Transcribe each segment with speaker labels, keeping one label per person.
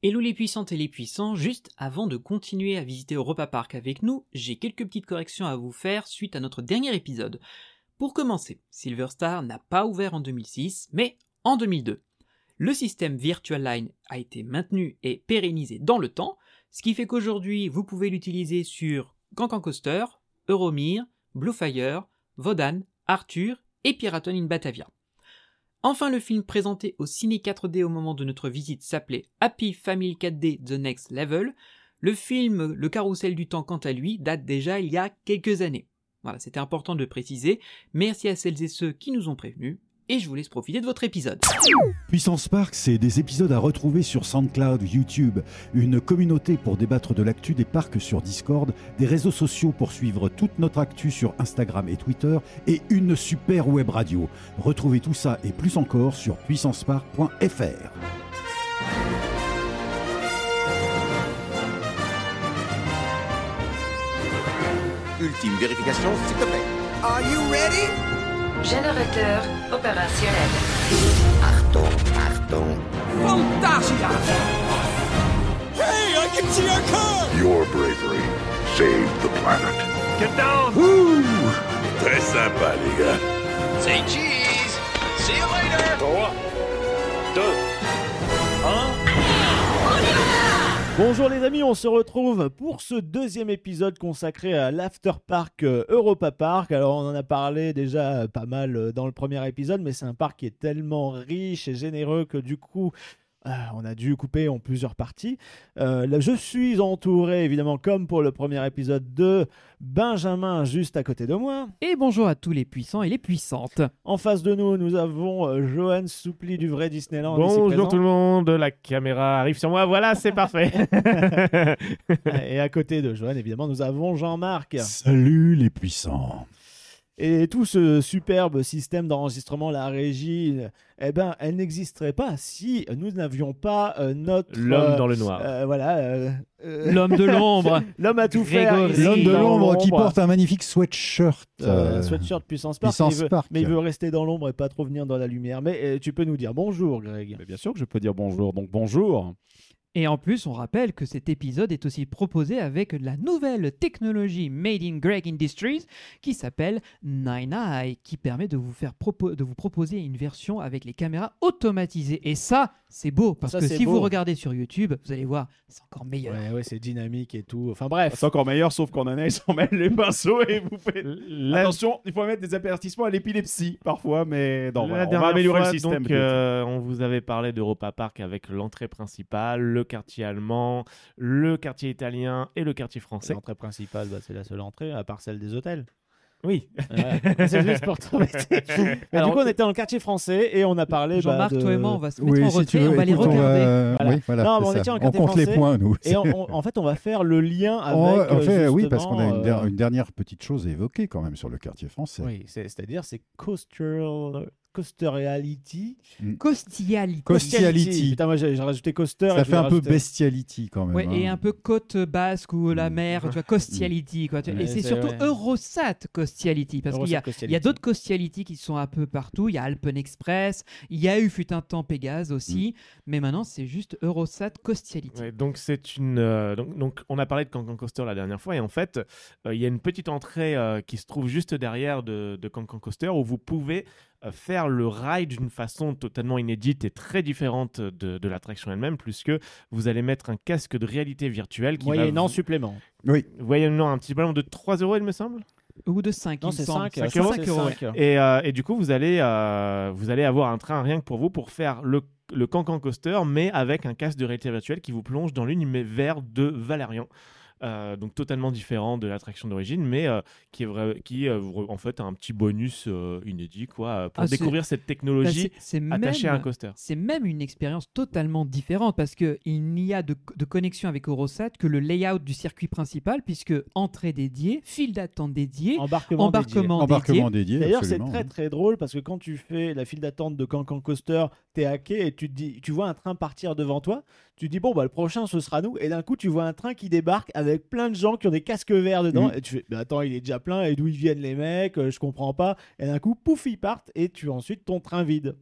Speaker 1: Hello les puissantes et les puissants, juste avant de continuer à visiter Europa Park avec nous, j'ai quelques petites corrections à vous faire suite à notre dernier épisode. Pour commencer, Silver Star n'a pas ouvert en 2006, mais en 2002. Le système Virtual Line a été maintenu et pérennisé dans le temps, ce qui fait qu'aujourd'hui vous pouvez l'utiliser sur Cancan Coaster, Euromir, Bluefire, Vodan, Arthur et Piraton in Batavia. Enfin, le film présenté au Ciné 4D au moment de notre visite s'appelait Happy Family 4D The Next Level. Le film Le Carrousel du Temps, quant à lui, date déjà il y a quelques années. Voilà, c'était important de préciser. Merci à celles et ceux qui nous ont prévenus. Et je vous laisse profiter de votre épisode.
Speaker 2: Puissance Park, c'est des épisodes à retrouver sur SoundCloud, YouTube, une communauté pour débattre de l'actu des parcs sur Discord, des réseaux sociaux pour suivre toute notre actu sur Instagram et Twitter, et une super web radio. Retrouvez tout ça et plus encore sur puissancepark.fr.
Speaker 3: Ultime vérification, s'il te plaît.
Speaker 4: Are you ready?
Speaker 5: Générateur opérationnel.
Speaker 3: Arton, Arton.
Speaker 4: Fantasia! Hey, I can see our car!
Speaker 6: Your bravery saved the planet.
Speaker 3: Ouh
Speaker 6: Très sympa, les gars.
Speaker 4: Say cheese! See you later!
Speaker 7: Bonjour les amis, on se retrouve pour ce deuxième épisode consacré à l'After Park euh, Europa Park. Alors on en a parlé déjà euh, pas mal euh, dans le premier épisode, mais c'est un parc qui est tellement riche et généreux que du coup euh, on a dû couper en plusieurs parties. Euh, là, je suis entouré évidemment comme pour le premier épisode de Benjamin juste à côté de moi.
Speaker 1: Et bonjour à tous les puissants et les puissantes.
Speaker 7: En face de nous, nous avons euh, Johan Soupli du vrai Disneyland. ici présent.
Speaker 8: Bonjour tout le monde, la caméra arrive sur moi, voilà, c'est parfait.
Speaker 7: Et à côté de Johan, évidemment, nous avons Jean-Marc.
Speaker 2: Salut les puissants.
Speaker 7: Et tout ce superbe système d'enregistrement, la régie, eh ben, elle n'existerait pas si nous n'avions pas euh, notre
Speaker 8: L'homme
Speaker 7: euh,
Speaker 8: dans le noir.
Speaker 7: euh, voilà. euh, euh,
Speaker 1: L'homme de l'ombre.
Speaker 7: L'homme à tout
Speaker 1: Grégory.
Speaker 7: faire.
Speaker 2: L'homme de
Speaker 7: dans
Speaker 2: l'ombre qui
Speaker 7: l'ombre.
Speaker 2: porte un magnifique sweatshirt.
Speaker 7: Euh,
Speaker 2: euh,
Speaker 7: sweatshirt puissance park,
Speaker 2: Puissance
Speaker 7: mais, il veut,
Speaker 2: Park.
Speaker 7: mais il veut rester dans l'ombre et pas trop venir dans la lumière. Mais euh, tu peux nous dire bonjour, Greg.
Speaker 9: Mais bien sûr que je peux dire bonjour, donc bonjour.
Speaker 1: Et en plus, on rappelle que cet épisode est aussi proposé avec la nouvelle technologie Made in Greg Industries qui s'appelle Nine Eye, qui permet de vous, faire propo- de vous proposer une version avec les caméras automatisées. Et ça, c'est beau, parce
Speaker 7: Ça,
Speaker 1: que
Speaker 7: c'est
Speaker 1: si
Speaker 7: beau.
Speaker 1: vous regardez sur YouTube, vous allez voir, c'est encore meilleur.
Speaker 7: Ouais, ouais, c'est dynamique et tout. Enfin bref.
Speaker 9: C'est encore meilleur, sauf qu'on en a, ils s'en mêlent les pinceaux et vous faites. Attention, il faut mettre des avertissements à l'épilepsie parfois, mais non,
Speaker 8: La
Speaker 9: voilà, on va
Speaker 8: dernière
Speaker 9: améliorer
Speaker 8: fois,
Speaker 9: le système.
Speaker 8: Donc,
Speaker 9: peut-être.
Speaker 8: euh, on vous avait parlé d'Europa Park avec l'entrée principale, le quartier allemand, le quartier italien et le quartier français.
Speaker 7: L'entrée principale, bah, c'est la seule entrée, à part celle des hôtels.
Speaker 8: Oui,
Speaker 7: Ouais, c'est juste pour te remettre. Mais
Speaker 8: Alors,
Speaker 7: du coup, on était dans le quartier français et on a parlé. bah,
Speaker 1: Jean-Marc,
Speaker 7: de-
Speaker 1: toi et moi, on va se mettre
Speaker 2: Oui,
Speaker 1: en
Speaker 2: si tu
Speaker 1: retrait,
Speaker 2: veux,
Speaker 1: on va les
Speaker 2: écoute, on
Speaker 1: regarder.
Speaker 2: va- euh,
Speaker 7: Voilà.
Speaker 2: oui, voilà,
Speaker 7: Non, mais on
Speaker 2: c'est
Speaker 7: était
Speaker 2: ça.
Speaker 7: en
Speaker 2: on
Speaker 7: quartier
Speaker 2: compte les
Speaker 7: français.
Speaker 2: points, nous.
Speaker 7: Et on- on- en fait, on va faire le lien
Speaker 1: Ah,
Speaker 7: avec.
Speaker 2: On- en
Speaker 7: euh,
Speaker 2: fait, oui, parce qu'on a
Speaker 7: justement,
Speaker 2: une, der-
Speaker 7: euh,
Speaker 2: une dernière petite chose à évoquer quand même sur le quartier français.
Speaker 7: Oui, c'est- c'est-à-dire, c'est coastal. Coaster Reality.
Speaker 1: Costiality.
Speaker 2: Costiality.
Speaker 7: Putain, moi j'ai j'ai rajouté Coaster. et
Speaker 2: Ça
Speaker 7: je
Speaker 2: fait un
Speaker 7: voulais
Speaker 2: peu
Speaker 7: rajouter-
Speaker 2: bestiality quand même.
Speaker 1: Ouais, et
Speaker 2: hein.
Speaker 1: un peu côte basque ou la
Speaker 2: Mm.
Speaker 1: mer, tu vois, Costiality. Quoi, tu vois.
Speaker 7: Ouais,
Speaker 1: et c'est
Speaker 7: c'est
Speaker 1: surtout
Speaker 7: vrai.
Speaker 1: Eurosat Costiality, parce qu'il y a Il y a d'autres Costiality qui sont un peu partout. Il y a Alpen Express, il y a eu fut un temps Pégase aussi, mais maintenant c'est juste Eurosat Costiality.
Speaker 8: Ouais, donc c'est une euh, donc, donc on a parlé de Cancan Coaster la dernière fois et en fait euh, il y a une petite entrée euh, qui se trouve juste derrière de, de Cancan Coaster où vous pouvez euh, faire le ride d'une façon totalement inédite et très différente de, de l'attraction elle-même puisque vous allez mettre un casque de réalité virtuelle qui va
Speaker 7: Moyennant
Speaker 8: vous-
Speaker 7: supplément.
Speaker 8: moyennant un petit ballon de 3 euros il me semble
Speaker 1: Ou de 5,
Speaker 7: Non,
Speaker 1: il me
Speaker 7: c'est
Speaker 1: semble.
Speaker 7: 5,
Speaker 1: Cinq euros. Cinq euros, ouais.
Speaker 8: et, euh, et du coup vous allez euh, vous allez avoir un train rien que pour vous pour faire le le Cancan Coaster, mais avec un casque de réalité virtuelle qui vous plonge dans l'univers de Valérian. Euh, donc totalement différent de l'attraction d'origine, mais euh, qui, est vrai- qui euh, vous re- en fait a un petit bonus euh, inédit quoi, euh, pour
Speaker 1: Ah, c'est-
Speaker 8: découvrir cette
Speaker 1: Bah,
Speaker 8: technologie
Speaker 1: c'est- c'est même-
Speaker 8: attachée à un coaster.
Speaker 1: C'est même une expérience totalement différente parce qu'il n'y a de, de connexion avec Eurosat que le layout du circuit principal, puisque entrée dédiée, file d'attente dédiée,
Speaker 7: Embarquement. dédié.
Speaker 1: embarquement, dédié.
Speaker 2: Embarquement dédié.
Speaker 7: D'ailleurs, c'est
Speaker 2: absolument,
Speaker 7: très
Speaker 2: oui.
Speaker 7: très drôle parce que quand tu fais la file d'attente de Cancan Coaster, t'es hacké et tu te dis, tu vois un train partir devant toi, tu te dis bon bah le prochain ce sera nous et d'un coup tu vois un train qui débarque avec plein de gens qui ont des casques verts dedans
Speaker 2: Mm.
Speaker 7: et tu fais mais attends il est déjà plein et d'où ils viennent les mecs euh, je comprends pas et d'un coup pouf ils partent et tu as ensuite ton train vide.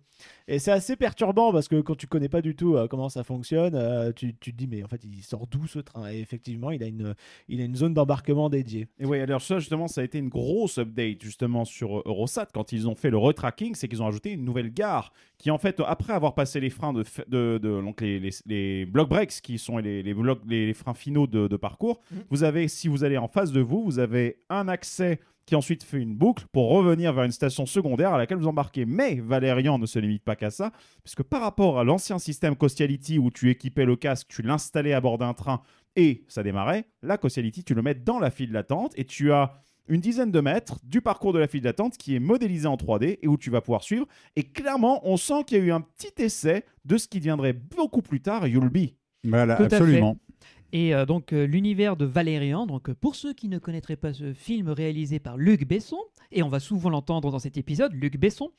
Speaker 7: Et c'est assez perturbant parce que quand tu connais pas du tout euh, comment ça fonctionne, euh, tu, tu te dis mais en fait il sort d'où ce train Et effectivement il a une, il a une zone d'embarquement dédiée.
Speaker 10: Et oui, alors ça, justement, ça a été une grosse update, justement, sur euh, Eurosat. Quand ils ont fait le retracking, c'est qu'ils ont ajouté une nouvelle gare qui, en fait, après avoir passé les freins de, f- de, de- donc les, les, les block breaks, qui sont les, les, blocs- les, les freins finaux de, de parcours, vous avez, si vous allez en face de vous, vous avez un accès qui ensuite fait une boucle pour revenir vers une station secondaire à laquelle vous embarquez. Mais Valérian ne se limite pas qu'à ça, puisque par rapport à l'ancien système Costiality où tu équipais le casque, tu l'installais à bord d'un train et ça démarrait, la Costiality, tu le mets dans la file d'attente et tu as une dizaine de mètres du parcours de la file d'attente qui est modélisé en 3D et où tu vas pouvoir suivre. Et clairement, on sent qu'il y a eu un petit essai de ce qui deviendrait beaucoup plus tard You'll Be.
Speaker 11: Voilà,
Speaker 1: Tout à fait.
Speaker 11: absolument.
Speaker 1: Et euh, donc euh, l'univers de Valérian, donc euh, pour ceux qui ne connaîtraient pas ce film réalisé par Luc Besson, et on va souvent l'entendre dans cet épisode, Luc Besson,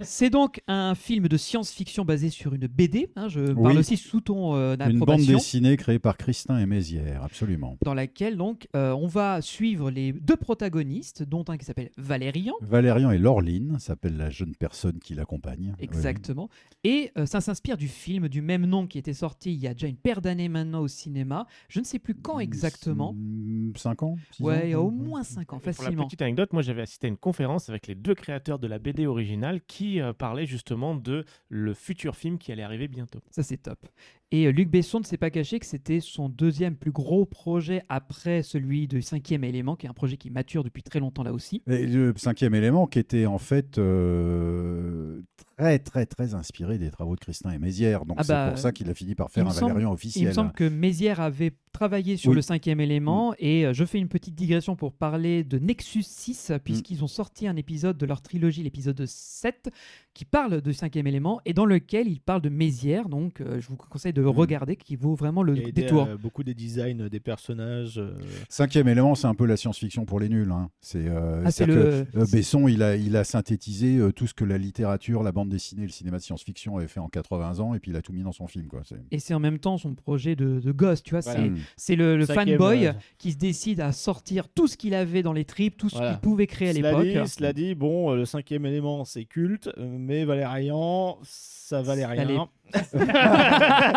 Speaker 1: c'est donc un film de science-fiction basé sur une BD, hein, je
Speaker 11: Oui.
Speaker 1: parle aussi sous ton euh,
Speaker 11: Une bande
Speaker 1: approbation,
Speaker 11: dessinée créée par Christin et Mézières, absolument.
Speaker 1: dans laquelle donc euh, on va suivre les deux protagonistes, dont un qui s'appelle Valérian,
Speaker 11: Valérian et Laureline s'appelle la jeune personne qui l'accompagne. Oui,
Speaker 1: Exactement. Et euh, ça s'inspire du film du même nom qui était sorti il y a déjà une paire d'années maintenant au cinéma. Je ne sais plus quand
Speaker 11: oui.
Speaker 1: exactement.
Speaker 11: Mm, Mmh, Cinq ans six ans
Speaker 1: Ouais, il y a au moins 5 ans,
Speaker 8: Et Pour la
Speaker 1: facilement.
Speaker 8: petite anecdote, moi j'avais assisté à une conférence avec les deux créateurs de la BD originale qui euh, parlaient justement de le futur film qui allait arriver bientôt.
Speaker 1: Ça, c'est top. Et euh, Luc Besson ne s'est pas caché que c'était son deuxième plus gros projet après celui de Cinquième élément, qui est un projet qui mature depuis très longtemps là aussi.
Speaker 11: Et le cinquième élément qui était en fait euh, très très très inspiré des travaux de Christin et Mézières. Donc
Speaker 1: Ah bah,
Speaker 11: c'est pour ça qu'il a fini par faire
Speaker 1: me
Speaker 11: un
Speaker 1: semble-
Speaker 11: Valérian
Speaker 1: Il me
Speaker 11: officiel.
Speaker 1: semble que Mézières avait travaillé sur
Speaker 11: Oui. Mm.
Speaker 1: le cinquième élément et euh, je fais une petite digression pour parler de Nexus 6
Speaker 11: Mm.
Speaker 1: puisqu'ils ont sorti un épisode de leur trilogie, l'épisode 7, qui parle de cinquième élément et dans lequel ils parlent de Mézières. Donc euh, je vous conseille
Speaker 11: Mm.
Speaker 1: de le regarder qui vaut vraiment le
Speaker 7: Il y a aidé,
Speaker 1: détour.
Speaker 7: euh, beaucoup des designs euh, des personnages. euh,
Speaker 11: Cinquième élément, c'est un peu la science-fiction pour les nuls. hein. C'est euh,
Speaker 1: Ah, c'est
Speaker 11: c'est-à-dire
Speaker 1: le-
Speaker 11: que, euh, Besson, il a, il a synthétisé euh, tout ce que la littérature, la bande dessinée, et le cinéma de science-fiction avaient fait en 80 ans, et puis il a tout mis dans son film. Quoi. C'est-
Speaker 1: Et c'est en même temps son projet de, de gosse, tu vois.
Speaker 7: Voilà.
Speaker 1: c'est-
Speaker 11: Mm.
Speaker 1: C'est le, le
Speaker 7: Cinquième,
Speaker 1: fanboy
Speaker 7: euh,
Speaker 1: qui se décide à sortir tout ce qu'il avait dans les tripes, tout ce
Speaker 7: Voilà.
Speaker 1: qu'il pouvait créer à
Speaker 7: Cela dit,
Speaker 1: l'époque.
Speaker 7: cela dit, bon, euh, le cinquième élément, c'est culte, euh, mais Valérian, ça valait
Speaker 1: Ça
Speaker 7: rien.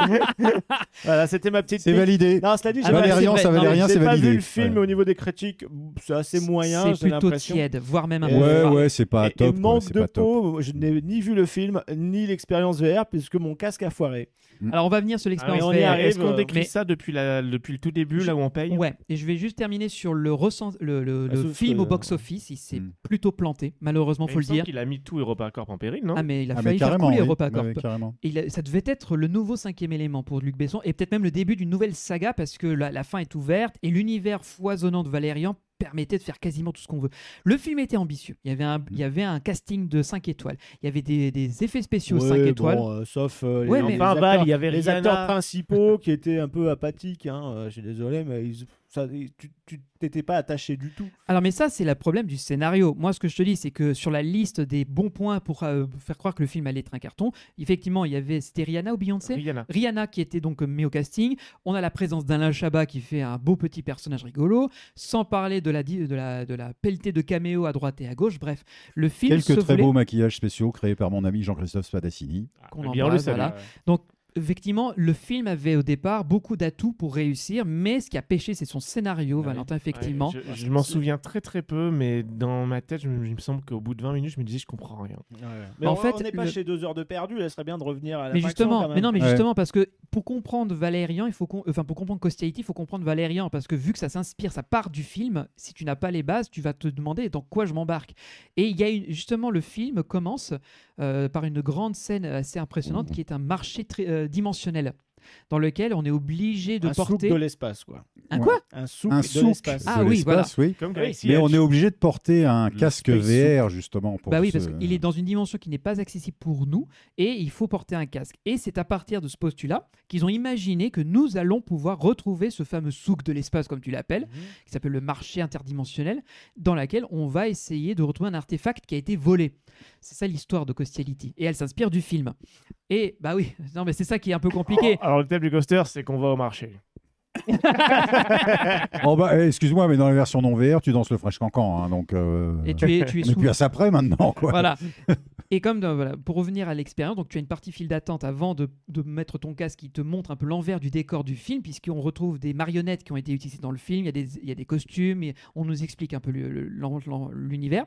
Speaker 7: voilà, c'était ma petite.
Speaker 11: C'est
Speaker 7: pique.
Speaker 11: validé.
Speaker 7: Non, cela dit, j'ai
Speaker 11: Valérian,
Speaker 7: pas,
Speaker 11: ça valait rien,
Speaker 7: j'ai
Speaker 11: c'est
Speaker 7: pas vu
Speaker 11: validé.
Speaker 7: le film
Speaker 11: Ouais.
Speaker 7: au niveau des critiques, c'est assez moyen. j'ai
Speaker 1: C'est plutôt
Speaker 7: l'impression.
Speaker 1: tiède, voire même un
Speaker 7: Et-
Speaker 1: peu
Speaker 11: Ouais,
Speaker 1: fade.
Speaker 11: ouais, c'est pas
Speaker 7: et, et
Speaker 11: top. quoi,
Speaker 7: manque
Speaker 11: c'est
Speaker 7: de
Speaker 11: pas top.
Speaker 7: peau, je n'ai ni vu le film, ni l'expérience VR, puisque mon casque a foiré.
Speaker 1: Alors on va venir sur l'expérience
Speaker 7: Ah, mais on y
Speaker 1: VR.
Speaker 7: arrive.
Speaker 8: Est-ce qu'on
Speaker 7: euh,
Speaker 8: décrit
Speaker 1: mais-
Speaker 8: ça depuis, la, depuis le tout début, là où on paye
Speaker 1: Ouais, et je vais juste terminer sur le, recens- le, le-
Speaker 7: Ah,
Speaker 1: le
Speaker 7: sauf
Speaker 1: film
Speaker 7: que- hmm.
Speaker 1: au box-office. Il s'est
Speaker 11: Mm.
Speaker 1: plutôt planté, malheureusement,
Speaker 8: Mais
Speaker 1: faut le
Speaker 8: il me semble
Speaker 1: dire.
Speaker 8: qu'il a mis tout Europa Corp en péril, non
Speaker 1: Ah, mais il a
Speaker 11: Ah, mais
Speaker 1: failli faire
Speaker 11: carrément,
Speaker 1: couler
Speaker 11: oui.
Speaker 1: Europa
Speaker 11: Ouais,
Speaker 1: Corp.
Speaker 11: ouais, carrément.
Speaker 1: Et il a- ça devait être le nouveau cinquième élément pour Luc Besson, et peut-être même le début d'une nouvelle saga, parce que la, la fin est ouverte, et l'univers foisonnant de Valérian permettait de faire quasiment tout ce qu'on veut. Le film était ambitieux. Il y avait un, il y avait un casting de 5 étoiles. Il y avait des, des effets spéciaux 5
Speaker 7: Ouais,
Speaker 1: étoiles.
Speaker 7: bon, euh, sauf euh,
Speaker 1: Ouais, mais-
Speaker 7: les,
Speaker 1: bah,
Speaker 7: les
Speaker 8: Par balle,
Speaker 7: acteurs,
Speaker 8: il y avait
Speaker 7: les
Speaker 8: Rihanna.
Speaker 7: acteurs principaux qui étaient un peu apathiques. hein, euh, je suis désolé, mais ils- ça- ils- tu tu t'étais pas attaché du tout.
Speaker 1: Alors, mais ça, c'est le problème du scénario. Moi, ce que je te dis, c'est que sur la liste des bons points pour euh, faire croire que le film allait être un carton, effectivement, il y avait. C'était Rihanna ou Beyoncé
Speaker 8: Rihanna.
Speaker 1: Rihanna qui était donc euh, mise au casting. On a la présence d'Alain Chabat qui fait un beau petit personnage rigolo, sans parler de la, di- de la, de la pelletée de caméos à droite et à gauche. Bref, le film se
Speaker 11: Quelques très
Speaker 1: voulait-
Speaker 11: beaux maquillages spéciaux créés par mon ami Jean-Christophe Spadassini.
Speaker 8: Ah,
Speaker 1: qu'on
Speaker 8: eh bien, on le
Speaker 1: embrasse,
Speaker 8: savait.
Speaker 1: voilà. Effectivement, le film avait au départ beaucoup d'atouts pour réussir, mais ce qui a pêché, c'est son scénario,
Speaker 8: Ah oui.
Speaker 1: Valentin,
Speaker 8: Ouais,
Speaker 1: effectivement.
Speaker 8: je je m'en souviens très très peu, mais dans ma tête, je me- il me semble qu'au bout de 20 minutes, je me disais, je comprends rien.
Speaker 7: Mais
Speaker 1: En
Speaker 7: en
Speaker 1: fait,
Speaker 7: fait, on n'est pas
Speaker 1: le-
Speaker 7: chez deux heures de perdu. Là, ce serait bien de revenir à la
Speaker 1: Mais
Speaker 7: faction,
Speaker 1: justement,
Speaker 7: quand même.
Speaker 1: mais non, mais
Speaker 11: Ouais.
Speaker 1: justement, parce que pour comprendre Valérian, il faut qu'on, enfin pour comprendre Costiality, il faut comprendre Valérian, parce que vu que ça s'inspire, ça part du film. Si tu n'as pas les bases, tu vas te demander dans quoi je m'embarque. Et il y a une- justement le film commence euh, par une grande scène assez impressionnante qui est un marché tri- euh, dimensionnel dans lequel on est obligé de
Speaker 7: un souk
Speaker 1: porter
Speaker 7: de l'espace, quoi.
Speaker 1: un
Speaker 11: Ouais.
Speaker 1: quoi
Speaker 7: Un souk
Speaker 11: Un
Speaker 7: de
Speaker 11: souk
Speaker 7: l'espace.
Speaker 1: Ah
Speaker 11: de
Speaker 1: oui,
Speaker 11: l'espace, oui.
Speaker 8: Comme
Speaker 7: Ouais.
Speaker 8: Galaxy
Speaker 11: Mais
Speaker 8: Edge.
Speaker 11: on est obligé de porter un
Speaker 8: Le
Speaker 11: casque
Speaker 8: space
Speaker 11: VR justement pour.
Speaker 1: Bah oui,
Speaker 11: ce-
Speaker 1: parce qu'il est dans une dimension qui n'est pas accessible pour nous et il faut porter un casque. Et c'est à partir de ce postulat qu'ils ont imaginé que nous allons pouvoir retrouver ce fameux souk de l'espace, comme tu l'appelles,
Speaker 11: Mhm.
Speaker 1: qui s'appelle le marché interdimensionnel, dans laquelle on va essayer de retrouver un artefact qui a été volé. C'est ça l'histoire de Costiality. Et elle s'inspire du film. Et bah oui, non mais c'est ça qui est un peu compliqué.
Speaker 8: Alors, le thème du coaster, c'est qu'on va au marché.
Speaker 11: Oh bah, eh, excuse-moi, mais dans la version non VR, tu danses le French Cancan. hein, donc, euh,
Speaker 1: Et tu es- tu es
Speaker 11: on est
Speaker 1: sous-
Speaker 11: plus à ça près maintenant. Quoi.
Speaker 1: Voilà. Et comme dans- voilà, pour revenir à l'expérience, donc tu as une partie file d'attente avant de, de mettre ton casque qui te montre un peu l'envers du décor du film, puisqu'on retrouve des marionnettes qui ont été utilisées dans le film, il y a des, il y a des costumes, et on nous explique un peu le- le- l'en- l'en- l'univers.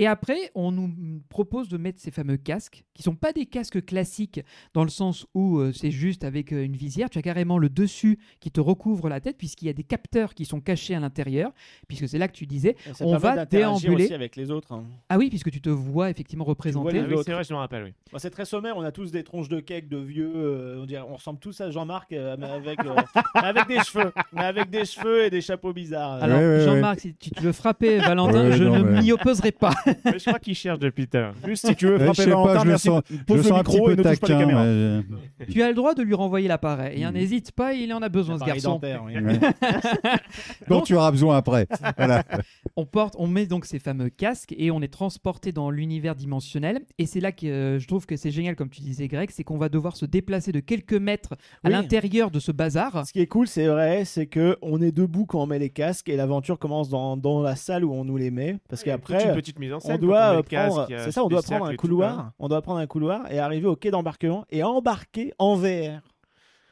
Speaker 1: Et après, on nous propose de mettre ces fameux casques, qui sont pas des casques classiques, dans le sens où euh, c'est juste avec euh, une visière, tu as carrément le dessus qui te recouvre la tête, puisqu'il y a des capteurs qui sont cachés à l'intérieur, puisque c'est là que tu disais,
Speaker 7: Ça
Speaker 1: on
Speaker 7: permet
Speaker 1: va
Speaker 7: d'interagir
Speaker 1: déambuler.
Speaker 7: aussi avec les autres. hein.
Speaker 1: Ah oui, puisque tu te vois effectivement
Speaker 7: vois
Speaker 1: représenté.
Speaker 7: les
Speaker 8: Ah oui,
Speaker 7: autres.
Speaker 8: c'est vrai, je m'en rappelle, oui.
Speaker 7: Bon, c'est très sommaire, on a tous des tronches de cake, de vieux. euh, on, dirait, on ressemble tous à Jean-Marc, euh, mais avec, euh, mais avec des cheveux. Mais avec des cheveux et des chapeaux bizarres. euh,
Speaker 1: Alors,
Speaker 11: Ouais, ouais,
Speaker 1: Ah Jean-Marc, si tu te veux frapper Valentin,
Speaker 11: Ouais,
Speaker 1: je
Speaker 11: non,
Speaker 1: ne
Speaker 11: mais-
Speaker 1: m'y opposerai pas.
Speaker 8: Mais je crois qu'il cherche depuis tout à l'heure.
Speaker 10: Juste si tu veux
Speaker 11: Eh,
Speaker 10: frapper
Speaker 11: je sais
Speaker 10: Valentin,
Speaker 11: pas, je le
Speaker 10: merci,
Speaker 11: sens, je le
Speaker 10: pose
Speaker 11: sens un
Speaker 10: le
Speaker 11: petit
Speaker 10: micro et
Speaker 11: peu
Speaker 10: ne touche pas les
Speaker 11: taquin.
Speaker 10: caméras.
Speaker 11: mais-
Speaker 1: tu as le droit de lui renvoyer l'appareil. Et
Speaker 11: Mm.
Speaker 1: hein, n'hésite pas, il en a besoin, ce
Speaker 7: Appareil
Speaker 1: garçon.
Speaker 7: dentaire, oui.
Speaker 11: dont tu auras besoin après. Voilà. Euh,
Speaker 1: On, porte, on met donc ces fameux casques et on est transporté dans l'univers dimensionnel. Et c'est là que euh, je trouve que c'est génial, comme tu disais, Greg, c'est qu'on va devoir se déplacer de quelques mètres à
Speaker 7: Oui.
Speaker 1: l'intérieur de ce bazar.
Speaker 7: Ce qui est cool, c'est vrai, c'est que on est debout quand on met les casques et l'aventure commence dans, dans la salle où on nous les met. Parce
Speaker 8: Toute une
Speaker 7: qu'après,
Speaker 8: petite mise en scène.
Speaker 7: on
Speaker 8: quand
Speaker 7: doit
Speaker 8: met
Speaker 7: euh,
Speaker 8: le casque,
Speaker 7: prendre,
Speaker 8: il y a
Speaker 7: c'est ça, on
Speaker 8: des
Speaker 7: doit prendre
Speaker 8: cercles
Speaker 7: un
Speaker 8: et tout,
Speaker 7: couloir, on doit prendre un couloir et arriver au quai d'embarquement et embarquer en VR.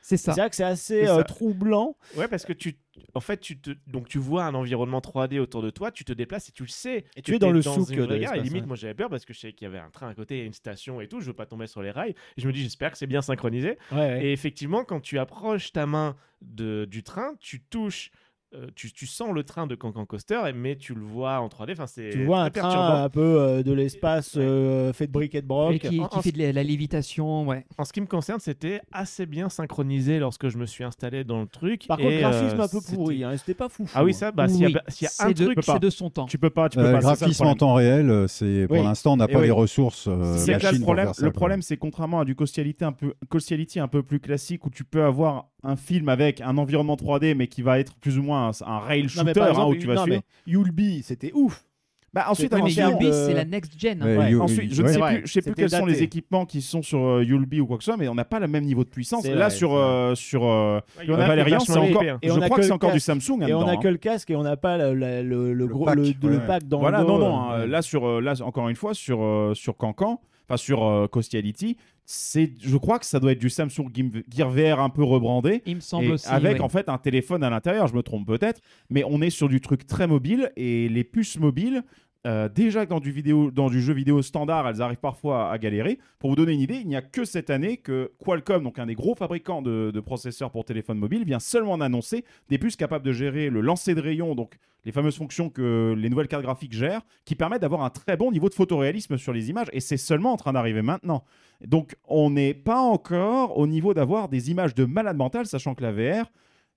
Speaker 1: C'est
Speaker 7: C'est
Speaker 1: ça.
Speaker 7: vrai que c'est assez
Speaker 8: C'est ça.
Speaker 7: euh, troublant.
Speaker 8: hein. Ouais, parce que tu, en fait, tu te, donc tu vois un environnement 3D autour de toi, tu te déplaces et tu le sais. que
Speaker 7: Et tu es dans
Speaker 8: t'es
Speaker 7: le souk
Speaker 8: une
Speaker 7: de
Speaker 8: vraie gare. Et
Speaker 7: l'espace,
Speaker 8: limite,
Speaker 7: ouais.
Speaker 8: moi j'avais peur parce que je savais qu'il y avait un train à côté, une station et tout. Je veux pas tomber sur les rails. Et je me dis, j'espère que c'est bien synchronisé. Et effectivement, quand tu approches ta main de- du train, tu touches, euh, tu, tu sens le train de Cancan Coaster, et- mais tu le vois en 3D. Enfin, c'est
Speaker 7: Tu vois
Speaker 8: très
Speaker 7: un
Speaker 8: perturbant.
Speaker 7: train un peu euh, de l'espace
Speaker 8: Ouais.
Speaker 7: euh, fait de briques et de
Speaker 1: Et
Speaker 7: broc.
Speaker 1: qui,
Speaker 8: En-
Speaker 1: qui
Speaker 8: en-
Speaker 1: fait de la, la lévitation, ouais.
Speaker 7: euh,
Speaker 8: En ce qui me concerne, c'était assez bien synchronisé lorsque je me suis installé dans le truc.
Speaker 7: Par
Speaker 8: et,
Speaker 7: contre, graphisme
Speaker 8: euh,
Speaker 7: un peu
Speaker 8: c'était-
Speaker 7: pourri. hein, C'était pas fou.
Speaker 8: Ah oui, ça, bah, s'il y a,
Speaker 1: Oui,
Speaker 8: s'il y a
Speaker 1: c'est
Speaker 8: un
Speaker 1: de-
Speaker 8: truc,
Speaker 1: c'est de son temps.
Speaker 10: Tu peux pas, tu peux
Speaker 11: Euh,
Speaker 10: pas. c'est ça le
Speaker 11: graphisme
Speaker 10: problème.
Speaker 11: en temps réel, euh, c'est pour
Speaker 10: Oui.
Speaker 11: l'instant on n'a
Speaker 10: Et
Speaker 11: pas
Speaker 10: oui.
Speaker 11: les ressources. euh,
Speaker 10: C'est
Speaker 11: la
Speaker 10: ça
Speaker 11: Chine
Speaker 10: le
Speaker 11: pour
Speaker 10: problème.
Speaker 11: faire ça,
Speaker 10: Le
Speaker 11: quoi.
Speaker 10: problème, c'est contrairement à du Costiality un peu, Costiality un peu plus classique où tu peux avoir un film avec un environnement 3D mais qui va être plus ou moins un, un rail shooter
Speaker 7: Non, mais par
Speaker 10: hein,
Speaker 7: exemple,
Speaker 10: où tu vas
Speaker 7: non,
Speaker 10: suivre.
Speaker 7: mais You'll Be, hein. c'était ouf.
Speaker 10: Bah, ensuite,
Speaker 7: Oui,
Speaker 1: Mais
Speaker 7: Attention,
Speaker 1: Yubis,
Speaker 7: euh,
Speaker 1: c'est la next gen. hein.
Speaker 11: Ouais,
Speaker 10: Ouais,
Speaker 11: You-
Speaker 10: ensuite, je ne
Speaker 11: ouais.
Speaker 10: sais
Speaker 7: ouais.
Speaker 10: plus, je sais plus
Speaker 7: C'était
Speaker 10: quels sont les
Speaker 7: daté.
Speaker 10: équipements qui sont sur euh, Yulby ou quoi que ce soit, mais on n'a pas le même niveau de puissance.
Speaker 7: C'est
Speaker 10: Là,
Speaker 7: vrai,
Speaker 10: sur,
Speaker 7: c'est vrai.
Speaker 10: euh, sur euh,
Speaker 8: Ouais, il y en a qui
Speaker 10: Valérian,
Speaker 8: vachement
Speaker 10: c'est encore,
Speaker 8: épais, hein.
Speaker 7: Et
Speaker 10: je
Speaker 7: on a
Speaker 10: crois
Speaker 7: que
Speaker 10: que c'est
Speaker 7: le
Speaker 10: encore du
Speaker 7: casque.
Speaker 10: Samsung.
Speaker 7: Et on
Speaker 10: là-dedans,
Speaker 7: a
Speaker 10: hein.
Speaker 7: que le casque et on n'a pas le, le, le- le gros
Speaker 11: pack,
Speaker 7: le, le
Speaker 11: ouais.
Speaker 7: pack dans
Speaker 10: voilà,
Speaker 7: le dos.
Speaker 10: non, non.
Speaker 7: euh,
Speaker 10: euh, Là, sur, euh, là, encore une fois, sur, euh, sur Cancan, enfin sur euh, Costiality, c'est, je crois que ça doit être du Samsung Gear- Gear VR un peu rebrandé.
Speaker 1: Il me semble
Speaker 10: Et
Speaker 1: aussi.
Speaker 10: avec
Speaker 1: ouais.
Speaker 10: en fait un téléphone à l'intérieur, je me trompe peut-être, mais on est sur du truc très mobile et les puces mobiles. euh, déjà que dans du, vidéo, dans du jeu vidéo standard, elles arrivent parfois à, à galérer. Pour vous donner une idée, il n'y a que cette année que Qualcomm, donc un des gros fabricants de, de processeurs pour téléphone mobile, vient seulement d'annoncer des puces capables de gérer le lancer de rayon, donc les fameuses fonctions que les nouvelles cartes graphiques gèrent, qui permettent d'avoir un très bon niveau de photoréalisme sur les images. Et c'est seulement en train d'arriver maintenant. Donc on n'est pas encore au niveau d'avoir des images de malade mental, sachant que la VR,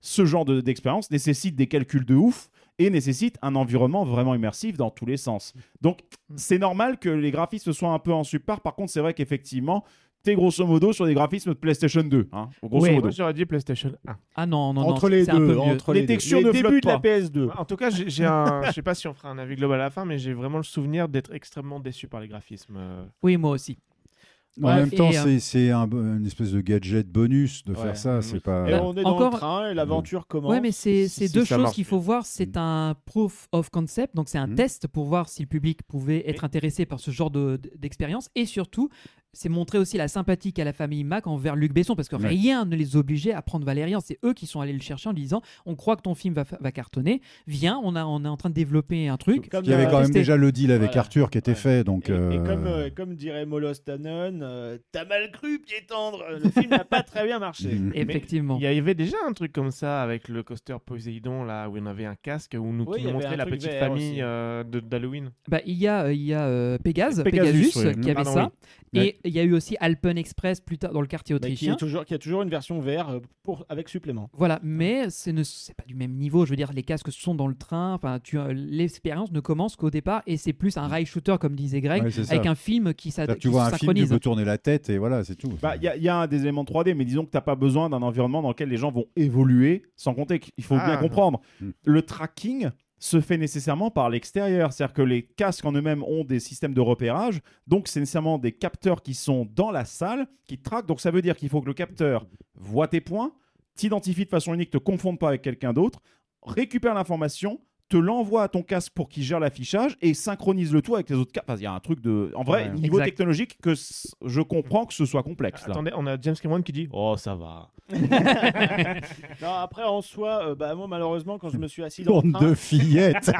Speaker 10: ce genre de- d'expérience nécessite des calculs de ouf et nécessite un environnement vraiment immersif dans tous les sens. Donc c'est normal que les graphismes soient un peu en subpart. Par contre, c'est vrai qu'effectivement, t'es grosso modo sur des graphismes de PlayStation 2. Hein, grosso
Speaker 8: Ouais,
Speaker 10: modo.
Speaker 8: moi j'aurais dit PlayStation 1.
Speaker 1: Ah non, non, non, c'est-
Speaker 7: entre les
Speaker 1: c'est un peu
Speaker 7: deux,
Speaker 1: mieux.
Speaker 7: entre
Speaker 10: Les
Speaker 7: les, deux.
Speaker 10: textures
Speaker 7: les
Speaker 10: ne
Speaker 7: débuts
Speaker 10: flottent
Speaker 7: de la
Speaker 10: pas.
Speaker 7: PS2.
Speaker 8: En tout cas, j'ai j'ai un, je sais pas si on fera un avis global à la fin, mais j'ai vraiment le souvenir d'être extrêmement déçu par les graphismes. euh.
Speaker 1: Oui, moi aussi.
Speaker 11: En même
Speaker 1: Et,
Speaker 11: temps,
Speaker 1: euh,
Speaker 11: c'est- c'est un, une espèce de gadget bonus de
Speaker 10: Ouais.
Speaker 11: faire ça. C'est
Speaker 8: Oui.
Speaker 11: pas.
Speaker 7: Et on est dans
Speaker 1: Encore-
Speaker 7: le train et l'aventure commence.
Speaker 1: Ouais, mais c'est
Speaker 10: si-
Speaker 1: c'est
Speaker 10: si
Speaker 1: deux
Speaker 10: ça
Speaker 1: choses
Speaker 10: marche
Speaker 1: qu'il faut voir. C'est un proof of concept, donc c'est un
Speaker 11: Mm.
Speaker 1: test pour voir si le public pouvait être
Speaker 8: Mais-
Speaker 1: intéressé par ce genre de- d- d'expérience. Et surtout, c'est montrer aussi la sympathie qu'a la famille Mac envers Luc Besson, parce que
Speaker 11: Ouais.
Speaker 1: rien ne les obligeait à prendre Valérian. C'est eux qui sont allés le chercher en lui disant On croit que ton film va, fa- va cartonner, viens, on, a, on est en train de développer un truc.
Speaker 7: Comme
Speaker 11: Il y avait
Speaker 7: dans-
Speaker 11: quand même
Speaker 1: Testé.
Speaker 11: déjà le deal avec
Speaker 7: Voilà.
Speaker 11: Arthur qui était
Speaker 7: Ouais.
Speaker 11: fait, donc.
Speaker 7: Et, et
Speaker 11: euh,
Speaker 7: comme, euh, comme dirait Molos Tannen, euh, t'as mal cru, pied tendre. Euh, Le film n'a pas très bien marché.
Speaker 11: Mhm.
Speaker 1: Effectivement.
Speaker 8: Il y avait déjà un truc comme ça avec le coaster Poséidon, là, où on avait un casque, où nous,
Speaker 7: Oui,
Speaker 8: qui
Speaker 7: il y
Speaker 8: nous
Speaker 7: avait
Speaker 8: montrait
Speaker 7: un
Speaker 8: la
Speaker 7: truc
Speaker 8: petite
Speaker 7: VR
Speaker 8: famille
Speaker 7: aussi.
Speaker 8: euh, de- d'Halloween.
Speaker 1: Bah, il y a, euh, il y a euh, Pégase,
Speaker 10: Pegasus,
Speaker 1: Pegasus, euh,
Speaker 10: oui.
Speaker 1: qui avait
Speaker 8: Pardon,
Speaker 1: ça.
Speaker 10: oui.
Speaker 1: Et il y a eu aussi Alpen Express plus tard dans le quartier
Speaker 7: Mais Bah, qui,
Speaker 1: autrichien.
Speaker 7: est toujours, qui a toujours une version VR euh, pour, avec supplément.
Speaker 1: Voilà, mais ce ne- c'est pas du même niveau. Je veux dire, les casques sont dans le train. Enfin, tu as- l'expérience ne commence qu'au départ et c'est plus un rail shooter comme disait Greg,
Speaker 11: Mm. Ouais, c'est ça.
Speaker 1: avec un film qui, s'ad-
Speaker 11: C'est-à-dire
Speaker 10: euh,
Speaker 11: que
Speaker 1: qui
Speaker 11: tu vois
Speaker 1: se
Speaker 11: un film, tu
Speaker 1: synchronise.
Speaker 11: peux tourner la tête et voilà, c'est tout.
Speaker 10: Bah, il y, a- il y a des éléments 3D, mais disons que t'as pas besoin d'un environnement dans lequel les gens vont évoluer, sans compter qu'il faut
Speaker 8: Ah.
Speaker 10: bien comprendre.
Speaker 11: Mm.
Speaker 10: Le tracking se fait nécessairement par l'extérieur, c'est-à-dire que les casques en eux-mêmes ont des systèmes de repérage, donc c'est nécessairement des capteurs qui sont dans la salle, qui traquent, donc ça veut dire qu'il faut que le capteur voit tes points, t'identifie de façon unique, te confonde pas avec quelqu'un d'autre, récupère l'information, te l'envoie à ton casque pour qu'il gère l'affichage et synchronise le tout avec les autres casques. Enfin, il y a un truc de. En vrai,
Speaker 8: Ouais.
Speaker 10: niveau
Speaker 1: Exact.
Speaker 10: technologique, que c- je comprends que ce soit complexe. Là.
Speaker 8: Attendez, on a James Cameron qui dit Oh, ça va.
Speaker 7: Non, après, en soi, euh, bah, moi, malheureusement, quand je me suis assis dans le
Speaker 11: Bande de
Speaker 7: train,
Speaker 11: fillettes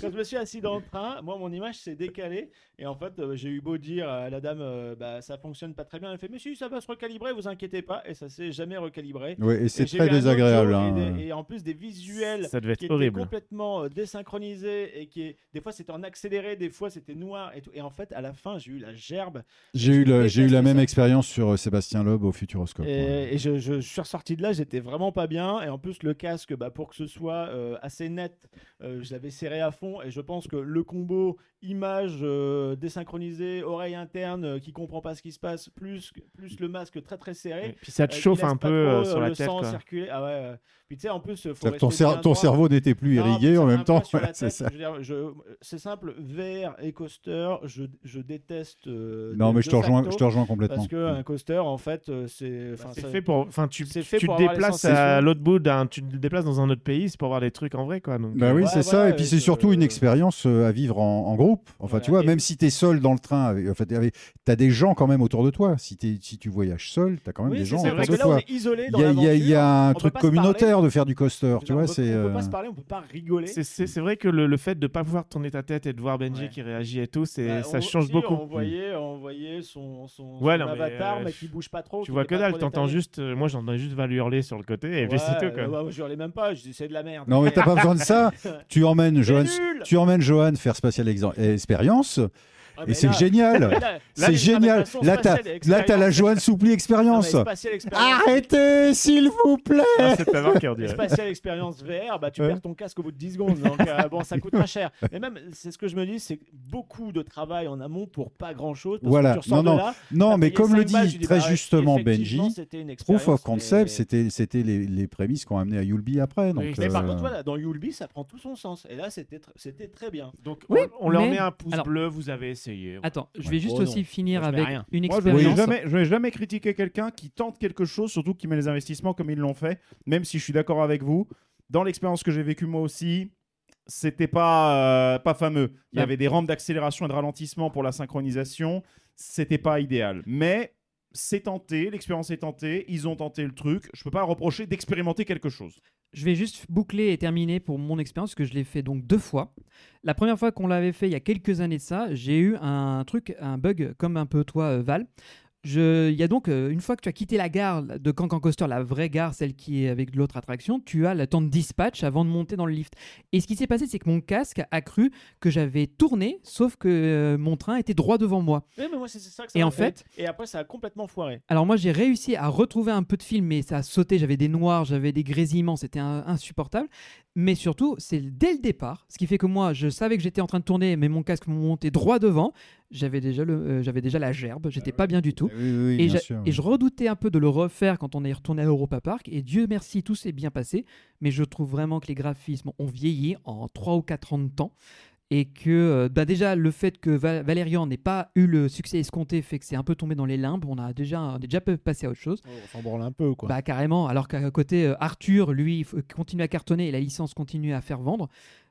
Speaker 7: quand je me suis assis dans le train, moi, mon image s'est décalée. Et en fait, euh, j'ai eu beau dire à la dame, euh, bah, ça fonctionne pas très bien. Elle fait, mais si, ça va se recalibrer, vous inquiétez pas. Et ça s'est jamais recalibré.
Speaker 11: Oui, et c'est
Speaker 7: Et j'ai
Speaker 11: très
Speaker 7: eu un audio
Speaker 11: désagréable.
Speaker 7: et
Speaker 11: hein.
Speaker 7: des- et en plus, des visuels
Speaker 8: Ça devait
Speaker 7: qui
Speaker 8: être
Speaker 7: était
Speaker 8: horrible.
Speaker 7: complètement euh, désynchronisé et qui est- des fois c'était en accéléré, des fois c'était noir et tout. Et en fait, à la fin, j'ai eu la gerbe
Speaker 11: J'ai eu, le-
Speaker 7: détestes
Speaker 11: j'ai eu la
Speaker 7: ça.
Speaker 11: même expérience sur euh, Sébastien Loeb au Futuroscope.
Speaker 7: et,
Speaker 11: ouais.
Speaker 7: et je, je suis ressorti de là, j'étais vraiment pas bien. Et en plus, le casque, bah, pour que ce soit euh, assez net, euh, je l'avais serré à fond. Et je pense que le combo image euh, désynchronisée, oreille interne euh, qui comprend pas ce qui se passe, plus, plus le masque très très serré.
Speaker 8: Puis ça te
Speaker 7: euh, qui
Speaker 8: chauffe
Speaker 7: laisse
Speaker 8: un
Speaker 7: pas
Speaker 8: peu
Speaker 7: trop,
Speaker 8: euh,
Speaker 7: euh,
Speaker 8: sur la
Speaker 7: le
Speaker 8: tête.
Speaker 7: sang
Speaker 8: quoi.
Speaker 7: circuler. Ah ouais. euh. Puis tu sais, en plus, euh, faut
Speaker 11: C'est-à-dire que Ton,
Speaker 7: rester
Speaker 11: cer-
Speaker 7: bien
Speaker 11: ton
Speaker 7: droit.
Speaker 11: cerveau n'était plus
Speaker 7: Non,
Speaker 11: irrigué en
Speaker 7: ça
Speaker 11: même temps.
Speaker 7: impacte sur la
Speaker 11: voilà, c'est
Speaker 7: tête,
Speaker 11: ça.
Speaker 7: je veux dire, je- C'est simple, verre et coaster, je, je déteste. euh,
Speaker 11: Non,
Speaker 7: de-
Speaker 11: mais je
Speaker 7: de
Speaker 11: te rejoins,
Speaker 7: facto,
Speaker 11: je te rejoins complètement.
Speaker 7: Parce qu'un coaster, en fait, euh, c'est. enfin,
Speaker 8: Bah, C'est
Speaker 7: ça-
Speaker 8: fait pour. Enfin, tu,
Speaker 7: c'est
Speaker 8: tu
Speaker 7: fait
Speaker 8: te
Speaker 7: pour avoir les
Speaker 8: déplaces à
Speaker 7: sensations.
Speaker 8: l'autre bout d'un. Tu te déplaces dans un autre pays, c'est pour voir des trucs en vrai, quoi. Donc,
Speaker 11: Bah
Speaker 8: euh,
Speaker 11: oui,
Speaker 7: Ouais,
Speaker 11: c'est ça.
Speaker 7: voilà,
Speaker 11: Et puis
Speaker 7: et
Speaker 11: c'est
Speaker 7: que-
Speaker 11: surtout une expérience euh, à vivre en, en groupe. Enfin,
Speaker 7: Voilà.
Speaker 11: tu vois,
Speaker 7: Et-
Speaker 11: même si t'es seul dans le train, avec, en fait, avec- t'as des gens quand même autour de toi. Si, t'es- si tu voyages seul, t'as quand même
Speaker 7: Oui,
Speaker 11: des
Speaker 7: c'est
Speaker 11: gens
Speaker 7: ça,
Speaker 11: autour
Speaker 7: parce
Speaker 11: de
Speaker 7: que là, on
Speaker 11: toi.
Speaker 7: est isolé
Speaker 11: Il
Speaker 7: dans
Speaker 11: y a, il y a- il y a un
Speaker 7: on peut
Speaker 11: truc
Speaker 7: pas se parler.
Speaker 11: communautaire de faire du coaster, tu vois. C'est
Speaker 7: On peut
Speaker 11: euh,
Speaker 7: pas se parler, on peut pas rigoler.
Speaker 8: C'est- C'est c'est vrai que le, le fait de pas pouvoir tourner ta tête et de voir Benji
Speaker 7: Ouais.
Speaker 8: qui réagit et tout, c'est
Speaker 7: Bah,
Speaker 8: ça
Speaker 7: on-
Speaker 8: change
Speaker 7: si,
Speaker 8: beaucoup.
Speaker 7: On voyait, on voyait son, son,
Speaker 8: Ouais,
Speaker 7: son
Speaker 8: non, mais,
Speaker 7: avatar,
Speaker 8: euh,
Speaker 7: mais, qui bouge pas trop.
Speaker 8: Tu
Speaker 7: qui
Speaker 8: vois
Speaker 7: était
Speaker 8: que
Speaker 7: pas
Speaker 8: dalle,
Speaker 7: trop
Speaker 8: t'entends
Speaker 7: détaillé.
Speaker 8: juste, euh, moi j'entends juste va lui hurler sur le côté et puis c'est
Speaker 7: Ouais,
Speaker 8: tout quoi.
Speaker 7: euh, ouais, je hurlais même pas, je dis c'est de la merde. Ah,
Speaker 11: Non, mais t'as pas besoin de ça. Tu emmènes Johan,
Speaker 7: nul
Speaker 11: tu emmènes Johan faire spatial Exan- expérience,
Speaker 7: Ah, mais
Speaker 11: et c'est
Speaker 7: là-
Speaker 11: génial.
Speaker 7: mais là- là,
Speaker 11: C'est
Speaker 7: les
Speaker 11: génial.
Speaker 7: façons
Speaker 11: Là, t'as
Speaker 7: spatiales et
Speaker 11: là, t'as la
Speaker 7: expériences-
Speaker 11: Joanne Soupli
Speaker 7: Non, mais
Speaker 11: expérience.
Speaker 7: spatiale expérience-
Speaker 11: Arrêtez, s'il vous plaît.
Speaker 8: Ah, c'est ta marque, on dirait.
Speaker 7: Spatial Experience VR, bah, tu
Speaker 11: Ouais.
Speaker 7: perds ton casque au bout de 10 secondes. Donc, euh, bon, ça coûte pas cher. Mais même, c'est ce que je me dis, c'est beaucoup de travail en amont pour pas grand chose.
Speaker 11: Voilà.
Speaker 7: Que tu
Speaker 11: Non,
Speaker 7: ressors de
Speaker 11: non.
Speaker 7: là,
Speaker 11: Non,
Speaker 7: t'as
Speaker 11: mais
Speaker 7: payé
Speaker 11: comme le
Speaker 7: 5 balles,
Speaker 11: dit
Speaker 7: tu dis,
Speaker 11: très
Speaker 7: bah,
Speaker 11: justement
Speaker 7: effectivement,
Speaker 11: Benji,
Speaker 7: c'était une expérience,
Speaker 11: proof of concept,
Speaker 7: mais-
Speaker 11: c'était c'était les, les prémices qui ont amené à Yulby après. Donc,
Speaker 7: Mais par
Speaker 11: euh,
Speaker 7: contre, voilà, dans Yulby, ça prend tout son sens. Et là, c'était tr- c'était très bien.
Speaker 8: Donc
Speaker 1: Oui,
Speaker 8: on, on leur
Speaker 1: mais-
Speaker 8: met un pouce
Speaker 1: alors- Ah.
Speaker 8: bleu, vous avez essayé.
Speaker 1: Attends, je
Speaker 7: Ouais,
Speaker 1: vais juste
Speaker 7: oh
Speaker 1: aussi
Speaker 7: non,
Speaker 1: finir
Speaker 7: moi, je mets
Speaker 1: avec
Speaker 7: rien.
Speaker 1: une
Speaker 10: Moi, je ne vais
Speaker 1: expérience.
Speaker 10: jamais, je vais jamais critiquer quelqu'un qui tente quelque chose, surtout qui met les investissements comme ils l'ont fait, même si je suis d'accord avec vous. Dans l'expérience que j'ai vécue moi aussi, c'était pas, euh, pas fameux. Il y
Speaker 1: Bah.
Speaker 10: avait des rampes d'accélération et de ralentissement pour la synchronisation. C'était pas idéal. Mais c'est tenté, l'expérience est tentée, ils ont tenté le truc. Je peux pas leur reprocher d'expérimenter quelque chose.
Speaker 1: Je vais juste boucler et terminer pour mon expérience, que je l'ai fait donc deux fois. La première fois qu'on l'avait fait il y a quelques années de ça, j'ai eu un truc, un bug comme un peu toi, euh, Val. Je- Il y a donc, euh, une fois que tu as quitté la gare de Cancan Coaster, la vraie gare, celle qui est avec l'autre attraction, tu as le temps de dispatch avant de monter dans le lift. Et ce qui s'est passé, c'est que mon casque a cru que j'avais tourné, sauf que euh, mon train était droit devant moi.
Speaker 7: Ouais, mais moi, c'est c'est ça que ça
Speaker 1: Et
Speaker 7: m'a
Speaker 1: en fait-
Speaker 7: Et après, ça a complètement foiré.
Speaker 1: Alors moi j'ai réussi à retrouver un peu de film, mais ça a sauté, j'avais des noirs, j'avais des grésillements, c'était un- insupportable. Mais surtout, c'est dès le départ, ce qui fait que moi je savais que j'étais en train de tourner, mais mon casque montait droit devant, j'avais déjà, le, euh, j'avais déjà la gerbe, j'étais pas bien du tout.
Speaker 11: Oui, oui, oui,
Speaker 1: Et,
Speaker 11: bien
Speaker 1: j'a-
Speaker 11: sûr.
Speaker 1: et je redoutais un peu de le refaire quand on est retourné à Europa Park, et Dieu merci, tout s'est bien passé, mais je trouve vraiment que les graphismes ont vieilli en 3 ou 4 ans de temps, et que euh, bah déjà le fait que Va- Valérian n'ait pas eu le succès escompté fait que c'est un peu tombé dans les limbes, on a déjà, on est déjà peu- passé à autre
Speaker 11: Oh,
Speaker 1: chose.
Speaker 7: On s'en branle un peu, quoi.
Speaker 1: Bah carrément, alors qu'à côté, euh, Arthur, lui, il faut- continue à cartonner et la licence continue à faire vendre.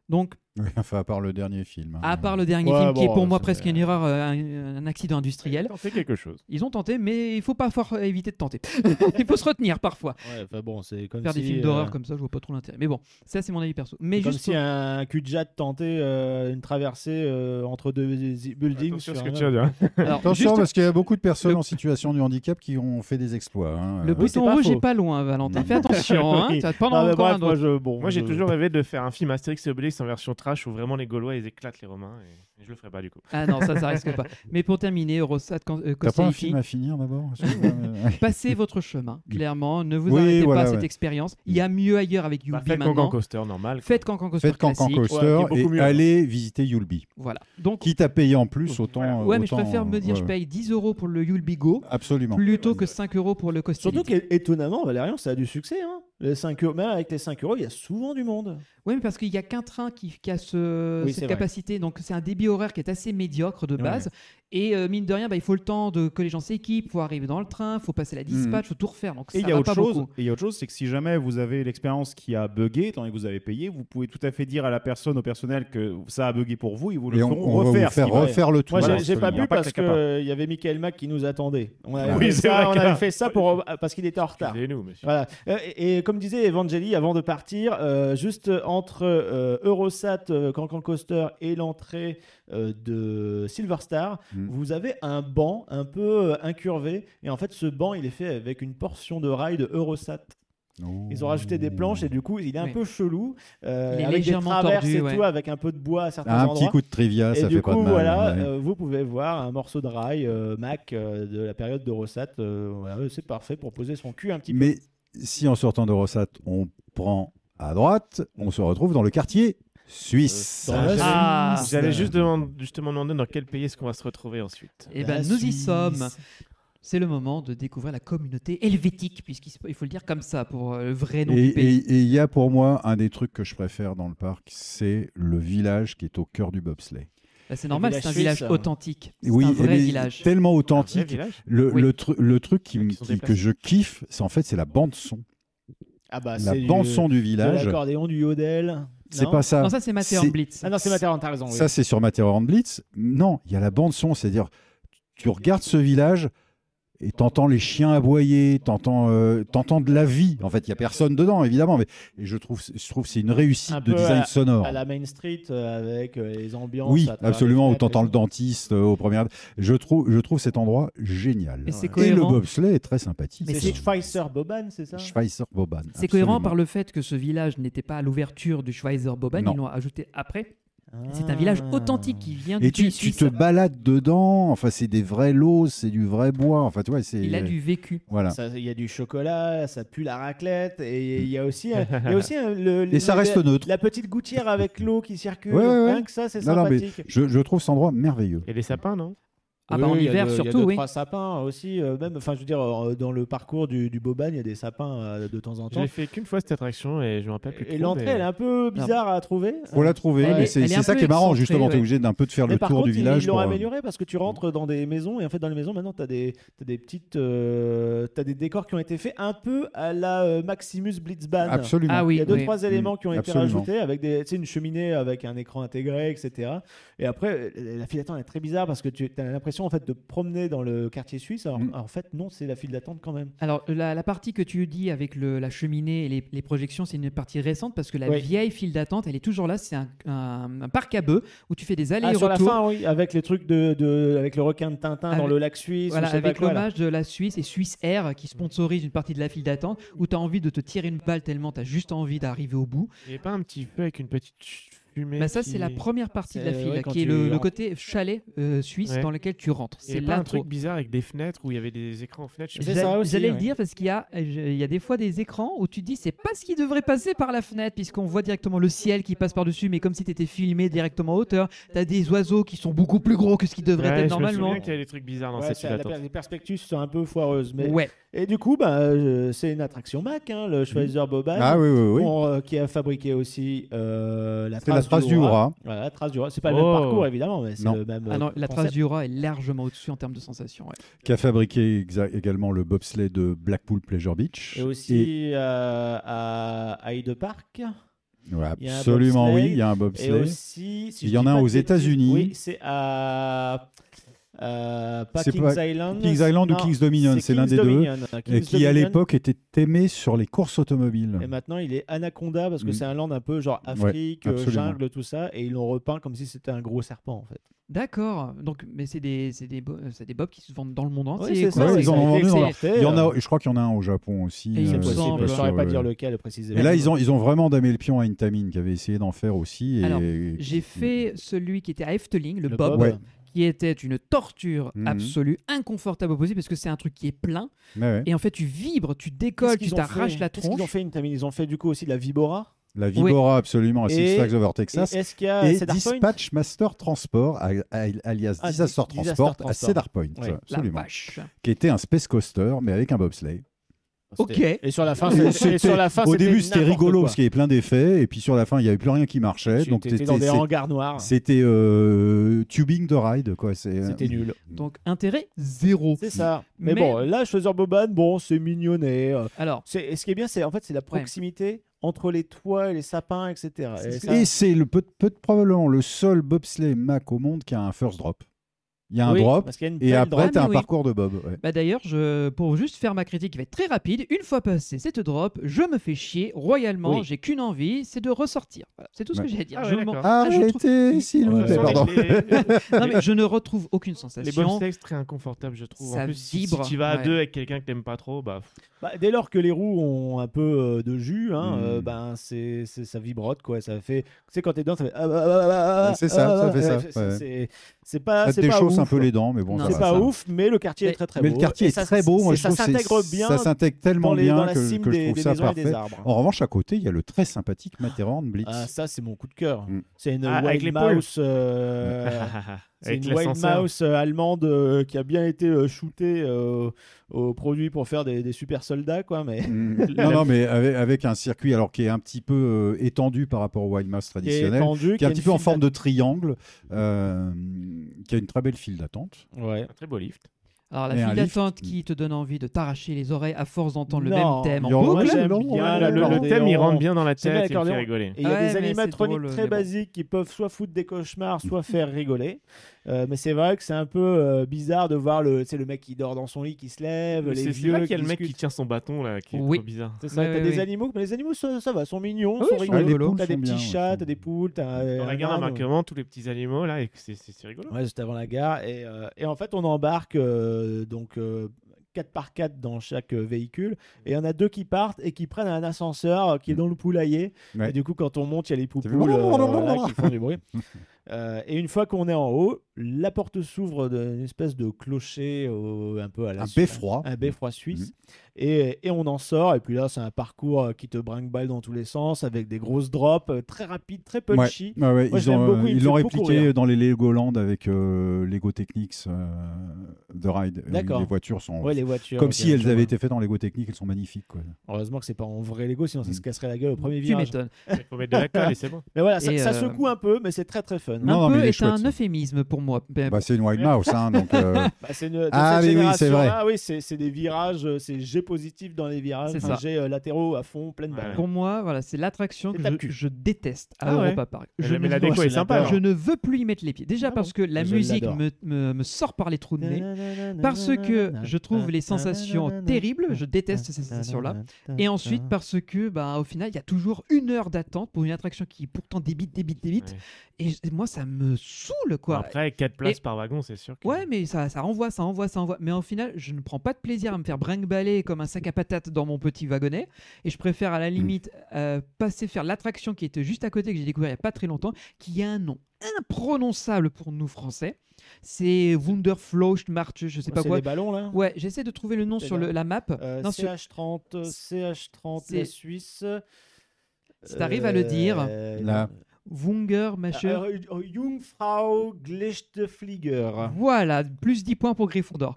Speaker 1: Donc,
Speaker 11: Oui, enfin, à part le dernier film. hein.
Speaker 1: à part le dernier
Speaker 10: Ouais,
Speaker 1: film qui est
Speaker 10: bon,
Speaker 1: pour moi
Speaker 10: c'est-
Speaker 1: presque une erreur, euh, un, un accident industriel,
Speaker 8: Tentez quelque chose.
Speaker 1: ils ont tenté, mais il faut pas fort éviter de tenter. il faut se retenir parfois.
Speaker 7: Ouais, enfin bon, c'est comme
Speaker 1: Faire des
Speaker 7: si,
Speaker 1: films d'horreur
Speaker 7: euh,
Speaker 1: comme ça, je vois pas trop l'intérêt. Mais bon, ça c'est mon avis perso. Mais
Speaker 7: C'est comme
Speaker 1: juste
Speaker 7: si un cul de jatte tentait euh, une traversée euh, entre deux buildings.
Speaker 8: Attention à
Speaker 7: sur
Speaker 8: ce que
Speaker 7: un-
Speaker 8: tu hein. vas dire.
Speaker 1: alors,
Speaker 11: euh, Attention,
Speaker 1: juste-
Speaker 11: parce qu'il y a beaucoup de personnes
Speaker 1: le-
Speaker 11: en situation de handicap qui ont fait des exploits. hein.
Speaker 1: le
Speaker 11: Euh,
Speaker 7: but- c'est
Speaker 1: bouton
Speaker 7: pas
Speaker 1: rouge
Speaker 7: faux.
Speaker 1: est pas loin, Valentin. Fais attention, hein,
Speaker 7: Oui.
Speaker 1: t'as pas
Speaker 7: Ah,
Speaker 11: bah,
Speaker 1: encore
Speaker 7: mais bref,
Speaker 1: un
Speaker 7: moi,
Speaker 1: autre.
Speaker 7: je, bon,
Speaker 8: Moi j'ai
Speaker 7: je-
Speaker 8: toujours rêvé de faire un film Astérix et Obélix en version trash où vraiment les Gaulois ils éclatent les Romains et, et je le ferai pas du coup.
Speaker 1: Ah non, ça, ça risque pas. Mais pour terminer, Eurosat, quand- euh,
Speaker 11: T'as pas un
Speaker 1: Costaïti,
Speaker 11: film à finir d'abord Excuse-moi, euh,
Speaker 1: passez votre chemin, clairement. Ne vous
Speaker 11: Oui,
Speaker 1: arrêtez
Speaker 11: voilà,
Speaker 1: pas à cette
Speaker 11: ouais.
Speaker 1: expérience. Il y a mieux ailleurs avec
Speaker 8: Bah,
Speaker 1: Yubi
Speaker 8: faites Cancan
Speaker 1: maintenant.
Speaker 8: Coaster normal. quoi.
Speaker 1: Faites Cancan Coaster
Speaker 11: Faites Cancan
Speaker 1: classique.
Speaker 11: Coaster
Speaker 7: ouais, qui est
Speaker 11: et
Speaker 7: beaucoup mieux.
Speaker 11: allez visiter Yulby.
Speaker 1: Voilà. Donc,
Speaker 11: Quitte à payer en plus, autant.
Speaker 8: Voilà.
Speaker 1: ouais, mais je
Speaker 11: autant, euh,
Speaker 1: préfère me dire,
Speaker 11: ouais,
Speaker 1: je
Speaker 11: ouais.
Speaker 1: paye 10 euros pour le Yulby Go
Speaker 11: Absolument.
Speaker 1: plutôt que 5 euros pour le Costelli.
Speaker 7: Surtout qu'étonnamment, Valérian, ça a du succès. Hein. Les 5 euros, même avec les 5 euros, il y a souvent du monde.
Speaker 1: Oui, mais parce qu'il n'y a qu'un train qui, qui a ce-
Speaker 7: Oui, c'est
Speaker 1: cette
Speaker 7: vrai.
Speaker 1: capacité. Donc, c'est un débit horaire qui est assez médiocre de base. Et euh, mine de rien, bah, il faut le temps de que les gens s'équipent, faut arriver dans le train, faut passer la dispatch,
Speaker 10: Mhm.
Speaker 1: faut tout refaire. Donc ça
Speaker 10: Et il y a
Speaker 1: va
Speaker 10: autre
Speaker 1: pas
Speaker 10: chose.
Speaker 1: beaucoup.
Speaker 10: Et il y a autre chose, c'est que si jamais vous avez l'expérience qui a bugué, tant que vous avez payé, vous pouvez tout à fait dire à la personne, au personnel que ça a bugué pour vous, ils vous le
Speaker 2: Et on-
Speaker 10: feront
Speaker 2: on va vous
Speaker 10: refaire.
Speaker 2: faire
Speaker 10: ce qui va-
Speaker 2: refaire le tout.
Speaker 7: Moi,
Speaker 10: Voilà,
Speaker 7: j'ai- j'ai pas
Speaker 10: absolument.
Speaker 7: bu
Speaker 10: Pas
Speaker 7: parce
Speaker 10: que- pas.
Speaker 7: qu'il y avait Michael Mack qui nous attendait. On avait,
Speaker 10: Oui,
Speaker 7: fait,
Speaker 10: c'est
Speaker 7: ça,
Speaker 10: vrai
Speaker 7: on
Speaker 10: que-
Speaker 7: avait fait ça pour, parce qu'il était en retard.
Speaker 8: Excusez-nous, monsieur.
Speaker 7: Voilà. Euh, Et, et comme disait Evangeli avant de partir, euh, juste entre euh, Eurosat, euh, Cancan Coaster et l'entrée euh, de Silver Star,
Speaker 10: Hmm.
Speaker 2: Mm.
Speaker 7: vous avez un banc un peu euh, incurvé. Et en fait, ce banc, il est fait avec une portion de rail de Eurosat. Ils ont rajouté des planches et du coup, il est un
Speaker 1: Oui.
Speaker 7: peu chelou. euh,
Speaker 1: Il est
Speaker 7: avec des
Speaker 1: légèrement
Speaker 7: traverses
Speaker 1: tordu,
Speaker 7: et
Speaker 1: ouais.
Speaker 7: tout, avec un peu de bois à certains
Speaker 2: Un
Speaker 7: endroits.
Speaker 2: petit coup de trivia,
Speaker 7: Et
Speaker 2: ça
Speaker 7: du
Speaker 2: fait
Speaker 7: coup,
Speaker 2: pas de mal. hein,
Speaker 7: voilà,
Speaker 2: ouais.
Speaker 7: euh, vous pouvez voir un morceau de rail euh, Mac euh, de la période d'Eurosat. euh, voilà, euh, c'est parfait pour poser son cul un petit peu.
Speaker 2: Mais si en sortant d'Eurosat, on prend à droite, on se retrouve dans le quartier suisse.
Speaker 7: Euh, dans la-
Speaker 1: Ah,
Speaker 8: J'allais juste demand- justement demander dans quel pays est-ce qu'on va se retrouver ensuite.
Speaker 1: Et ben
Speaker 7: La
Speaker 1: nous y
Speaker 7: Suisse.
Speaker 1: sommes. C'est le moment de découvrir la communauté helvétique, puisqu'il se- il faut le dire comme ça pour euh, le vrai nom
Speaker 2: Et
Speaker 1: du pays.
Speaker 2: et- et il y a pour moi un des trucs que je préfère dans le parc, c'est le village qui est au cœur du bobsleigh.
Speaker 1: Bah, c'est normal,
Speaker 7: village
Speaker 1: c'est un
Speaker 7: suisse,
Speaker 1: village
Speaker 7: euh,
Speaker 1: authentique. C'est
Speaker 2: oui,
Speaker 1: un
Speaker 2: eh
Speaker 1: vrai
Speaker 2: bien,
Speaker 1: village.
Speaker 2: tellement
Speaker 8: Un vrai
Speaker 2: authentique.
Speaker 8: village
Speaker 2: Le,
Speaker 1: Oui.
Speaker 2: le tru- le truc qui me-
Speaker 8: Qui sont
Speaker 2: qui- que
Speaker 8: déplacés.
Speaker 2: je kiffe, c'est en fait c'est la bande son,
Speaker 7: Ah bah,
Speaker 2: la
Speaker 7: c'est du-
Speaker 2: bande son du
Speaker 7: de
Speaker 2: village.
Speaker 7: l'accordéon du yodel.
Speaker 2: C'est
Speaker 7: non
Speaker 2: pas ça.
Speaker 1: Non, ça c'est Matterhorn
Speaker 2: c'est-
Speaker 1: Blitz.
Speaker 7: Ah non, c'est Materhorn, t'as raison. oui.
Speaker 2: Ça, c'est sur Matterhorn Blitz. Non, il y a la bande-son. C'est-à-dire, tu regardes ce village et t'entends les chiens aboyer, t'entends euh, t'entends de la vie. En fait, il n'y a personne dedans, évidemment. Mais et je trouve, je trouve que c'est une réussite
Speaker 7: Un
Speaker 2: de
Speaker 7: peu
Speaker 2: design sonore.
Speaker 7: À la Main Street euh, avec euh, les ambiances.
Speaker 2: Oui,
Speaker 7: à travers
Speaker 2: absolument.
Speaker 7: les
Speaker 2: Où
Speaker 7: fenêtres,
Speaker 2: t'entends
Speaker 7: les-
Speaker 2: le dentiste euh, aux premières. Je trouve, je trouve cet endroit génial.
Speaker 1: Et c'est
Speaker 2: Et le
Speaker 1: cohérent.
Speaker 2: bobsleigh est très sympathique.
Speaker 1: Mais
Speaker 7: C'est Schweitzer Boban, c'est ça
Speaker 2: Schweizer Boban.
Speaker 1: C'est cohérent
Speaker 2: absolument.
Speaker 1: par le fait que ce village n'était pas à l'ouverture du Schweizer-Boban,
Speaker 2: Non.
Speaker 1: ils l'ont ajouté après. C'est un village
Speaker 7: Ah.
Speaker 1: authentique qui vient du
Speaker 2: Et tu,
Speaker 1: pays
Speaker 2: tu
Speaker 1: suisse.
Speaker 2: te balades dedans. Enfin, c'est des vrais lots, c'est du vrai bois. Enfin, tu vois, c'est.
Speaker 1: Il a
Speaker 7: euh,
Speaker 1: du vécu.
Speaker 2: Voilà.
Speaker 7: Ça, Il y a du chocolat, ça pue la raclette, et il y a aussi, un- il y a aussi un- le,
Speaker 2: Et ça
Speaker 7: le-
Speaker 2: reste neutre.
Speaker 7: La petite gouttière avec l'eau qui circule,
Speaker 2: Ouais, ouais, ouais.
Speaker 7: rien que ça, c'est
Speaker 2: Non, non, mais
Speaker 7: sympathique.
Speaker 2: je, je trouve cet endroit merveilleux.
Speaker 8: Il y a des sapins, non
Speaker 1: Ah bah en
Speaker 7: Oui, il y a
Speaker 1: hiver
Speaker 7: deux-
Speaker 1: surtout,
Speaker 7: Il y a deux,
Speaker 1: oui.
Speaker 7: trois sapins aussi, euh, même, enfin je veux dire, euh, dans le parcours du, du Boban, il y a des sapins euh, de temps en
Speaker 8: Je
Speaker 7: temps.
Speaker 8: l'ai fait qu'une fois cette attraction et je me rappelle plus.
Speaker 7: Et
Speaker 8: trop,
Speaker 7: l'entrée,
Speaker 8: mais-
Speaker 7: elle est un peu bizarre à trouver.
Speaker 2: Faut la trouver,
Speaker 1: Elle
Speaker 2: mais
Speaker 1: est-
Speaker 2: c'est
Speaker 1: elle est
Speaker 2: c'est
Speaker 1: un
Speaker 2: ça
Speaker 1: peu
Speaker 2: qui est marrant,
Speaker 1: excentrée,
Speaker 2: justement. T'es
Speaker 1: ouais.
Speaker 2: obligé d'un peu de faire
Speaker 7: Mais
Speaker 2: le
Speaker 7: par
Speaker 2: tour
Speaker 7: contre,
Speaker 2: du
Speaker 7: ils-
Speaker 2: village.
Speaker 7: ils l'ont
Speaker 2: pour, euh,
Speaker 7: amélioré parce que tu rentres dans des maisons et en fait dans les maisons maintenant t'as des t'as des petites euh, t'as des décors qui ont été faits un peu à la euh, Maximus Blitzbahn.
Speaker 2: Absolument.
Speaker 1: Ah
Speaker 7: Il
Speaker 1: oui,
Speaker 7: y a deux
Speaker 1: oui.
Speaker 7: trois éléments qui ont été
Speaker 2: Mm. Absolument.
Speaker 7: rajoutés avec des tu sais, une cheminée avec un écran intégré etc. Et après euh, la file d'attente est très bizarre parce que tu as l'impression en fait de promener dans le quartier suisse alors
Speaker 2: Mm.
Speaker 7: en fait non c'est la file d'attente quand même.
Speaker 1: Alors la, la partie que tu dis avec le- la cheminée et les, les projections, c'est une partie récente parce que la
Speaker 7: Oui.
Speaker 1: vieille file d'attente, elle est toujours là. C'est un, un- un parc à bœufs où tu fais des
Speaker 7: Ah, sur la
Speaker 1: allers-retours.
Speaker 7: fin oui avec les trucs de, de- avec le requin de Tintin dans
Speaker 1: Avec-
Speaker 7: le lac suisse
Speaker 1: Voilà,
Speaker 7: ou je sais pas
Speaker 1: avec
Speaker 7: quoi, là.
Speaker 1: l'hommage de la Suisse et Suisse Air
Speaker 7: Mm.
Speaker 1: qui sponsorise une partie de la file d'attente où tu as envie de te tirer une balle tellement tu as juste envie d'arriver au bout.
Speaker 8: Il n'y a pas un petit peu avec une petite ch- fumée
Speaker 1: Bah, ça,
Speaker 8: qui-
Speaker 1: c'est la première partie de la
Speaker 7: C'est-
Speaker 1: file
Speaker 7: ouais, quand
Speaker 1: qui est
Speaker 7: tu
Speaker 1: le, le
Speaker 7: rentres.
Speaker 1: côté chalet euh, suisse
Speaker 8: Ouais.
Speaker 1: dans lequel tu rentres.
Speaker 8: Il y
Speaker 1: C'est
Speaker 8: avait pas un
Speaker 1: l'intro.
Speaker 8: truc bizarre avec des fenêtres où il y avait des écrans en fenêtres. je sais
Speaker 7: C'est
Speaker 1: J'allais-
Speaker 7: ça aussi,
Speaker 1: J'allais
Speaker 7: ouais.
Speaker 1: le dire parce qu'il y a, je- il y a des fois des écrans où tu te dis c'est pas ce qui devrait passer par la fenêtre puisqu'on voit directement le ciel qui passe par dessus mais comme si t'étais filmé directement en hauteur, t'as des oiseaux qui sont beaucoup plus gros que ce qui
Speaker 8: pas.
Speaker 1: devrait
Speaker 8: Ouais,
Speaker 1: être
Speaker 8: Je me
Speaker 1: normalement.
Speaker 8: souviens qu'il y avait des trucs bizarres dans
Speaker 7: Ouais,
Speaker 8: cette
Speaker 7: c'est-
Speaker 8: file
Speaker 7: la
Speaker 8: d'attente.
Speaker 7: per- les perspectives sont un peu foireuses mais
Speaker 1: Ouais.
Speaker 7: Et du coup, bah, euh, c'est une attraction Mac, hein, le Schweizer Boban,
Speaker 2: Ah oui, oui, oui.
Speaker 7: qu'on, euh, qui a fabriqué aussi euh, la,
Speaker 2: C'est la
Speaker 7: trace
Speaker 2: trace du Hura.
Speaker 7: Voilà, la trace du Hura. C'est pas le même
Speaker 8: Oh.
Speaker 7: parcours, évidemment, mais c'est
Speaker 2: Non.
Speaker 7: le même.
Speaker 1: Ah non,
Speaker 7: euh,
Speaker 1: la trace
Speaker 7: concept.
Speaker 1: du roi est largement au-dessus en termes de sensation. ouais.
Speaker 7: hein.
Speaker 2: qui a fabriqué exa- également le bobsleigh de Blackpool Pleasure Beach.
Speaker 7: Et aussi euh, à à Hyde Park.
Speaker 2: Ouais,
Speaker 7: il y a un
Speaker 2: absolument,
Speaker 7: bobsleigh.
Speaker 2: oui, il y a un
Speaker 7: Et
Speaker 2: bobsleigh.
Speaker 7: aussi. si
Speaker 2: Il
Speaker 7: je
Speaker 2: y en
Speaker 7: dis
Speaker 2: a un
Speaker 7: pas
Speaker 2: aux
Speaker 7: de bêtises-
Speaker 2: États-Unis.
Speaker 7: Oui, c'est à. Euh, pas
Speaker 2: C'est
Speaker 7: Kings
Speaker 2: pas-
Speaker 7: Island.
Speaker 2: Kings Island ou
Speaker 7: Non,
Speaker 2: Kings Dominion, c'est l'un
Speaker 7: Kings
Speaker 2: des deux.
Speaker 7: Dominion.
Speaker 2: Et
Speaker 7: Kings
Speaker 2: qui à
Speaker 7: Dominion.
Speaker 2: l'époque était aimé sur les courses automobiles.
Speaker 7: Et maintenant, il est Anaconda parce que
Speaker 2: Mm.
Speaker 7: c'est un land un peu genre
Speaker 2: Ouais,
Speaker 7: Afrique, euh,
Speaker 2: absolument.
Speaker 7: jungle, tout ça. Et ils l'ont repeint comme si c'était un gros serpent en fait.
Speaker 1: D'accord. Donc, mais c'est des, c'est des, bo- euh, c'est des bobs qui se vendent dans le monde
Speaker 7: Oui,
Speaker 1: entier.
Speaker 7: c'est
Speaker 1: quoi.
Speaker 7: ça,
Speaker 2: Ah, Ouais, ils
Speaker 7: ça
Speaker 2: en
Speaker 7: a
Speaker 2: ont
Speaker 7: été
Speaker 2: vendu dans leur-
Speaker 7: exporté,
Speaker 2: Il y en
Speaker 7: euh,
Speaker 2: a, je crois qu'il y en a un au Japon aussi.
Speaker 1: Et il me
Speaker 2: euh,
Speaker 1: semble.
Speaker 2: c'est
Speaker 1: semble.
Speaker 7: Je
Speaker 2: sûr,
Speaker 7: saurais pas
Speaker 2: ouais.
Speaker 7: dire lequel précisément.
Speaker 2: Et là, ils ont, ils ont vraiment damé le pion à Intamin qui avait essayé d'en faire aussi. Et...
Speaker 1: Alors, J'ai fait celui qui était à Efteling, le,
Speaker 7: Le
Speaker 1: bob,
Speaker 7: bob. Ouais.
Speaker 1: qui était une torture
Speaker 2: Mhm.
Speaker 1: absolue, inconfortable au possible parce que c'est un truc qui est plein.
Speaker 2: Ouais, ouais.
Speaker 1: Et en fait, tu vibres, tu
Speaker 7: Qu'est-ce
Speaker 1: décolles, tu
Speaker 7: qu'ils ont
Speaker 1: t'arraches
Speaker 7: fait
Speaker 1: la
Speaker 7: Qu'est-ce qu'ils ont
Speaker 1: tronche.
Speaker 7: fait une Tamine Ils ont fait du coup aussi de la Vibora.
Speaker 2: La Vibora, absolument, à Six
Speaker 7: Et-
Speaker 2: Flags Over
Speaker 7: Et
Speaker 2: Texas.
Speaker 7: Est-ce qu'il y a
Speaker 2: Et
Speaker 7: Ah, Cedar Point
Speaker 2: Dispatch Master Transport, à- à- alias
Speaker 7: Ah,
Speaker 2: Disaster
Speaker 7: Disaster
Speaker 2: Transport, à
Speaker 7: Transport.
Speaker 2: Cedar Point,
Speaker 7: Ouais.
Speaker 1: La
Speaker 2: absolument, Mm.
Speaker 1: vache.
Speaker 2: qui était un space coaster mais avec un bobsleigh.
Speaker 1: Ok.
Speaker 7: Et sur la fin, c'est-
Speaker 2: C'était-
Speaker 7: et sur la fin,
Speaker 2: au
Speaker 7: Ah, c'était
Speaker 2: début, c'était
Speaker 7: n'importe
Speaker 2: rigolo
Speaker 7: quoi.
Speaker 2: parce qu'il y avait plein d'effets, et puis sur la fin, il n'y avait plus rien qui marchait.
Speaker 7: Tu
Speaker 2: donc
Speaker 7: étais
Speaker 2: t'étais-
Speaker 7: dans des hein.
Speaker 2: c'est-
Speaker 7: hangars noirs.
Speaker 2: C'était euh, tubing de ride, quoi. euh,
Speaker 7: C'était nul.
Speaker 1: Donc intérêt zéro.
Speaker 7: euh, C'est ça. Mais,
Speaker 1: Mais-
Speaker 7: bon, là, Chaser Boban, bon, c'est mignonné. euh,
Speaker 1: Alors,
Speaker 7: c'est- et ce qui est bien, c'est en fait, c'est la proximité entre les toits et les sapins, etc. Et ça-
Speaker 2: Et c'est le peut, peut- probablement le seul bobsleigh Mac au monde qui a un first drop. Il y a un
Speaker 7: Oui, bah,
Speaker 2: drop
Speaker 7: parce qu'il y a une
Speaker 2: et
Speaker 7: pelle
Speaker 2: après
Speaker 1: drop.
Speaker 2: t'as
Speaker 1: Ah,
Speaker 2: un
Speaker 1: mais oui.
Speaker 2: parcours de bob. ouais.
Speaker 1: Bah d'ailleurs, je, pour juste faire ma critique qui va être très rapide, une fois passé cette drop, je me fais chier royalement.
Speaker 7: Oui.
Speaker 1: J'ai qu'une envie, c'est de ressortir. Voilà, c'est tout ce
Speaker 2: Ouais.
Speaker 1: que j'ai à dire.
Speaker 8: Ah ouais,
Speaker 1: je, m'en-
Speaker 8: d'accord.
Speaker 1: Ah, je trouve-
Speaker 2: Arrêtez, s'il vous
Speaker 8: De toute
Speaker 2: plaît.
Speaker 8: façon,
Speaker 2: Pardon.
Speaker 8: les-
Speaker 1: Non, mais je ne retrouve aucune
Speaker 8: Les
Speaker 1: sensation.
Speaker 8: bobsleighs très inconfortables, je trouve.
Speaker 1: Ça
Speaker 8: en plus, si-
Speaker 1: vibre,
Speaker 8: Si tu vas à
Speaker 1: ouais.
Speaker 8: deux avec quelqu'un que t'aimes pas trop, bah. pff.
Speaker 7: Bah, dès lors que les roues ont un peu euh, de jus, hein,
Speaker 2: Mm.
Speaker 7: euh, ben c'est, c'est- ça vibrote quoi. Ça fait, tu sais quand t'es dedans, ça fait. ah, bah, ah, bah, ah, ah,
Speaker 2: Ouais, c'est ça,
Speaker 7: ah,
Speaker 2: ça
Speaker 7: ah,
Speaker 2: fait ça,
Speaker 7: ouais, C'est,
Speaker 2: ouais.
Speaker 7: c'est- c'est pas,
Speaker 2: Ça
Speaker 7: Ah, c'est
Speaker 2: te
Speaker 7: pas
Speaker 2: déchausse
Speaker 7: ouf,
Speaker 2: un peu
Speaker 7: quoi.
Speaker 2: les dents, mais bon,
Speaker 1: Non,
Speaker 2: ça
Speaker 7: C'est
Speaker 2: va,
Speaker 7: pas
Speaker 2: ça va.
Speaker 7: ouf, mais le quartier est très très
Speaker 2: Mais
Speaker 7: beau.
Speaker 2: le quartier
Speaker 7: Et
Speaker 2: est
Speaker 7: ça-
Speaker 2: très beau. Moi,
Speaker 7: c'est-
Speaker 2: je
Speaker 7: ça
Speaker 2: trouve que c'est-
Speaker 7: s'intègre bien
Speaker 2: Ça s'intègre tellement
Speaker 7: dans, les,
Speaker 2: bien
Speaker 7: dans la
Speaker 2: que,
Speaker 7: cime
Speaker 2: que je
Speaker 7: des,
Speaker 2: trouve
Speaker 7: des
Speaker 2: ça
Speaker 7: maisons et
Speaker 2: parfait.
Speaker 7: des arbres.
Speaker 2: En revanche, à côté, il y a le très sympathique Matterhorn Blitz.
Speaker 7: Ah, ça, c'est mon coup de cœur.
Speaker 2: Mm.
Speaker 7: C'est une
Speaker 8: Ah, avec
Speaker 7: Wild
Speaker 8: les poules.
Speaker 7: Mouse. euh, c'est
Speaker 8: Avec
Speaker 7: une Wild
Speaker 8: l'ascenseur.
Speaker 7: Mouse euh, allemande euh, qui a bien été euh, shootée euh, au produit pour faire des, des super soldats, quoi. Mais
Speaker 2: Mm. non, non, mais avec, avec un circuit alors qui est un petit peu euh, étendu par rapport au Wild Mouse
Speaker 7: qui est
Speaker 2: traditionnel,
Speaker 7: tendu,
Speaker 2: qui est un petit peu en forme de triangle, euh, qui a une très belle file d'attente.
Speaker 7: Ouais.
Speaker 8: Un très beau lift.
Speaker 1: Alors
Speaker 2: Mais
Speaker 1: la
Speaker 2: un
Speaker 1: file
Speaker 2: lift-
Speaker 1: d'attente qui te donne envie de t'arracher les oreilles à force d'entendre le
Speaker 7: Non,
Speaker 1: même thème en
Speaker 2: il y aura-
Speaker 1: boucle.
Speaker 7: Moi,
Speaker 2: Ouais,
Speaker 7: j'aime
Speaker 2: non,
Speaker 7: bien
Speaker 2: ouais,
Speaker 7: la
Speaker 2: ouais, ouais.
Speaker 8: Le
Speaker 7: Ah, l'accordéon.
Speaker 8: thème, il rentre bien dans la
Speaker 7: C'est
Speaker 8: tête, il me fait
Speaker 7: l'accordéon.
Speaker 8: rigoler.
Speaker 7: Et il y a
Speaker 1: Ouais,
Speaker 7: des
Speaker 1: mais
Speaker 7: animatroniques
Speaker 1: c'est drôle, mais
Speaker 7: très
Speaker 1: bon.
Speaker 7: basiques qui peuvent soit foutre des cauchemars, soit faire rigoler. Euh, mais c'est vrai que c'est un peu euh, bizarre de voir le, c'est le mec qui dort dans son lit, qui se lève,
Speaker 8: C'est
Speaker 7: les
Speaker 8: c'est là
Speaker 7: vieux
Speaker 8: qu'il
Speaker 7: qui
Speaker 8: y a le mec qui
Speaker 7: discutent.
Speaker 8: tient son bâton, là, qui est
Speaker 1: Oui.
Speaker 8: trop bizarre.
Speaker 7: C'est ça,
Speaker 1: Ouais,
Speaker 7: t'as
Speaker 1: ouais,
Speaker 7: des
Speaker 1: ouais.
Speaker 7: animaux, mais les animaux, ça, ça va, sont mignons,
Speaker 1: Ah oui,
Speaker 7: sont
Speaker 1: ils sont
Speaker 2: Ah,
Speaker 7: rigolos.
Speaker 2: les
Speaker 1: rigolo.
Speaker 2: poules
Speaker 7: T'as des
Speaker 2: sont bien,
Speaker 7: petits
Speaker 2: ouais,
Speaker 7: chats,
Speaker 2: sont-
Speaker 7: t'as des poules, t'as. euh,
Speaker 8: On
Speaker 7: un
Speaker 8: regarde hein.
Speaker 7: âne.
Speaker 8: remarquement tous les petits animaux, là, et que c'est c'est- c'est rigolo.
Speaker 7: euh, Ouais, juste avant la gare. Et, euh, et en fait, on embarque euh, donc euh, 4 par 4 dans chaque euh, véhicule. Et il y en a deux qui partent et qui prennent un ascenseur euh, qui est dans le poulailler.
Speaker 2: Ouais.
Speaker 7: Et du coup, quand on monte, il y a les poupoules
Speaker 2: fait blablabla.
Speaker 7: euh, voilà, qui font du bruit. Euh, et une fois qu'on est en haut, la porte s'ouvre d'une espèce de clocher au- un peu à la
Speaker 2: Un
Speaker 7: Suisse.
Speaker 2: beffroi.
Speaker 7: Un beffroi suisse. Et, et on en sort. Et puis là, c'est un parcours euh, qui te brinque-balle dans tous les sens avec des grosses drops euh, très rapides, très
Speaker 2: Ouais,
Speaker 7: punchy.
Speaker 2: ouais, ouais,
Speaker 7: Moi, je
Speaker 2: ils ont,
Speaker 7: l'aime beaucoup,
Speaker 2: euh,
Speaker 7: il me
Speaker 2: ils l'ont
Speaker 7: fait beaucoup
Speaker 2: répliqué
Speaker 7: rire.
Speaker 2: dans les Legoland avec euh, Lego Technics euh, de Ride. Euh,
Speaker 7: D'accord.
Speaker 2: Les voitures sont
Speaker 7: Ouais, les voitures.
Speaker 2: comme
Speaker 7: ok,
Speaker 2: si
Speaker 7: je
Speaker 2: elles
Speaker 7: vois.
Speaker 2: avaient été faites dans Lego Technics, elles sont magnifiques. Quoi.
Speaker 7: Heureusement que c'est pas en vrai Lego, sinon ça
Speaker 2: Mm.
Speaker 7: se casserait la gueule au premier
Speaker 1: Tu
Speaker 7: virage.
Speaker 1: m'étonnes.
Speaker 8: Il faut mettre de la colle et c'est bon.
Speaker 7: Mais voilà, ça,
Speaker 1: Et,
Speaker 7: ça
Speaker 1: euh,
Speaker 7: secoue un peu, mais c'est très très fun.
Speaker 2: Non,
Speaker 1: un
Speaker 2: non, mais
Speaker 1: peu
Speaker 2: il est
Speaker 1: est,
Speaker 2: chouette,
Speaker 1: un
Speaker 2: ça.
Speaker 1: euphémisme pour moi.
Speaker 11: Eh
Speaker 1: Ben,
Speaker 2: Bah, c'est une Wild Mouse, hein, donc euh,
Speaker 7: Bah, c'est une- de
Speaker 2: Ah, mais
Speaker 7: cette
Speaker 2: oui, c'est
Speaker 7: génération-là, oui, c'est c'est des virages, euh, c'est G positif dans les virages,
Speaker 1: C'est
Speaker 7: enfin,
Speaker 1: ça.
Speaker 7: G euh, latéraux à fond, pleine
Speaker 8: Ouais.
Speaker 7: balle.
Speaker 1: Pour moi, voilà, c'est l'attraction
Speaker 7: C'est
Speaker 1: que
Speaker 7: ta
Speaker 1: je,
Speaker 7: cul.
Speaker 1: je déteste à
Speaker 8: Ah ouais.
Speaker 1: Europa Park.
Speaker 8: Mais
Speaker 1: Je
Speaker 8: la- mais
Speaker 1: ne-
Speaker 8: la déco
Speaker 1: je
Speaker 8: est
Speaker 1: ne-
Speaker 8: sympa, hein.
Speaker 1: Je ne veux plus y mettre les pieds. Déjà
Speaker 7: Ah
Speaker 1: parce que la
Speaker 7: Je
Speaker 1: musique
Speaker 7: l'adore.
Speaker 1: me, me- me sort par les trous de nez. Parce que je trouve les sensations terribles. Je déteste ces sensations-là. Et ensuite parce que bah, au final il y a toujours une heure d'attente pour une attraction qui pourtant débite, débite, débite.
Speaker 8: Ouais. Bah,
Speaker 1: Et je- moi ça me saoule quoi.
Speaker 8: Après, 4 places par wagon, c'est sûr. que-
Speaker 1: Ouais mais ça, ça renvoie, ça renvoie, ça renvoie. Mais au final je ne prends pas de plaisir à me faire brinque-baller comme un sac à patates dans mon petit wagonnet. Et je préfère à la limite euh, passer faire l'attraction qui était juste à côté que j'ai découvert il n'y a pas très longtemps, qui a un nom imprononçable pour nous français. C'est Wunderflaucht Marche, je sais pas
Speaker 7: C'est
Speaker 1: quoi.
Speaker 7: les ballons là
Speaker 1: Ouais, j'essaie de trouver le nom
Speaker 7: C'est
Speaker 1: sur le-
Speaker 7: là.
Speaker 1: la map.
Speaker 7: Euh,
Speaker 1: Non, sur-
Speaker 7: CH30, euh, CH30,
Speaker 1: C'est-
Speaker 7: la Suisse.
Speaker 1: Si t'arrives à le dire.
Speaker 7: Euh,
Speaker 2: Là.
Speaker 1: Wunder Macher.
Speaker 7: euh, euh, Jungfrau Glechtflieger.
Speaker 1: Voilà, plus 10 points pour Gryffondor.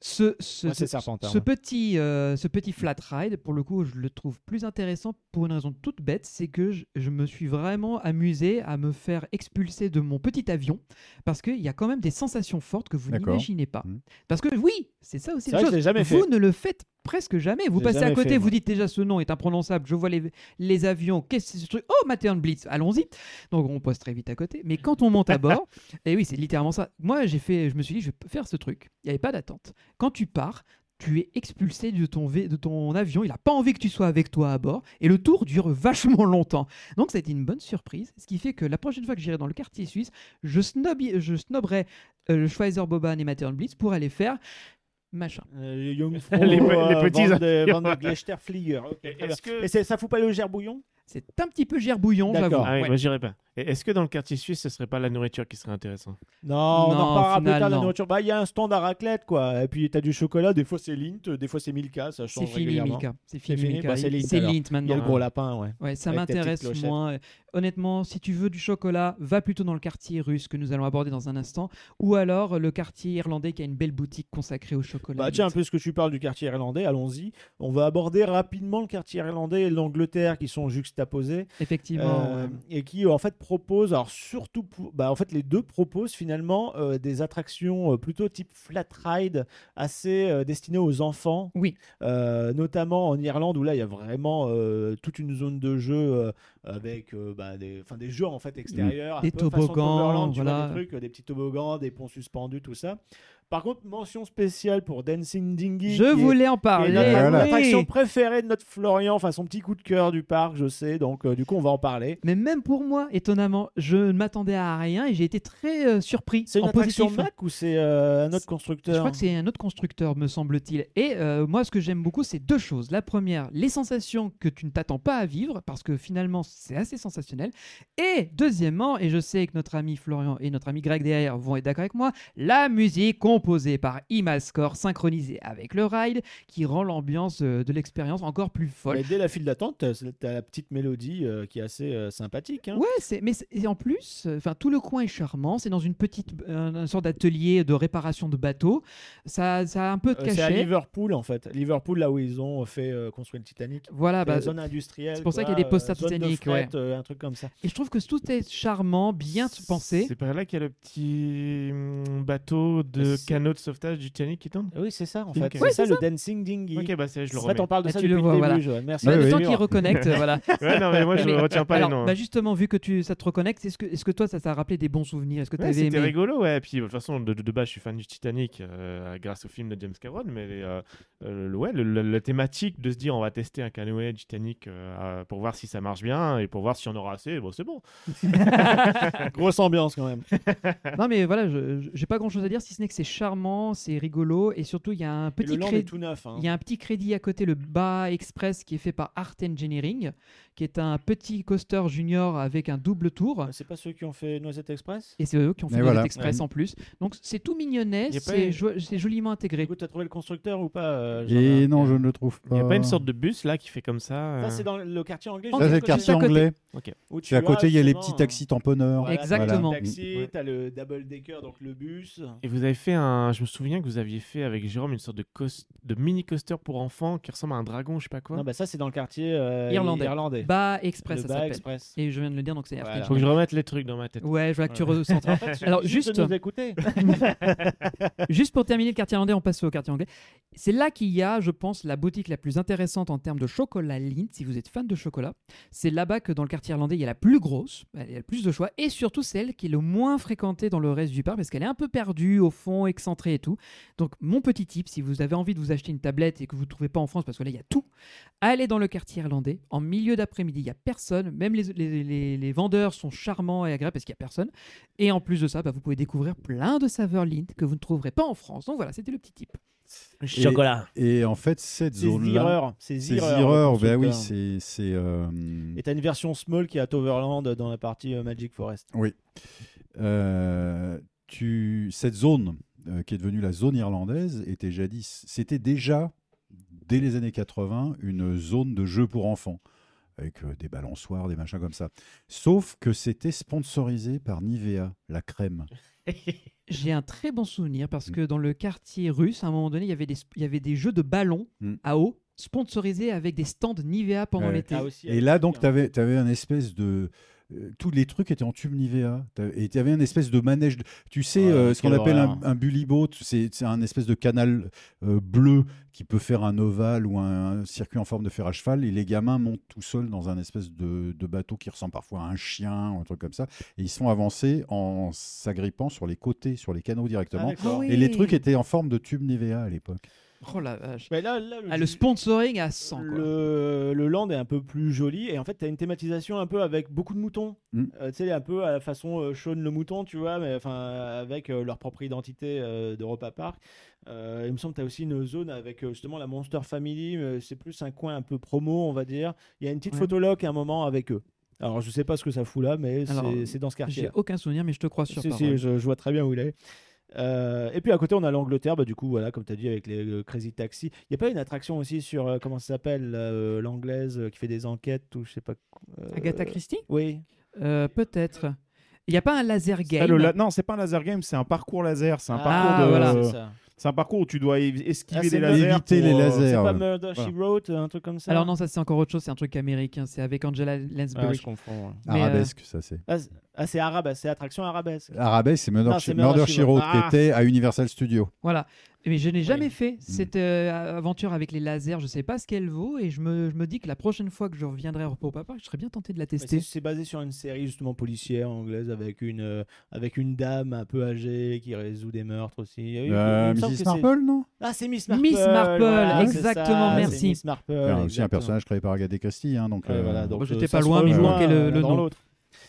Speaker 1: Ce, ce,
Speaker 7: Moi, c'est
Speaker 1: ce-
Speaker 7: Serpentard,
Speaker 1: ce
Speaker 7: moi.
Speaker 1: petit, euh, ce petit flat ride, pour le coup, je le trouve plus intéressant pour une raison toute bête, c'est que je, je me suis vraiment amusé à me faire expulser de mon petit avion, parce qu'il y a quand même des sensations fortes que vous
Speaker 2: D'accord.
Speaker 1: n'imaginez pas.
Speaker 2: Mhm.
Speaker 1: Parce que oui, c'est ça aussi
Speaker 7: Mmh. C'est
Speaker 1: la
Speaker 7: vrai que
Speaker 1: chose.
Speaker 7: je l'ai jamais
Speaker 1: Vous
Speaker 7: fait.
Speaker 1: ne le faites presque jamais. Vous
Speaker 7: Je l'ai
Speaker 1: passez à
Speaker 7: jamais
Speaker 1: côté,
Speaker 7: fait,
Speaker 1: vous
Speaker 7: moi.
Speaker 1: dites déjà ce nom est imprononçable, je vois les, les avions, qu'est-ce que c'est ce truc Oh, Matern Blitz, allons-y. Donc on passe très vite à côté. Mais quand on monte à bord, et oui, c'est littéralement ça. Moi, j'ai fait, je me suis dit, je vais faire ce truc. Il n'y avait pas d'attente. Quand tu pars, tu es expulsé de ton, vé- de ton avion. Il n'a pas envie que tu sois avec toi à bord. Et le tour dure vachement longtemps. Donc, ça a été une bonne surprise. Ce qui fait que la prochaine fois que j'irai dans le quartier suisse, je, snobby- je snobberai euh, le Schweizer Boban et Matern Blitz pour aller faire machin.
Speaker 7: Euh, Jungfrau,
Speaker 8: Les pe- les
Speaker 7: euh,
Speaker 8: petits
Speaker 7: Van de,
Speaker 8: avions.
Speaker 7: Van de Glechter-Flieger. Ok, très bien.
Speaker 8: Est-ce que.
Speaker 7: Et c'est- ça fout pas le gerbouillon
Speaker 1: C'est un petit peu gerbouillon, j'avoue.
Speaker 7: D'accord.
Speaker 8: Ah oui,
Speaker 1: Ouais.
Speaker 8: moi j'irai pas. Et Est-ce que dans le quartier suisse, ce serait pas la nourriture qui serait intéressante
Speaker 7: Non, on
Speaker 1: Non,
Speaker 7: en
Speaker 1: au
Speaker 7: reparlera plus
Speaker 1: final,
Speaker 7: tard, la
Speaker 1: non.
Speaker 7: nourriture. Bah, il y a un stand à raclette, quoi. Et puis, t'as du chocolat, des fois c'est Lint, des fois c'est Milka, ça
Speaker 1: C'est
Speaker 7: change
Speaker 1: fini,
Speaker 7: régulièrement.
Speaker 1: Milka. C'est
Speaker 7: C'est
Speaker 1: fini,
Speaker 7: fini,
Speaker 1: Milka.
Speaker 7: bah, c'est Lindt,
Speaker 1: C'est
Speaker 7: alors.
Speaker 1: Lint
Speaker 7: Il y a
Speaker 1: maintenant.
Speaker 7: le gros lapin, ouais.
Speaker 1: Ouais, ça
Speaker 7: Avec tes petites
Speaker 1: m'intéresse
Speaker 7: clochettes.
Speaker 1: moins. Euh, Honnêtement, si tu veux du chocolat, va plutôt dans le quartier russe que nous allons aborder dans un instant, ou alors euh, le quartier irlandais qui a une belle boutique consacrée au chocolat.
Speaker 7: Bah, tiens,
Speaker 1: Lindt.
Speaker 7: puisque tu parles du quartier irlandais, allons-y. On va aborder rapidement le quartier irlandais et l'Angleterre qui sont juxtaposés.
Speaker 1: Effectivement.
Speaker 7: euh,
Speaker 1: ouais.
Speaker 7: et qui en fait proposent, alors surtout, pour- bah, en fait les deux proposent finalement euh, des attractions euh, plutôt type flat ride, assez euh, destinées aux enfants,
Speaker 1: Oui.
Speaker 7: Euh, notamment en Irlande où là il y a vraiment euh, toute une zone de jeu euh, avec euh, bah, des, enfin, des jeux en fait extérieurs, un
Speaker 1: Des
Speaker 7: peu façon
Speaker 1: toboggans,
Speaker 7: Tomorrowland, tu vois,
Speaker 1: voilà.
Speaker 7: des trucs, euh, des petits toboggans, des ponts suspendus, tout ça. Par contre, mention spéciale pour Dancing Dinghy.
Speaker 1: Je
Speaker 7: qui est-
Speaker 1: voulais en
Speaker 7: qui est
Speaker 1: parler.
Speaker 7: notre
Speaker 1: oui.
Speaker 7: attraction euh, préférée de notre Florian, enfin son petit coup de cœur du parc, je sais, donc euh, du coup on va en parler.
Speaker 1: Mais même pour moi, étonnamment, je ne m'attendais à rien et j'ai été très euh, surpris.
Speaker 7: C'est une
Speaker 1: en
Speaker 7: attraction
Speaker 1: positif.
Speaker 7: Mac ou c'est euh, un autre
Speaker 1: Je
Speaker 7: constructeur
Speaker 1: Je crois que c'est un autre constructeur, me semble-t-il. Et euh, moi, ce que j'aime beaucoup, c'est deux choses. La première, les sensations que tu ne t'attends pas à vivre, parce que finalement, c'est assez sensationnel. Et deuxièmement, et je sais que notre ami Florian et notre ami Greg derrière vont être d'accord avec moi, la musique composée par Imascore, synchronisée avec le ride, qui rend l'ambiance euh, de l'expérience encore plus folle.
Speaker 7: Mais dès la file d'attente, t'as t'as la petite mélodie euh, qui est assez euh, sympathique. hein.
Speaker 1: Ouais, c'est mais c'est- et en plus, enfin tout le coin est charmant. C'est dans une petite, un, un sort d'atelier de réparation de bateaux. Ça, ça a un peu de
Speaker 7: Euh, c'est à
Speaker 1: cachet.
Speaker 7: Liverpool en fait. Liverpool, là où ils ont fait euh, construire le Titanic.
Speaker 1: Voilà,
Speaker 7: C'est
Speaker 1: bah,
Speaker 7: la zone industrielle.
Speaker 1: c'est pour ça
Speaker 7: quoi,
Speaker 1: qu'il y a des postes
Speaker 7: euh, zone de
Speaker 1: Titanic,
Speaker 7: fret, euh, un truc comme ça.
Speaker 1: Et je trouve que tout est charmant, bien pensé.
Speaker 8: C'est par là qu'il y a le petit hum, bateau
Speaker 1: Bah,
Speaker 8: de
Speaker 7: C'est-
Speaker 8: canot de sauvetage du Titanic qui tombe
Speaker 7: Oui, c'est ça en
Speaker 8: fait.
Speaker 7: fait.
Speaker 8: Ok.
Speaker 7: euh, C'est
Speaker 8: Ouais,
Speaker 7: ça le dancing dinghy.
Speaker 8: Ok, bah c'est, je le
Speaker 7: en fait,
Speaker 8: remets.
Speaker 7: on parle de
Speaker 1: Bah,
Speaker 7: ça
Speaker 1: tu le
Speaker 7: depuis le,
Speaker 1: vois,
Speaker 7: début,
Speaker 1: voilà.
Speaker 7: Johan. Merci.
Speaker 1: Bah,
Speaker 8: Ouais,
Speaker 1: le
Speaker 8: oui,
Speaker 1: temps
Speaker 8: oui,
Speaker 1: qu'il
Speaker 8: on-
Speaker 1: reconnecte, voilà.
Speaker 8: Ouais, non, mais moi je
Speaker 1: Mais,
Speaker 8: retiens pas
Speaker 1: alors,
Speaker 8: les noms. hein.
Speaker 1: bah, justement, vu que tu, ça te reconnecte, est-ce que, est-ce que toi, ça t'a rappelé des bons souvenirs Est-ce que tu
Speaker 8: Ouais,
Speaker 1: avais
Speaker 8: c'était
Speaker 1: aimé
Speaker 8: rigolo, ouais. Puis bah, de toute façon, de, de- de base, je suis fan du Titanic euh, grâce au film de James Cameron, mais euh, euh, le- ouais, le- le- la thématique de se dire on va tester un canoë Titanic euh, euh, pour voir si ça marche bien et pour voir si on aura assez, bon, c'est bon.
Speaker 7: Grosse ambiance quand même.
Speaker 1: Non, mais voilà, je- je- j'ai pas grand-chose à dire, si ce n'est que c'est charmant, c'est rigolo, et surtout, il y a un
Speaker 7: Et le
Speaker 1: petit
Speaker 7: land
Speaker 1: cré-
Speaker 7: est tout neuf. hein.
Speaker 1: Il y a un petit crédit à côté, le Bas Express, qui est fait par Art Engineering, qui est un petit coaster junior avec un double tour.
Speaker 7: C'est pas ceux qui ont fait Noisette Express
Speaker 1: Et c'est eux qui ont fait
Speaker 11: Et
Speaker 1: le
Speaker 11: voilà.
Speaker 1: Express en plus. Donc c'est tout mignonnet,
Speaker 8: Y a pas
Speaker 1: c'est
Speaker 8: eu-
Speaker 1: jo- c'est joliment intégré.
Speaker 7: Écoute, t'as trouvé le constructeur ou pas euh,
Speaker 11: Et
Speaker 7: Jean-Marc
Speaker 11: non, je ne le trouve pas.
Speaker 8: Il n'y a pas
Speaker 2: Oh.
Speaker 8: une sorte de bus là qui fait comme ça. euh,
Speaker 7: Ça, c'est dans le quartier anglais.
Speaker 1: Ça,
Speaker 11: Ça,
Speaker 7: juste
Speaker 11: c'est
Speaker 7: à
Speaker 11: le
Speaker 7: côté.
Speaker 11: quartier
Speaker 1: à côté.
Speaker 11: anglais.
Speaker 8: Ok.
Speaker 7: Où
Speaker 11: Puis à
Speaker 7: vois,
Speaker 11: côté, il y a les
Speaker 7: justement,
Speaker 11: petits taxis tamponneurs.
Speaker 7: Voilà, t'as
Speaker 1: Exactement.
Speaker 7: le taxi,
Speaker 8: Ouais.
Speaker 7: t'as le double decker, donc le bus.
Speaker 8: Et vous avez fait un. Je me souviens que vous aviez fait avec Jérôme une sorte de, cos- de mini coaster pour enfants qui ressemble à un dragon, je sais pas quoi.
Speaker 7: Non, bah ça, c'est dans le quartier euh,
Speaker 1: Irlandais.
Speaker 7: irlandais.
Speaker 1: Bas Express,
Speaker 7: Le
Speaker 1: ça
Speaker 7: Bas
Speaker 1: s'appelle.
Speaker 7: Express.
Speaker 1: Et je viens de le dire, donc c'est Art
Speaker 7: Voilà.
Speaker 8: Faut que je remette les trucs dans ma tête.
Speaker 1: Ouais, je vois que tu recentres.
Speaker 7: En fait,
Speaker 1: Alors,
Speaker 7: suffit de
Speaker 1: juste-
Speaker 7: nous écouter.
Speaker 1: Juste pour terminer le quartier irlandais, on passe au quartier anglais. C'est là qu'il y a, je pense, la boutique la plus intéressante en termes de chocolat Lindt, si vous êtes fan de chocolat. C'est là-bas que dans le quartier irlandais, il y a la plus grosse, il y a le plus de choix, et surtout celle qui est le moins fréquentée dans le reste du parc, parce qu'elle est un peu perdue, au fond, excentrée et tout. Donc, mon petit tip, si vous avez envie de vous acheter une tablette et que vous ne trouvez pas en France, parce que là, il y a tout, allez dans le quartier irlandais. En milieu d'après-midi, il n'y a personne. Même les, les- les- les vendeurs sont charmants et agréables, parce qu'il n'y a personne. Et en plus de ça, bah, vous pouvez découvrir plein de saveurs Lindt que vous ne trouverez pas en France. Donc voilà, c'était le petit tip.
Speaker 11: Chocolat. Et en fait, cette
Speaker 7: C'est
Speaker 11: zone-là.
Speaker 7: Zireur. C'est
Speaker 11: C'est
Speaker 7: Zireur, le
Speaker 11: Zireur, ben
Speaker 7: constructeur.
Speaker 11: oui, c'est. c'est, euh,
Speaker 7: Et t'as une version small qui est à Toverland dans la partie euh, Magic Forest.
Speaker 11: Euh, tu, cette zone euh, qui est devenue la zone irlandaise était jadis, c'était déjà dès les années 80 une zone de jeu pour enfants avec euh, des balançoires, des machins comme ça. Sauf que c'était sponsorisé par Nivea, la crème.
Speaker 1: J'ai un très bon souvenir
Speaker 7: Mm.
Speaker 1: parce que dans le quartier russe, à un moment donné, il y avait des, il y avait des jeux de ballons
Speaker 11: Mm.
Speaker 1: à eau sponsorisés avec des stands Nivea pendant
Speaker 11: Ouais.
Speaker 1: l'été.
Speaker 7: Ah, aussi,
Speaker 11: Et là donc tu avais, un espèce de euh, tous les trucs étaient en tube Nivea. T'avais- Et tu avais un espèce de manège. de- Tu sais,
Speaker 7: Ouais,
Speaker 11: euh, ce qu'on
Speaker 7: quelle
Speaker 11: appelle un,
Speaker 7: horreur.
Speaker 11: un bully boat, c'est c'est un espèce de canal euh, bleu qui peut faire un ovale ou un, un circuit en forme de fer à cheval. Et les gamins montent tout seuls dans un espèce de, de bateau qui ressemble parfois à un chien ou un truc comme ça. Et ils sont avancés en s'agrippant sur les côtés, sur les canaux
Speaker 7: Ah,
Speaker 11: directement. Et les trucs étaient en forme de tube Nivea à l'époque.
Speaker 1: Oh la vache.
Speaker 7: Mais Bah, là, là, le,
Speaker 1: Ah, le sponsoring à 100 quoi.
Speaker 7: le, le land est un peu plus joli et en fait t'as une thématisation un peu avec beaucoup de moutons
Speaker 11: Mm.
Speaker 7: Euh, tu sais un peu à la façon euh, Shaun le mouton tu vois mais enfin avec euh, leur propre identité euh, d'Europa Park Euh, il me semble que t'as aussi une zone avec euh, justement la Monster Family mais c'est plus un coin un peu promo on va dire il y a une petite
Speaker 1: Ouais.
Speaker 7: photologue à un moment avec eux Alors, je sais pas ce que ça fout là, mais
Speaker 1: Alors,
Speaker 7: c'est- c'est dans ce quartier.
Speaker 1: J'ai aucun souvenir, mais je te crois sur
Speaker 7: Si,
Speaker 1: parole.
Speaker 7: si, je, je vois très bien où il est. Euh, et puis à côté, on a l'Angleterre, bah, du coup, voilà, comme tu as dit, avec les euh, Crazy Taxi. Il n'y a pas une attraction aussi sur, euh, comment ça s'appelle, euh, l'anglaise euh, qui fait des enquêtes ou je sais pas. euh,
Speaker 1: Agatha Christie
Speaker 7: Oui.
Speaker 1: Euh, Peut-être. Il n'y a pas un laser
Speaker 10: Ah,
Speaker 1: game
Speaker 10: le la- Non, c'est pas un laser game, c'est un parcours laser. C'est un
Speaker 1: Ah,
Speaker 10: parcours de.
Speaker 1: voilà.
Speaker 7: C'est ça.
Speaker 10: C'est un parcours où tu dois évi-
Speaker 7: Ah,
Speaker 10: esquiver
Speaker 7: c'est
Speaker 10: les
Speaker 7: Murder-
Speaker 10: lasers.
Speaker 2: Éviter
Speaker 10: pour,
Speaker 2: les
Speaker 10: euh,
Speaker 2: lasers.
Speaker 7: C'est pas
Speaker 2: Voilà.
Speaker 7: Murder She Wrote, un truc comme ça
Speaker 1: Alors non, ça c'est encore autre chose, c'est un truc américain, c'est avec Angela Lansbury.
Speaker 7: Ah, je comprends. ouais.
Speaker 1: Mais, euh,
Speaker 2: Arabesque, ça c'est.
Speaker 7: Ah, c'est- ah, c'est arabesque, c'est attraction arabesque.
Speaker 2: Arabesque, c'est Murder,
Speaker 7: Non,
Speaker 2: She-
Speaker 7: c'est
Speaker 2: Murder
Speaker 7: Murder,
Speaker 2: She
Speaker 7: She
Speaker 2: Wrote,
Speaker 7: Wrote.
Speaker 2: qui
Speaker 7: Ah.
Speaker 2: était à Universal Studios.
Speaker 1: Voilà. Mais je n'ai jamais
Speaker 7: Mm.
Speaker 1: fait cette euh, aventure avec les lasers, je sais pas ce qu'elle vaut, et je me, je me dis que la prochaine fois que je reviendrai au Papa Park, je serais bien tenté de la
Speaker 7: Mais C'est
Speaker 1: tester.
Speaker 7: c'est basé sur une série justement policière anglaise avec une, euh, avec une dame un peu âgée qui résout des meurtres aussi. Il y a eu-
Speaker 2: Euh,
Speaker 7: il me semble que
Speaker 2: Mrs.
Speaker 7: c'est-
Speaker 2: Marple, non
Speaker 7: Ah, c'est Miss Marple.
Speaker 1: Miss Marple,
Speaker 7: voilà, c'est
Speaker 1: exactement,
Speaker 7: ça,
Speaker 1: merci.
Speaker 7: c'est Miss Marple.
Speaker 2: Alors, aussi un
Speaker 7: exactement.
Speaker 2: personnage créé par Agatha Christie, hein, donc.
Speaker 7: Ouais,
Speaker 2: euh,
Speaker 7: voilà, donc,
Speaker 1: j'étais
Speaker 7: euh, ça
Speaker 1: pas
Speaker 7: se
Speaker 1: loin, mais je
Speaker 7: rejoint,
Speaker 1: manquais le-
Speaker 7: euh,
Speaker 1: le
Speaker 7: dans
Speaker 1: nom.
Speaker 7: l'autre.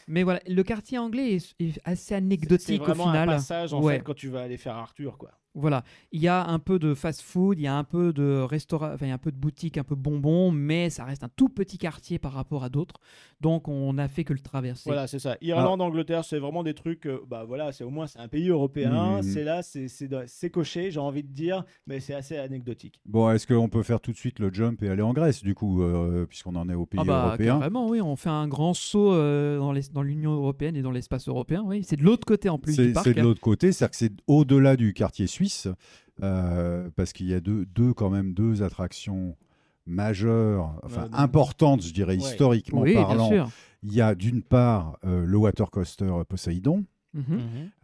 Speaker 1: Mais voilà, le quartier anglais est, est assez
Speaker 7: C'est
Speaker 1: anecdotique au
Speaker 7: vraiment un
Speaker 1: final.
Speaker 7: passage en
Speaker 1: Ouais.
Speaker 7: fait quand tu vas aller faire Arthur quoi.
Speaker 1: Voilà, il y a un peu de fast-food, il y a un peu de restaurant, enfin il y a un peu de boutique, un peu bonbon, mais ça reste un tout petit quartier par rapport à d'autres. Donc on n'a fait que le traverser.
Speaker 7: Voilà, c'est ça.
Speaker 1: Ah.
Speaker 7: Irlande, Angleterre, c'est vraiment des trucs. euh, bah voilà, c'est au moins c'est un pays européen.
Speaker 2: Mhm.
Speaker 7: C'est là, c'est c'est dans- c'est coché, j'ai envie de dire, mais c'est assez anecdotique.
Speaker 2: Bon, est-ce qu'on peut faire tout de suite le jump et aller en Grèce, du coup, euh, puisqu'on en est au pays
Speaker 1: Ah bah,
Speaker 2: européen
Speaker 1: Vraiment, oui, on fait un grand saut euh, dans les- dans l'Union européenne et dans l'espace européen. Oui, c'est de l'autre côté en plus
Speaker 2: C'est
Speaker 1: du parc.
Speaker 2: c'est de
Speaker 1: hein.
Speaker 2: l'autre côté, c'est-à-dire que c'est au-delà du quartier suisse, euh, parce qu'il y a deux, deux, quand même deux attractions majeures, enfin
Speaker 7: Ouais, donc-
Speaker 2: importantes, je dirais,
Speaker 7: Ouais.
Speaker 2: historiquement
Speaker 1: Oui, bien
Speaker 2: parlant.
Speaker 1: sûr.
Speaker 2: Il y a d'une part euh, le water coaster Poseidon,
Speaker 1: Mhm.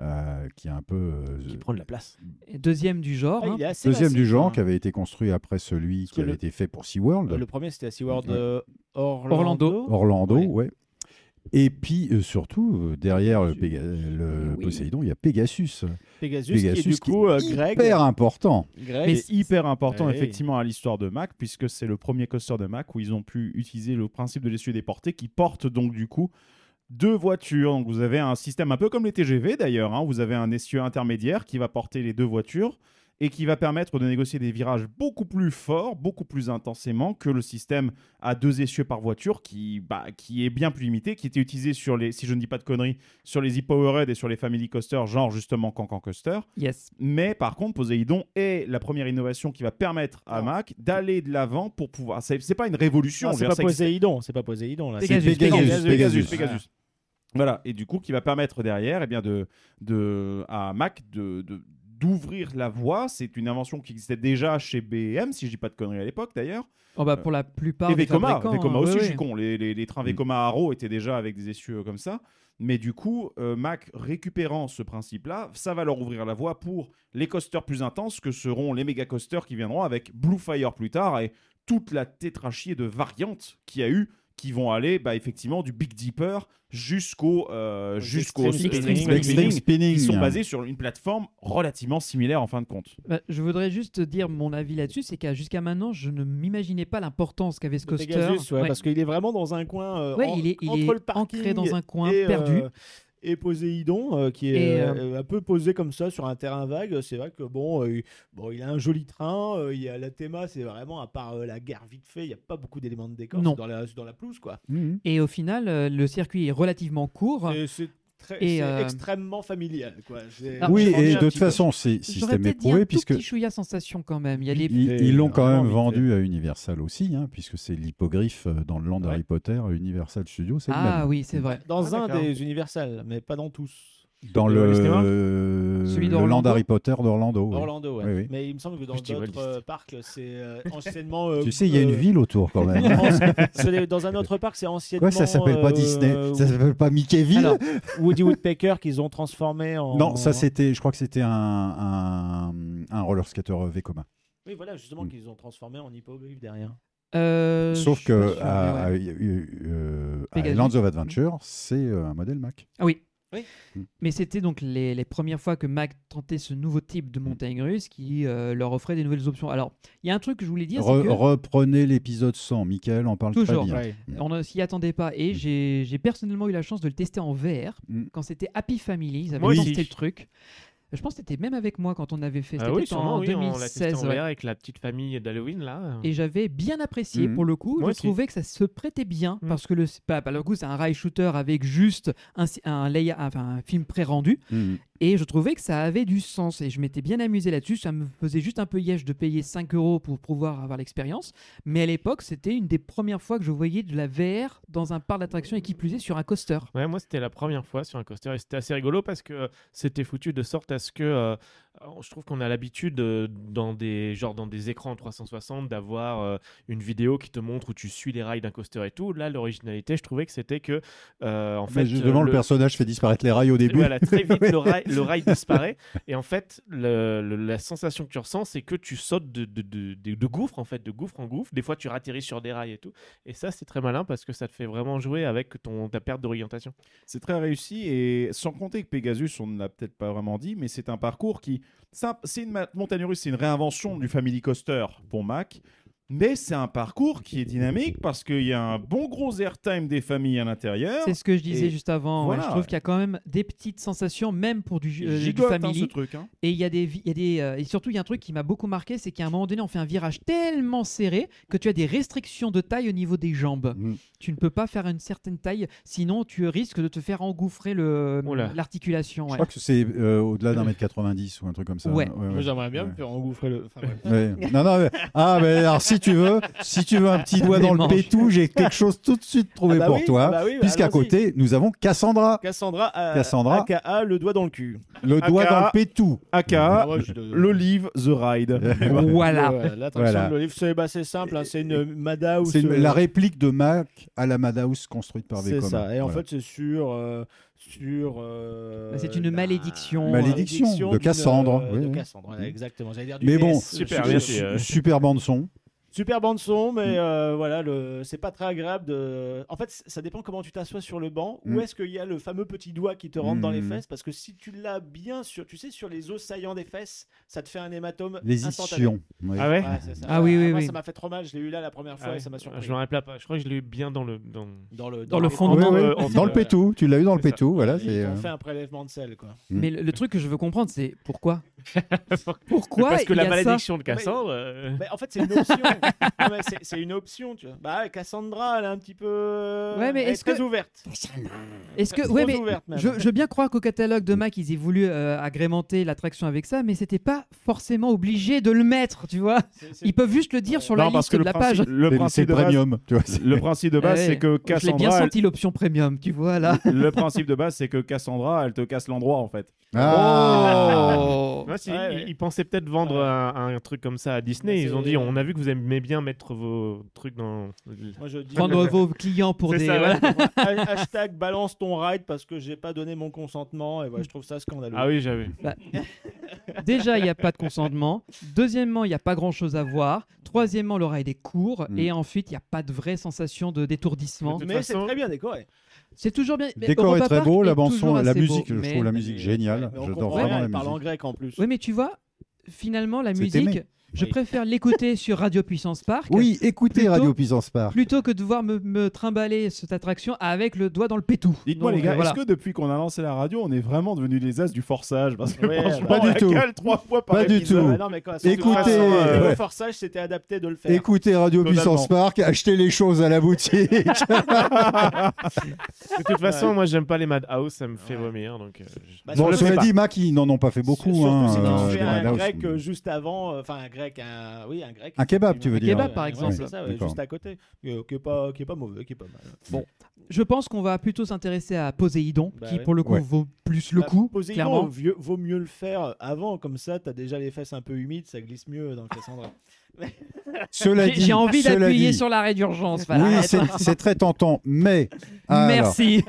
Speaker 2: euh, qui est un peu euh,
Speaker 10: Qui prend de la place.
Speaker 1: Et Deuxième du genre.
Speaker 7: Ah,
Speaker 1: hein.
Speaker 7: il est assez
Speaker 2: deuxième
Speaker 7: massif,
Speaker 2: du genre,
Speaker 7: hein.
Speaker 2: qui avait été construit après celui
Speaker 7: Parce
Speaker 2: qui
Speaker 7: que
Speaker 2: avait
Speaker 7: le-
Speaker 2: été fait pour SeaWorld,
Speaker 7: Le premier c'était à SeaWorld
Speaker 2: Ouais.
Speaker 7: euh, Orlando.
Speaker 1: Orlando.
Speaker 2: Orlando,
Speaker 7: Ouais.
Speaker 2: ouais. Et puis euh, surtout, euh, derrière le, Péga- le
Speaker 1: Oui.
Speaker 2: Poséidon, il y a Pegasus.
Speaker 7: Pegasus, qui est
Speaker 2: Pegasus
Speaker 7: du coup euh, Greg.
Speaker 2: hyper important.
Speaker 7: Greg.
Speaker 10: Mais c'est hyper important
Speaker 7: Ouais.
Speaker 10: effectivement à l'histoire de Mac puisque c'est le premier coaster de Mac où ils ont pu utiliser le principe de l'essieu des portées qui porte donc du coup deux voitures. Donc vous avez un système un peu comme les TGV d'ailleurs. hein. Vous avez un essieu intermédiaire qui va porter les deux voitures et qui va permettre de négocier des virages beaucoup plus forts, beaucoup plus intensément que le système à deux essieux par voiture qui, bah, qui est bien plus limité, qui était utilisé sur les, si je ne dis pas de conneries, sur les e-powered et sur les family coasters, genre justement Cancan Coaster.
Speaker 1: Yes.
Speaker 10: Mais par contre, Poséidon est la première innovation qui va permettre à
Speaker 7: Non.
Speaker 10: Mac d'aller de l'avant pour pouvoir. C'est c'est pas une révolution.
Speaker 7: Non,
Speaker 10: je veux
Speaker 7: Ah, c'est
Speaker 10: dire,
Speaker 7: pas
Speaker 10: ça
Speaker 7: Poséidon, c'est pas Poséidon là.
Speaker 1: Pegasus.
Speaker 7: c'est-
Speaker 2: C'est Pegasus,
Speaker 10: Pegasus,
Speaker 2: Pegasus.
Speaker 10: Pegasus, Pegasus. Voilà, et du coup, qui va permettre derrière, eh bien, de, de, à Mac de, de- d'ouvrir la voie. C'est une invention qui existait déjà chez BM, si je dis pas de conneries à l'époque d'ailleurs.
Speaker 1: Oh,
Speaker 7: Euh,
Speaker 1: bah, pour la plupart
Speaker 10: Et
Speaker 1: des
Speaker 10: Vekoma,
Speaker 1: fabricants.
Speaker 10: Vekoma
Speaker 1: hein,
Speaker 10: aussi,
Speaker 1: ouais,
Speaker 10: je suis
Speaker 1: ouais.
Speaker 10: con. Les, les- les trains
Speaker 2: Mm.
Speaker 10: Vekoma Haro étaient déjà avec des essieux comme ça. Mais du coup, euh, Mac récupérant ce principe-là, ça va leur ouvrir la voie pour les coasters plus intenses que seront les méga coasters qui viendront avec Blue Fire plus tard et toute la tétrachie de variantes qu'il y a eu qui vont aller bah, effectivement du Big Dipper jusqu'au euh,
Speaker 7: Aux
Speaker 10: jusqu'au
Speaker 7: extrêmes
Speaker 10: spinning,
Speaker 7: spinning.
Speaker 10: spinning,
Speaker 2: Extreme spinning.
Speaker 10: qui sont basés sur une plateforme relativement similaire en fin de compte.
Speaker 1: Bah, je voudrais juste dire mon avis là-dessus, c'est qu'à jusqu'à maintenant, je ne m'imaginais pas l'importance qu'avait ce coaster.
Speaker 7: Pegasus, ouais,
Speaker 1: Ouais.
Speaker 7: parce qu'il est vraiment dans un coin. euh,
Speaker 1: Ouais,
Speaker 7: en-
Speaker 1: il est, il
Speaker 7: entre
Speaker 1: est
Speaker 7: le parking
Speaker 1: ancré dans un coin,
Speaker 7: et, euh,
Speaker 1: perdu.
Speaker 7: et Poséidon, euh, qui est
Speaker 1: Et, euh,
Speaker 7: euh, un peu posé comme ça sur un terrain vague, c'est vrai que bon, euh, il- bon, il a un joli train, euh, il y a la théma, c'est vraiment à part euh, la guerre vite fait, il n'y a pas beaucoup d'éléments de décor,
Speaker 1: Non.
Speaker 7: c'est dans la, c'est dans la pelouse quoi.
Speaker 2: Mhm.
Speaker 1: Et au final, euh, le circuit est relativement court.
Speaker 7: Et C'est très-
Speaker 1: Et,
Speaker 7: c'est
Speaker 1: euh,
Speaker 7: extrêmement familial quoi. C'est-
Speaker 1: Ah,
Speaker 2: oui,
Speaker 7: je m'ennuie
Speaker 2: et de
Speaker 7: un petit
Speaker 2: toute
Speaker 7: peu.
Speaker 2: façon, c'est
Speaker 1: J'aurais
Speaker 2: système
Speaker 1: peut-être dit un
Speaker 2: éprouvé,
Speaker 1: tout
Speaker 2: puisque
Speaker 1: petit chouïa sensation quand même. Il y a des
Speaker 2: ils
Speaker 7: Et
Speaker 2: ils l'ont quand même
Speaker 7: vraiment
Speaker 2: vendu à Universal aussi, hein, puisque c'est l'hippogriffe euh, dans le land Harry Potter, Universal Studios, c'est le
Speaker 1: Ah
Speaker 2: même.
Speaker 1: oui, c'est vrai.
Speaker 7: Dans
Speaker 8: Ah,
Speaker 7: un
Speaker 8: d'accord.
Speaker 7: des Universal, mais pas dans tous.
Speaker 2: Dans
Speaker 10: Et
Speaker 2: le,
Speaker 10: Walt Disney World
Speaker 2: euh,
Speaker 1: Celui
Speaker 2: le land
Speaker 1: d'Orlando
Speaker 2: Harry Potter d'Orlando. oui.
Speaker 7: Orlando, ouais.
Speaker 2: Oui, oui.
Speaker 7: Mais il me semble que dans
Speaker 8: Je dis Walt
Speaker 7: d'autres
Speaker 8: Disney.
Speaker 7: euh, parcs, c'est euh, anciennement. euh,
Speaker 2: Tu sais, il y a une
Speaker 7: euh,
Speaker 2: ville autour quand même.
Speaker 7: En- c'est- dans un autre parc, c'est
Speaker 2: Quoi,
Speaker 7: anciennement.
Speaker 2: ça s'appelle pas
Speaker 7: euh,
Speaker 2: Disney Ça s'appelle pas Mickeyville
Speaker 7: Alors, Woody Woodpecker qu'ils ont transformé en.
Speaker 2: Non, ça c'était, je crois que c'était un, un, un roller skater euh, Vekoma.
Speaker 7: Oui, voilà, justement, qu'ils ont transformé en hippogriffe derrière.
Speaker 1: Euh, je
Speaker 2: Sauf
Speaker 1: suis
Speaker 2: que ah,
Speaker 1: pas sûr, mais
Speaker 2: à,
Speaker 1: ouais.
Speaker 2: à- euh, à
Speaker 1: Pegasus.
Speaker 2: Lands of Adventure, c'est euh, un modèle Mac.
Speaker 1: Ah oui.
Speaker 7: Oui.
Speaker 2: Mm.
Speaker 1: Mais c'était donc les, les premières fois que Mac tentait ce nouveau type de montagne russe qui euh, leur offrait des nouvelles options. Alors, il y a un truc que je voulais dire,
Speaker 2: Re-
Speaker 1: c'est que
Speaker 2: Reprenez l'épisode 100, Michael en parle
Speaker 1: Toujours.
Speaker 2: très bien.
Speaker 1: on ne s'y attendait pas et
Speaker 2: Mm.
Speaker 1: j'ai j'ai personnellement eu la chance de le tester en VR
Speaker 2: Mm.
Speaker 1: quand c'était Happy Family, ils avaient
Speaker 8: Moi
Speaker 1: testé
Speaker 8: aussi.
Speaker 1: le truc. Je pense que t'étais même avec moi quand on avait fait.
Speaker 8: Ah
Speaker 1: C'était
Speaker 8: oui,
Speaker 1: peut-être
Speaker 8: sûrement,
Speaker 1: en
Speaker 8: oui, on l'a testé
Speaker 1: 2016.
Speaker 8: en
Speaker 1: ouais.
Speaker 8: VR avec la petite famille d'Halloween là.
Speaker 1: Et j'avais bien apprécié
Speaker 2: Mm.
Speaker 8: Mhm.
Speaker 1: pour le coup.
Speaker 8: Moi
Speaker 1: je
Speaker 8: aussi. Mm.
Speaker 1: trouvais que ça se prêtait bien parce que le, bah, bah, le coup c'est un rail shooter avec juste un, si- un, layout- enfin, un film pré-rendu.
Speaker 2: Mhm.
Speaker 1: Et je trouvais que ça avait du sens et je m'étais bien amusé là-dessus. Ça me faisait juste un peu yèche de payer 5 euros pour pouvoir avoir l'expérience. Mais à l'époque, c'était une des premières fois que je voyais de la VR dans un parc d'attractions et qui plus est sur un coaster.
Speaker 8: Ouais, moi c'était la première fois sur un coaster et c'était assez rigolo parce que euh, c'était foutu de sorte à ce que euh, je trouve qu'on a l'habitude euh, dans des genre dans des écrans 360 d'avoir euh, une vidéo qui te montre où tu suis les rails d'un coaster et tout. Là, l'originalité, je trouvais que c'était que euh, en
Speaker 2: Mais
Speaker 8: fait
Speaker 2: justement,
Speaker 8: euh,
Speaker 2: le personnage fait disparaître les rails au début.
Speaker 8: Voilà, très vite, le, rail, le rail disparaît. Et en fait, le- le- la sensation que tu ressens, c'est que tu sautes de, de, de- de- de gouffre, en fait, de gouffre en gouffre. Des fois, tu ratterris sur des rails et tout. Et ça, c'est très malin parce que ça te fait vraiment jouer avec ton, ta perte d'orientation.
Speaker 10: C'est très réussi et sans compter que Pegasus, on ne l'a peut-être pas vraiment dit, mais c'est un parcours qui. ça, C'est une ma- montagne russe, c'est une réinvention du Family Coaster pour Mac. Mais c'est un parcours qui est dynamique parce qu'il y a un bon gros airtime des familles à l'intérieur.
Speaker 1: C'est ce que je disais
Speaker 10: Et
Speaker 1: juste avant. ouais.
Speaker 10: voilà.
Speaker 1: Je trouve qu'il y a quand même des petites sensations, même pour du,
Speaker 10: Il
Speaker 1: euh, du
Speaker 10: gigote, hein,
Speaker 1: family.
Speaker 10: ce truc, hein.
Speaker 1: Et il y a des, vi- il y a des, euh, et surtout il y a un truc qui m'a beaucoup marqué, c'est qu'à un moment donné, on fait un virage tellement serré que tu as des restrictions de taille au niveau des jambes.
Speaker 10: Mm.
Speaker 1: Tu ne peux pas faire une certaine taille, sinon tu risques de te faire engouffrer le
Speaker 8: Oh
Speaker 2: Oula.
Speaker 1: l'articulation.
Speaker 2: Je
Speaker 1: ouais.
Speaker 2: crois que c'est euh, au-delà d'un mètre 90 ou un truc comme ça.
Speaker 1: Ouais.
Speaker 12: Moi, j'aimerais bien me faire engouffrer le. Enfin, bref.
Speaker 2: Ouais. Non, non, mais- ah, mais alors si tu veux, si tu veux un petit doigt
Speaker 12: Des
Speaker 2: dans le
Speaker 12: manches.
Speaker 2: pétou, j'ai quelque chose tout de suite trouvé
Speaker 7: Ah bah
Speaker 2: pour
Speaker 7: oui,
Speaker 2: toi,
Speaker 7: ah bah oui, bah
Speaker 2: puisqu'à
Speaker 7: allons-y.
Speaker 2: côté, nous avons Cassandra.
Speaker 7: Cassandra, euh,
Speaker 2: Cassandra.
Speaker 7: aka le doigt dans le cul.
Speaker 2: Le doigt dans le pétou.
Speaker 10: Aka,
Speaker 7: Ah ouais, je-
Speaker 10: l'olive, the ride.
Speaker 1: Voilà.
Speaker 7: Ouais, L'attraction
Speaker 2: Voilà.
Speaker 7: de l'olive, c'est bah, c'est simple, hein, c'est une Madhouse.
Speaker 2: C'est une-
Speaker 7: euh,
Speaker 2: la réplique de Mac à la Madhouse construite par
Speaker 7: C'est
Speaker 2: Vekoma.
Speaker 7: ça. Et en
Speaker 2: Voilà.
Speaker 7: fait, c'est sur. euh, sur euh,
Speaker 1: Bah, C'est une
Speaker 7: la-
Speaker 1: malédiction.
Speaker 2: Malédiction de
Speaker 7: d'une,
Speaker 2: Cassandre,
Speaker 7: euh,
Speaker 2: oui,
Speaker 7: de
Speaker 2: oui.
Speaker 7: Cassandre, voilà, exactement. J'allais dire du
Speaker 2: Mais bon,
Speaker 7: S,
Speaker 2: super,
Speaker 7: je-
Speaker 2: su- super bande son.
Speaker 7: Super bande son,
Speaker 2: Mm.
Speaker 7: mais euh, voilà, le... c'est pas très agréable de. En fait, c- ça dépend comment tu t'assois sur le banc.
Speaker 2: Mm.
Speaker 7: Où est-ce qu'il y a le fameux petit doigt qui te rentre dans les
Speaker 2: Mm.
Speaker 7: fesses Parce que si tu l'as bien sur, tu sais, sur les os saillants des fesses, ça te fait un hématome.
Speaker 2: Les
Speaker 7: instantané.
Speaker 2: ischions, oui. Ah ouais
Speaker 7: c'est ça.
Speaker 1: Ah oui, oui,
Speaker 7: moi,
Speaker 1: oui.
Speaker 7: Ça m'a fait trop mal. Je l'ai eu là la première fois
Speaker 8: Ah
Speaker 7: et
Speaker 8: ouais.
Speaker 7: ça m'a surpris.
Speaker 8: Je me rappelle pas. Je crois que je l'ai eu bien dans le dans,
Speaker 7: dans le
Speaker 1: Dans le fond
Speaker 2: Ah Oui, oui,
Speaker 1: euh,
Speaker 2: dans le pétou, tu l'as eu dans le
Speaker 8: C'est ça.
Speaker 2: pétou, voilà.
Speaker 7: Ils
Speaker 2: c'est,
Speaker 7: ont
Speaker 2: euh,
Speaker 7: fait un prélèvement de sel, quoi.
Speaker 1: Mais le, le truc que je veux comprendre, c'est pourquoi Pourquoi
Speaker 8: Parce que
Speaker 1: il y
Speaker 8: la
Speaker 1: a ça
Speaker 8: malédiction de Cassandre.
Speaker 7: Mais-
Speaker 8: euh,
Speaker 7: mais en fait, c'est une option. Non, mais c'est- c'est une option, tu vois. Bah, Cassandra, elle est un petit peu. euh,
Speaker 1: Ouais, mais
Speaker 7: elle
Speaker 1: est-ce
Speaker 7: très
Speaker 1: que-
Speaker 7: ouverte.
Speaker 1: Est-ce que
Speaker 7: Trop
Speaker 1: ouais, mais
Speaker 7: ouverte, même.
Speaker 1: je, je veux bien croire qu'au catalogue de Mac ils aient voulu euh, agrémenter l'attraction avec ça, mais c'était pas forcément obligé de le mettre, tu vois. Ils peuvent juste le dire sur la
Speaker 10: Non, parce
Speaker 1: liste
Speaker 10: que
Speaker 1: de
Speaker 10: le
Speaker 1: la
Speaker 10: principe-
Speaker 1: page.
Speaker 10: le
Speaker 2: C'est-
Speaker 10: principe
Speaker 2: c'est
Speaker 10: de base-
Speaker 2: premium, tu vois, c'est-
Speaker 10: Le principe de base,
Speaker 1: Ah ouais.
Speaker 10: c'est que
Speaker 1: Je l'ai bien
Speaker 10: Cassandra, elle-
Speaker 1: senti l'option premium, tu vois là.
Speaker 10: le principe de base, c'est que Cassandra, elle te casse l'endroit en fait.
Speaker 2: Ah.
Speaker 1: Oh.
Speaker 8: Ouais, c'est-
Speaker 7: Ouais,
Speaker 8: ils,
Speaker 7: ouais.
Speaker 8: ils pensaient peut-être vendre un, un truc comme ça à Disney.
Speaker 7: Ouais,
Speaker 8: ils ont
Speaker 7: c'est- Ah
Speaker 8: dit on a vu que vous aimez bien mettre vos trucs dans.
Speaker 7: Moi, je dis.
Speaker 1: Prendre vos clients pour
Speaker 8: C'est
Speaker 1: des.
Speaker 8: ça, ouais.
Speaker 1: voilà.
Speaker 7: Ha- Hashtag balance ton ride parce que j'ai pas donné mon consentement et voilà, je trouve ça scandaleux.
Speaker 8: Ah oui, j'avais.
Speaker 1: Déjà, il n'y a pas de consentement. Deuxièmement, il n'y a pas grand chose à voir. Troisièmement, le ride est court.
Speaker 2: Mm.
Speaker 1: Et ensuite, il n'y a pas de vraie sensation de détourdissement.
Speaker 8: De toute
Speaker 7: Mais c'est
Speaker 8: façon-
Speaker 7: très bien décoré.
Speaker 1: C'est toujours bien.
Speaker 2: Le
Speaker 1: mais
Speaker 2: décor est
Speaker 1: Europa
Speaker 2: très
Speaker 1: Park
Speaker 2: beau,
Speaker 1: est
Speaker 2: la bande
Speaker 1: toujours
Speaker 2: son, la
Speaker 1: assez
Speaker 2: musique,
Speaker 1: beau,
Speaker 2: je
Speaker 1: mais-
Speaker 2: trouve la musique géniale.
Speaker 7: Mais on
Speaker 2: J'adore
Speaker 7: comprend
Speaker 2: vraiment
Speaker 7: rien,
Speaker 2: la
Speaker 7: il parle en
Speaker 2: musique.
Speaker 7: grec en plus.
Speaker 1: Oui, mais tu vois, finalement, la
Speaker 2: C'est
Speaker 1: musique,
Speaker 2: aimé.
Speaker 1: je
Speaker 7: Oui.
Speaker 1: préfère l'écouter sur Radio Puissance Park.
Speaker 2: Oui, écoutez
Speaker 1: Plutôt-
Speaker 2: Radio Puissance Park.
Speaker 1: Plutôt que de devoir me, me trimballer cette attraction avec le doigt dans le pétou.
Speaker 10: Dites-moi
Speaker 1: Donc,
Speaker 10: les gars,
Speaker 1: euh, voilà.
Speaker 10: est-ce que depuis qu'on a lancé la radio, on est vraiment devenu les as du forçage Parce que
Speaker 7: Ouais,
Speaker 10: franchement,
Speaker 2: pas
Speaker 10: on
Speaker 2: du
Speaker 10: la
Speaker 2: tout.
Speaker 10: cale trois fois par
Speaker 2: Pas du
Speaker 10: épisode.
Speaker 2: tout.
Speaker 7: Ah non, mais quoi, sans doute,
Speaker 2: Écoutez,
Speaker 7: de toute façon, euh,
Speaker 2: ouais.
Speaker 7: le forçage c'était adapté de le faire.
Speaker 2: Écoutez Radio
Speaker 10: Totalement.
Speaker 2: Puissance Park, achetez les choses à la boutique.
Speaker 8: De toute façon, moi j'aime pas les Madhouse, ça me fait vomir. Donc, euh, je-
Speaker 7: Bah,
Speaker 2: bon,
Speaker 7: surtout-
Speaker 2: cela dit, Mac, ils n'en ont pas fait beaucoup.
Speaker 7: Surtout
Speaker 2: hein,
Speaker 7: si tu
Speaker 2: euh,
Speaker 7: fais
Speaker 2: des
Speaker 7: un
Speaker 2: Madhouse.
Speaker 7: grec euh, juste avant, euh, enfin un grec, un, oui, un grec.
Speaker 2: Un kebab, tu veux
Speaker 7: Un
Speaker 2: dire.
Speaker 1: kebab, par
Speaker 7: ouais,
Speaker 1: exemple.
Speaker 7: c'est ça, ouais,
Speaker 2: D'accord.
Speaker 7: juste à côté, Euh, qui est pas, qui est pas mauvais, qui est pas mal.
Speaker 1: Je pense qu'on va plutôt s'intéresser à Poséidon,
Speaker 7: Bah
Speaker 1: qui
Speaker 7: ouais.
Speaker 1: pour le coup
Speaker 2: Ouais.
Speaker 1: vaut plus le
Speaker 7: Bah,
Speaker 1: coup,
Speaker 7: Poséidon,
Speaker 1: clairement.
Speaker 7: vieux- vaut mieux le faire avant, comme ça, t'as déjà les fesses un peu humides, ça glisse mieux dans Cassandra.
Speaker 2: Cela
Speaker 1: J'ai
Speaker 2: dit,
Speaker 1: j'ai envie
Speaker 2: cela
Speaker 1: d'appuyer
Speaker 2: dit,
Speaker 1: sur l'arrêt d'urgence. voilà.
Speaker 2: Oui, c'est- c'est très tentant, mais.
Speaker 1: ah,
Speaker 2: alors,
Speaker 1: Merci.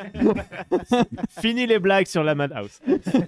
Speaker 8: Fini les blagues sur la Madhouse.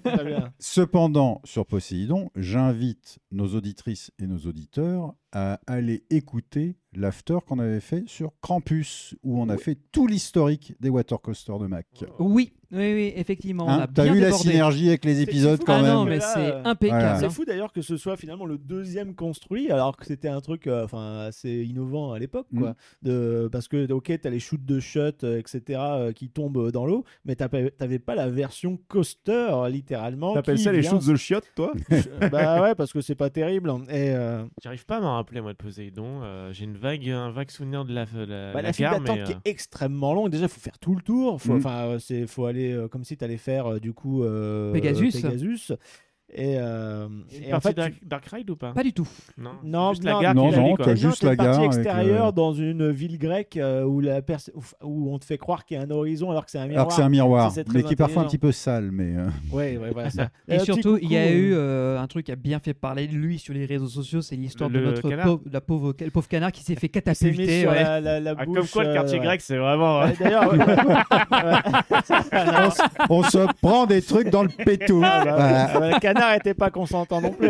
Speaker 7: Très bien.
Speaker 2: Cependant, sur Poséidon, j'invite nos auditrices et nos auditeurs à aller écouter l'after qu'on avait fait sur Krampus, où on a fait tout l'historique des watercoasters de Mac.
Speaker 1: Oui, Oui, oui, effectivement.
Speaker 2: Hein,
Speaker 1: on a
Speaker 2: t'as
Speaker 1: bien
Speaker 2: vu la
Speaker 1: débordé.
Speaker 2: synergie avec les épisodes quand même.
Speaker 1: Ah non, mais c'est impeccable.
Speaker 2: Ah.
Speaker 7: C'est
Speaker 1: hein.
Speaker 7: fou d'ailleurs que ce soit finalement le deuxième construit, alors que c'était un truc euh, enfin assez innovant à l'époque,
Speaker 2: Mm.
Speaker 7: quoi. De, parce que ok, t'as les shoots de shot, euh, etc., euh, qui tombent dans l'eau, mais t'as pas- t'avais pas la version coaster euh, littéralement.
Speaker 8: T'appelles
Speaker 7: qui
Speaker 8: ça les
Speaker 7: vient-
Speaker 8: shoots de chiottes, toi
Speaker 7: Bah ouais, parce que c'est pas terrible. Et euh,
Speaker 8: J'arrive pas à m'en rappeler, moi, de Poséidon. Euh, J'ai une vague, un vague souvenir de la, de la,
Speaker 7: Bah,
Speaker 8: la
Speaker 7: la file
Speaker 8: gare,
Speaker 7: d'attente
Speaker 8: mais,
Speaker 7: qui
Speaker 8: euh,
Speaker 7: est extrêmement longue. Déjà, il faut faire tout le tour. Faut,
Speaker 2: Mm.
Speaker 8: Mhm.
Speaker 7: enfin, euh, c'est, faut aller euh, comme si tu allais faire euh, du coup euh,
Speaker 1: Pegasus.
Speaker 7: Pegasus. Et, euh,
Speaker 8: une
Speaker 7: et en
Speaker 8: partie
Speaker 7: fait,
Speaker 8: Dark,
Speaker 7: tu-
Speaker 8: Dark Ride ou pas
Speaker 7: hein.
Speaker 1: Pas du tout.
Speaker 8: Non,
Speaker 7: non,
Speaker 8: juste la gare.
Speaker 2: Non,
Speaker 7: tu l'as
Speaker 2: non,
Speaker 7: dit,
Speaker 2: t'as
Speaker 7: quoi.
Speaker 2: juste
Speaker 7: t'es
Speaker 2: la
Speaker 7: parti
Speaker 2: gare avec,
Speaker 7: extérieure
Speaker 2: euh,
Speaker 7: dans une ville grecque euh, où, la pers- où f- où on te fait croire qu'il y a un horizon alors que c'est un miroir.
Speaker 2: Alors que c'est un miroir,
Speaker 7: Ça, c'est très
Speaker 2: mais qui est parfois un petit
Speaker 7: intelligent.
Speaker 2: peu sale, mais. euh,
Speaker 7: Ouais, ouais, voilà, ça.
Speaker 1: Et
Speaker 7: un petit
Speaker 1: surtout, il y a
Speaker 7: coucou,
Speaker 1: eu
Speaker 7: euh,
Speaker 1: euh, un truc qui a bien fait parler de lui sur les réseaux sociaux, c'est l'histoire de
Speaker 8: Le
Speaker 1: notre
Speaker 8: canard.
Speaker 1: pauvre, la pauvre, le pauvre canard qui s'est fait
Speaker 7: s'est mis
Speaker 1: catapulter.
Speaker 7: sur
Speaker 1: ouais.
Speaker 7: la- la- la
Speaker 8: Ah, comme
Speaker 7: bouche,
Speaker 8: quoi, le quartier
Speaker 7: euh,
Speaker 8: grec, Ah, c'est vraiment.
Speaker 7: Ouais,
Speaker 8: euh,
Speaker 7: D'ailleurs, ouais.
Speaker 2: on, se, on se prend des trucs dans le pétou.
Speaker 7: Ah bah,
Speaker 2: Voilà.
Speaker 7: ah bah, le canard était pas consentant non plus.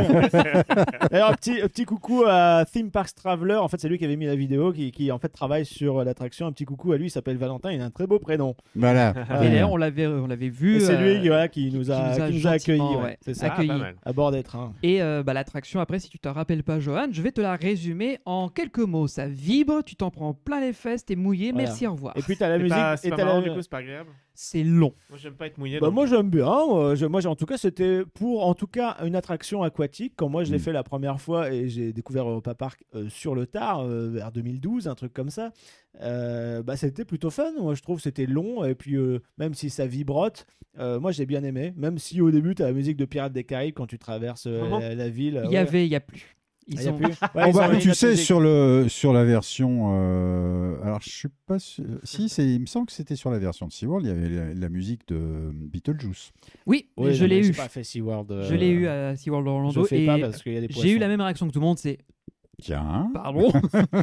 Speaker 7: D'ailleurs, un petit, un petit coucou à Theme Parks Traveler. En fait, c'est lui qui avait mis la vidéo, qui, qui, en fait travaille sur l'attraction. Un petit coucou à lui, il s'appelle Valentin, il a un très beau prénom. Euh,
Speaker 2: Voilà.
Speaker 7: Ah,
Speaker 1: Et d'ailleurs, on l'avait, on l'avait vu.
Speaker 7: Et c'est
Speaker 1: euh,
Speaker 7: lui qui, voilà, qui nous a, qui nous a accueillis.
Speaker 1: gentiment,
Speaker 7: ouais. Ah.
Speaker 1: ouais,
Speaker 7: C'est ça.
Speaker 1: accueillis.
Speaker 7: À bord des trains.
Speaker 1: Et euh, bah, l'attraction, après, si tu te rappelles pas, Johan, je vais te la résumer en quelques mots. Ça vibre, tu t'en prends plein les fesses, t'es mouillé,
Speaker 7: Voilà.
Speaker 1: merci, au revoir.
Speaker 7: Et puis t'as la
Speaker 8: C'est
Speaker 7: musique.
Speaker 8: pas, c'est
Speaker 7: et
Speaker 8: pas
Speaker 7: t'as la-
Speaker 8: marrant, du coup, c'est pas agréable.
Speaker 1: C'est long.
Speaker 8: Moi, j'aime pas être mouillé.
Speaker 7: Bah,
Speaker 8: donc-
Speaker 7: moi j'aime bien. Moi, je- moi, j'ai- en tout cas, c'était pour en tout cas une attraction aquatique. Quand
Speaker 8: Mm.
Speaker 7: moi je l'ai fait la première fois et j'ai découvert Europa Park euh, sur le tard, euh, vers 2012, un truc comme ça. euh, bah, c'était plutôt fun. Moi je trouve c'était long et puis euh, même si ça vibrote, euh, moi j'ai bien aimé. Même si au début t'as la musique de Pirates des Caraïbes quand tu traverses euh,
Speaker 1: Vraiment
Speaker 7: la, la ville.
Speaker 1: Oh. Il y
Speaker 7: ouais.
Speaker 1: avait, il y a plus. Ils
Speaker 7: Ah, il y a
Speaker 1: ont-
Speaker 7: plus. Ouais,
Speaker 2: Oh,
Speaker 7: ils ont
Speaker 2: bah,
Speaker 7: enlevé
Speaker 2: tu
Speaker 7: la
Speaker 2: sais,
Speaker 7: musique.
Speaker 2: sur, le, sur la version. euh, alors, je suis pas sûr. Si, c'est- il me semble que c'était sur la version de SeaWorld, il y avait la, la musique de Beetlejuice.
Speaker 1: Oui,
Speaker 7: Oui,
Speaker 1: je
Speaker 7: non,
Speaker 1: l'ai
Speaker 7: mais j'ai
Speaker 1: eu.
Speaker 7: pas fait SeaWorld, euh,
Speaker 1: Je l'ai eu à SeaWorld Orlando.
Speaker 7: je fais
Speaker 1: et
Speaker 7: pas parce qu'il y a des
Speaker 1: J'ai eu
Speaker 7: poissons.
Speaker 1: la même réaction que tout le monde, c'est
Speaker 2: Tiens.
Speaker 1: pardon.
Speaker 7: Mais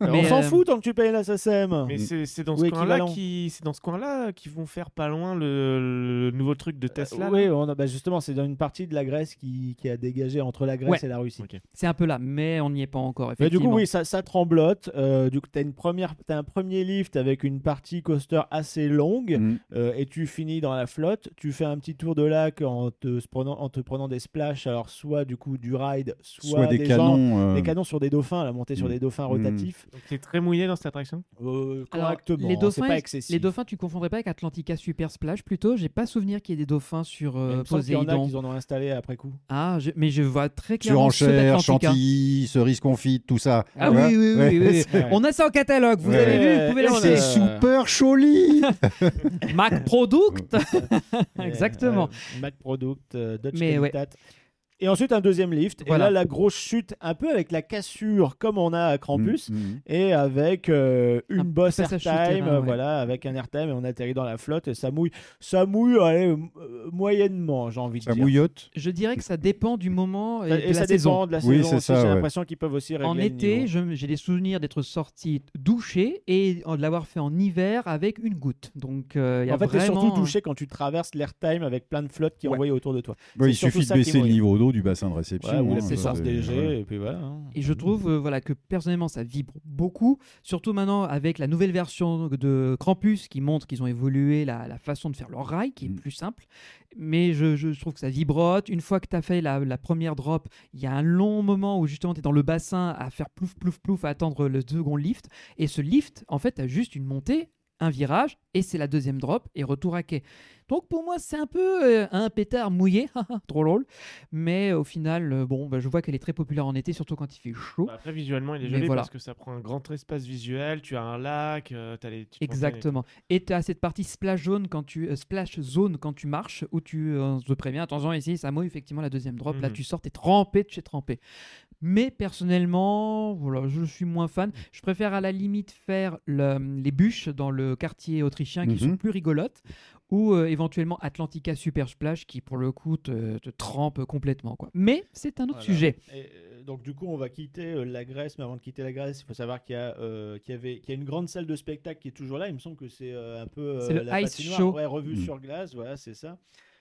Speaker 1: Mais,
Speaker 7: on s'en
Speaker 1: euh,
Speaker 7: fout tant que tu payes la SSM.
Speaker 8: Mais c'est c'est dans
Speaker 7: Ou
Speaker 8: ce coin-là
Speaker 7: équivalent.
Speaker 8: qui, c'est dans ce coin-là qu'ils vont faire pas loin le, le nouveau truc de Tesla.
Speaker 7: Oui,
Speaker 8: là.
Speaker 7: on a- bah, justement, c'est dans une partie de la Grèce qui, qui a dégagé entre la Grèce
Speaker 1: Ouais.
Speaker 7: et la Russie.
Speaker 1: C'est un peu là, mais on n'y est pas encore.
Speaker 7: Mais du
Speaker 1: Effectivement.
Speaker 7: coup, oui, ça, ça tremblote. Euh, du coup, t'as une première, t'as un premier lift avec une partie coaster assez longue,
Speaker 2: Mm.
Speaker 7: euh, et tu finis dans la flotte. Tu fais un petit tour de lac en te se prenant, en te prenant des splashs. Alors soit du coup du ride, soit,
Speaker 2: Soit des
Speaker 7: gens-
Speaker 2: canons, euh. Mm.
Speaker 7: des canons sur des dauphins, la montée sur des dauphins rotatifs.
Speaker 8: Donc t'es très mouillé dans cette attraction.
Speaker 7: Euh,
Speaker 1: Alors,
Speaker 7: correctement.
Speaker 1: les
Speaker 7: hein,
Speaker 1: dauphins,
Speaker 7: c'est pas excessif.
Speaker 1: les dauphins, tu confondrais pas avec Atlantica Super Splash plutôt J'ai pas souvenir qu'il y ait des dauphins sur
Speaker 7: Il
Speaker 1: euh,
Speaker 7: me semble qu'il y en a
Speaker 1: Poséidon.
Speaker 7: qu'ils en ont installé après coup.
Speaker 1: Ah, je- mais je vois très clairement ceux
Speaker 2: Surenchère,
Speaker 1: d'Atlantica.
Speaker 2: chantilly, cerise confite, tout ça.
Speaker 1: Ah oui,
Speaker 2: Tu vois
Speaker 1: oui, oui,
Speaker 2: Ouais.
Speaker 1: oui, oui.
Speaker 2: C'est-
Speaker 1: On a ça en catalogue, vous
Speaker 2: Ouais.
Speaker 1: avez vu, vous
Speaker 7: Euh,
Speaker 1: pouvez
Speaker 7: et
Speaker 1: l'acheter.
Speaker 7: c'est sous-
Speaker 2: Super choli
Speaker 1: Mac Product Exactement.
Speaker 7: Euh, Mac Product, euh, Dutch
Speaker 1: Mais ouais.
Speaker 7: Qualitat. Et ensuite un deuxième lift.
Speaker 1: Voilà.
Speaker 7: Et là, la grosse chute, un peu avec la cassure comme on a à
Speaker 2: Mmh,
Speaker 7: Krampus, et avec euh, une
Speaker 1: Mm. Un
Speaker 7: bosse
Speaker 1: passage
Speaker 7: airtime,
Speaker 1: souterrain,
Speaker 7: euh,
Speaker 1: hein, ouais.
Speaker 7: voilà, avec un airtime, et on atterrit dans la flotte, et ça mouille. Ça mouille allez, euh, moyennement, j'ai envie de
Speaker 2: Ça
Speaker 7: dire.
Speaker 2: mouillote.
Speaker 1: Je dirais que ça dépend du moment et,
Speaker 7: Et,
Speaker 1: Euh, de
Speaker 7: ça
Speaker 1: la
Speaker 7: dépend
Speaker 1: saison.
Speaker 7: de la
Speaker 2: Oui,
Speaker 7: saison.
Speaker 2: c'est
Speaker 7: aussi,
Speaker 2: ça,
Speaker 7: J'ai
Speaker 2: ouais.
Speaker 7: l'impression qu'ils peuvent aussi régler
Speaker 1: En
Speaker 7: le
Speaker 1: été,
Speaker 7: niveau.
Speaker 1: je- j'ai des souvenirs d'être sorti douché et de l'avoir fait en hiver avec une goutte. Donc, euh, il y a
Speaker 7: En fait, t'es
Speaker 1: vraiment...
Speaker 7: surtout touché quand tu traverses l'airtime avec plein de flottes qui est
Speaker 1: Ouais.
Speaker 7: envoyée autour de toi.
Speaker 2: Bon, Bah, il
Speaker 7: C'est surtout
Speaker 2: suffit de
Speaker 7: ça qui
Speaker 2: baisser le
Speaker 7: mouille.
Speaker 2: niveau d'eau du bassin de réception.
Speaker 7: Ouais, ou la
Speaker 2: hein,
Speaker 7: puissance
Speaker 2: c'est-
Speaker 7: des jets,
Speaker 2: voilà.
Speaker 7: et puis voilà. hein.
Speaker 1: Et je trouve euh, voilà, que personnellement, ça vibre beaucoup. Surtout maintenant, avec la nouvelle version de Krampus qui montre qu'ils ont évolué la, la façon de faire leur rail, qui est plus simple. Mais je, je trouve que ça vibrote. Une fois que tu as fait la, la première drop, il y a un long moment où justement tu es dans le bassin à faire plouf, plouf, plouf, à attendre le second lift. Et ce lift, en fait, tu as juste une montée, un virage, et c'est la deuxième drop et retour à quai. Donc pour moi, c'est un peu euh, un pétard mouillé, haha, trop drôle. Mais au final, euh, bon, bah, je vois qu'elle est très populaire en été, surtout quand il fait chaud.
Speaker 8: Bah, après, visuellement, il est
Speaker 1: Mais
Speaker 8: joli
Speaker 1: voilà.
Speaker 8: parce que ça prend un grand espace visuel. Tu as un lac, euh, t'as les petites montagnes et tout.
Speaker 1: Exactement. Et tu as cette partie splash zone quand tu euh, splash zone quand tu marches où tu euh, on te préviens attention ici ça mouille effectivement la deuxième drop là
Speaker 8: Mhm.
Speaker 1: tu sors t'es trempé de chez trempé. Mais personnellement voilà je suis moins
Speaker 8: Mm.
Speaker 1: fan. Je préfère à la limite faire le- les bûches dans le quartier autrichien qui
Speaker 2: Mhm.
Speaker 1: sont plus rigolotes ou euh, éventuellement Atlantica Super Splash qui pour le coup te, te trempe complètement quoi. Mais c'est un autre
Speaker 7: Voilà.
Speaker 1: sujet.
Speaker 7: Et, euh, donc du coup, on va quitter euh, la Grèce, mais avant de quitter la Grèce, il faut savoir qu'il y, a, euh, qu'il y avait, qu'il y a une grande salle de spectacle qui est toujours là. Il me semble que c'est euh, un peu euh,
Speaker 1: C'est le
Speaker 7: la
Speaker 1: Ice
Speaker 7: patinoire.
Speaker 1: Show.
Speaker 7: ouais, revue
Speaker 2: Mm.
Speaker 7: sur glace, voilà, c'est ça.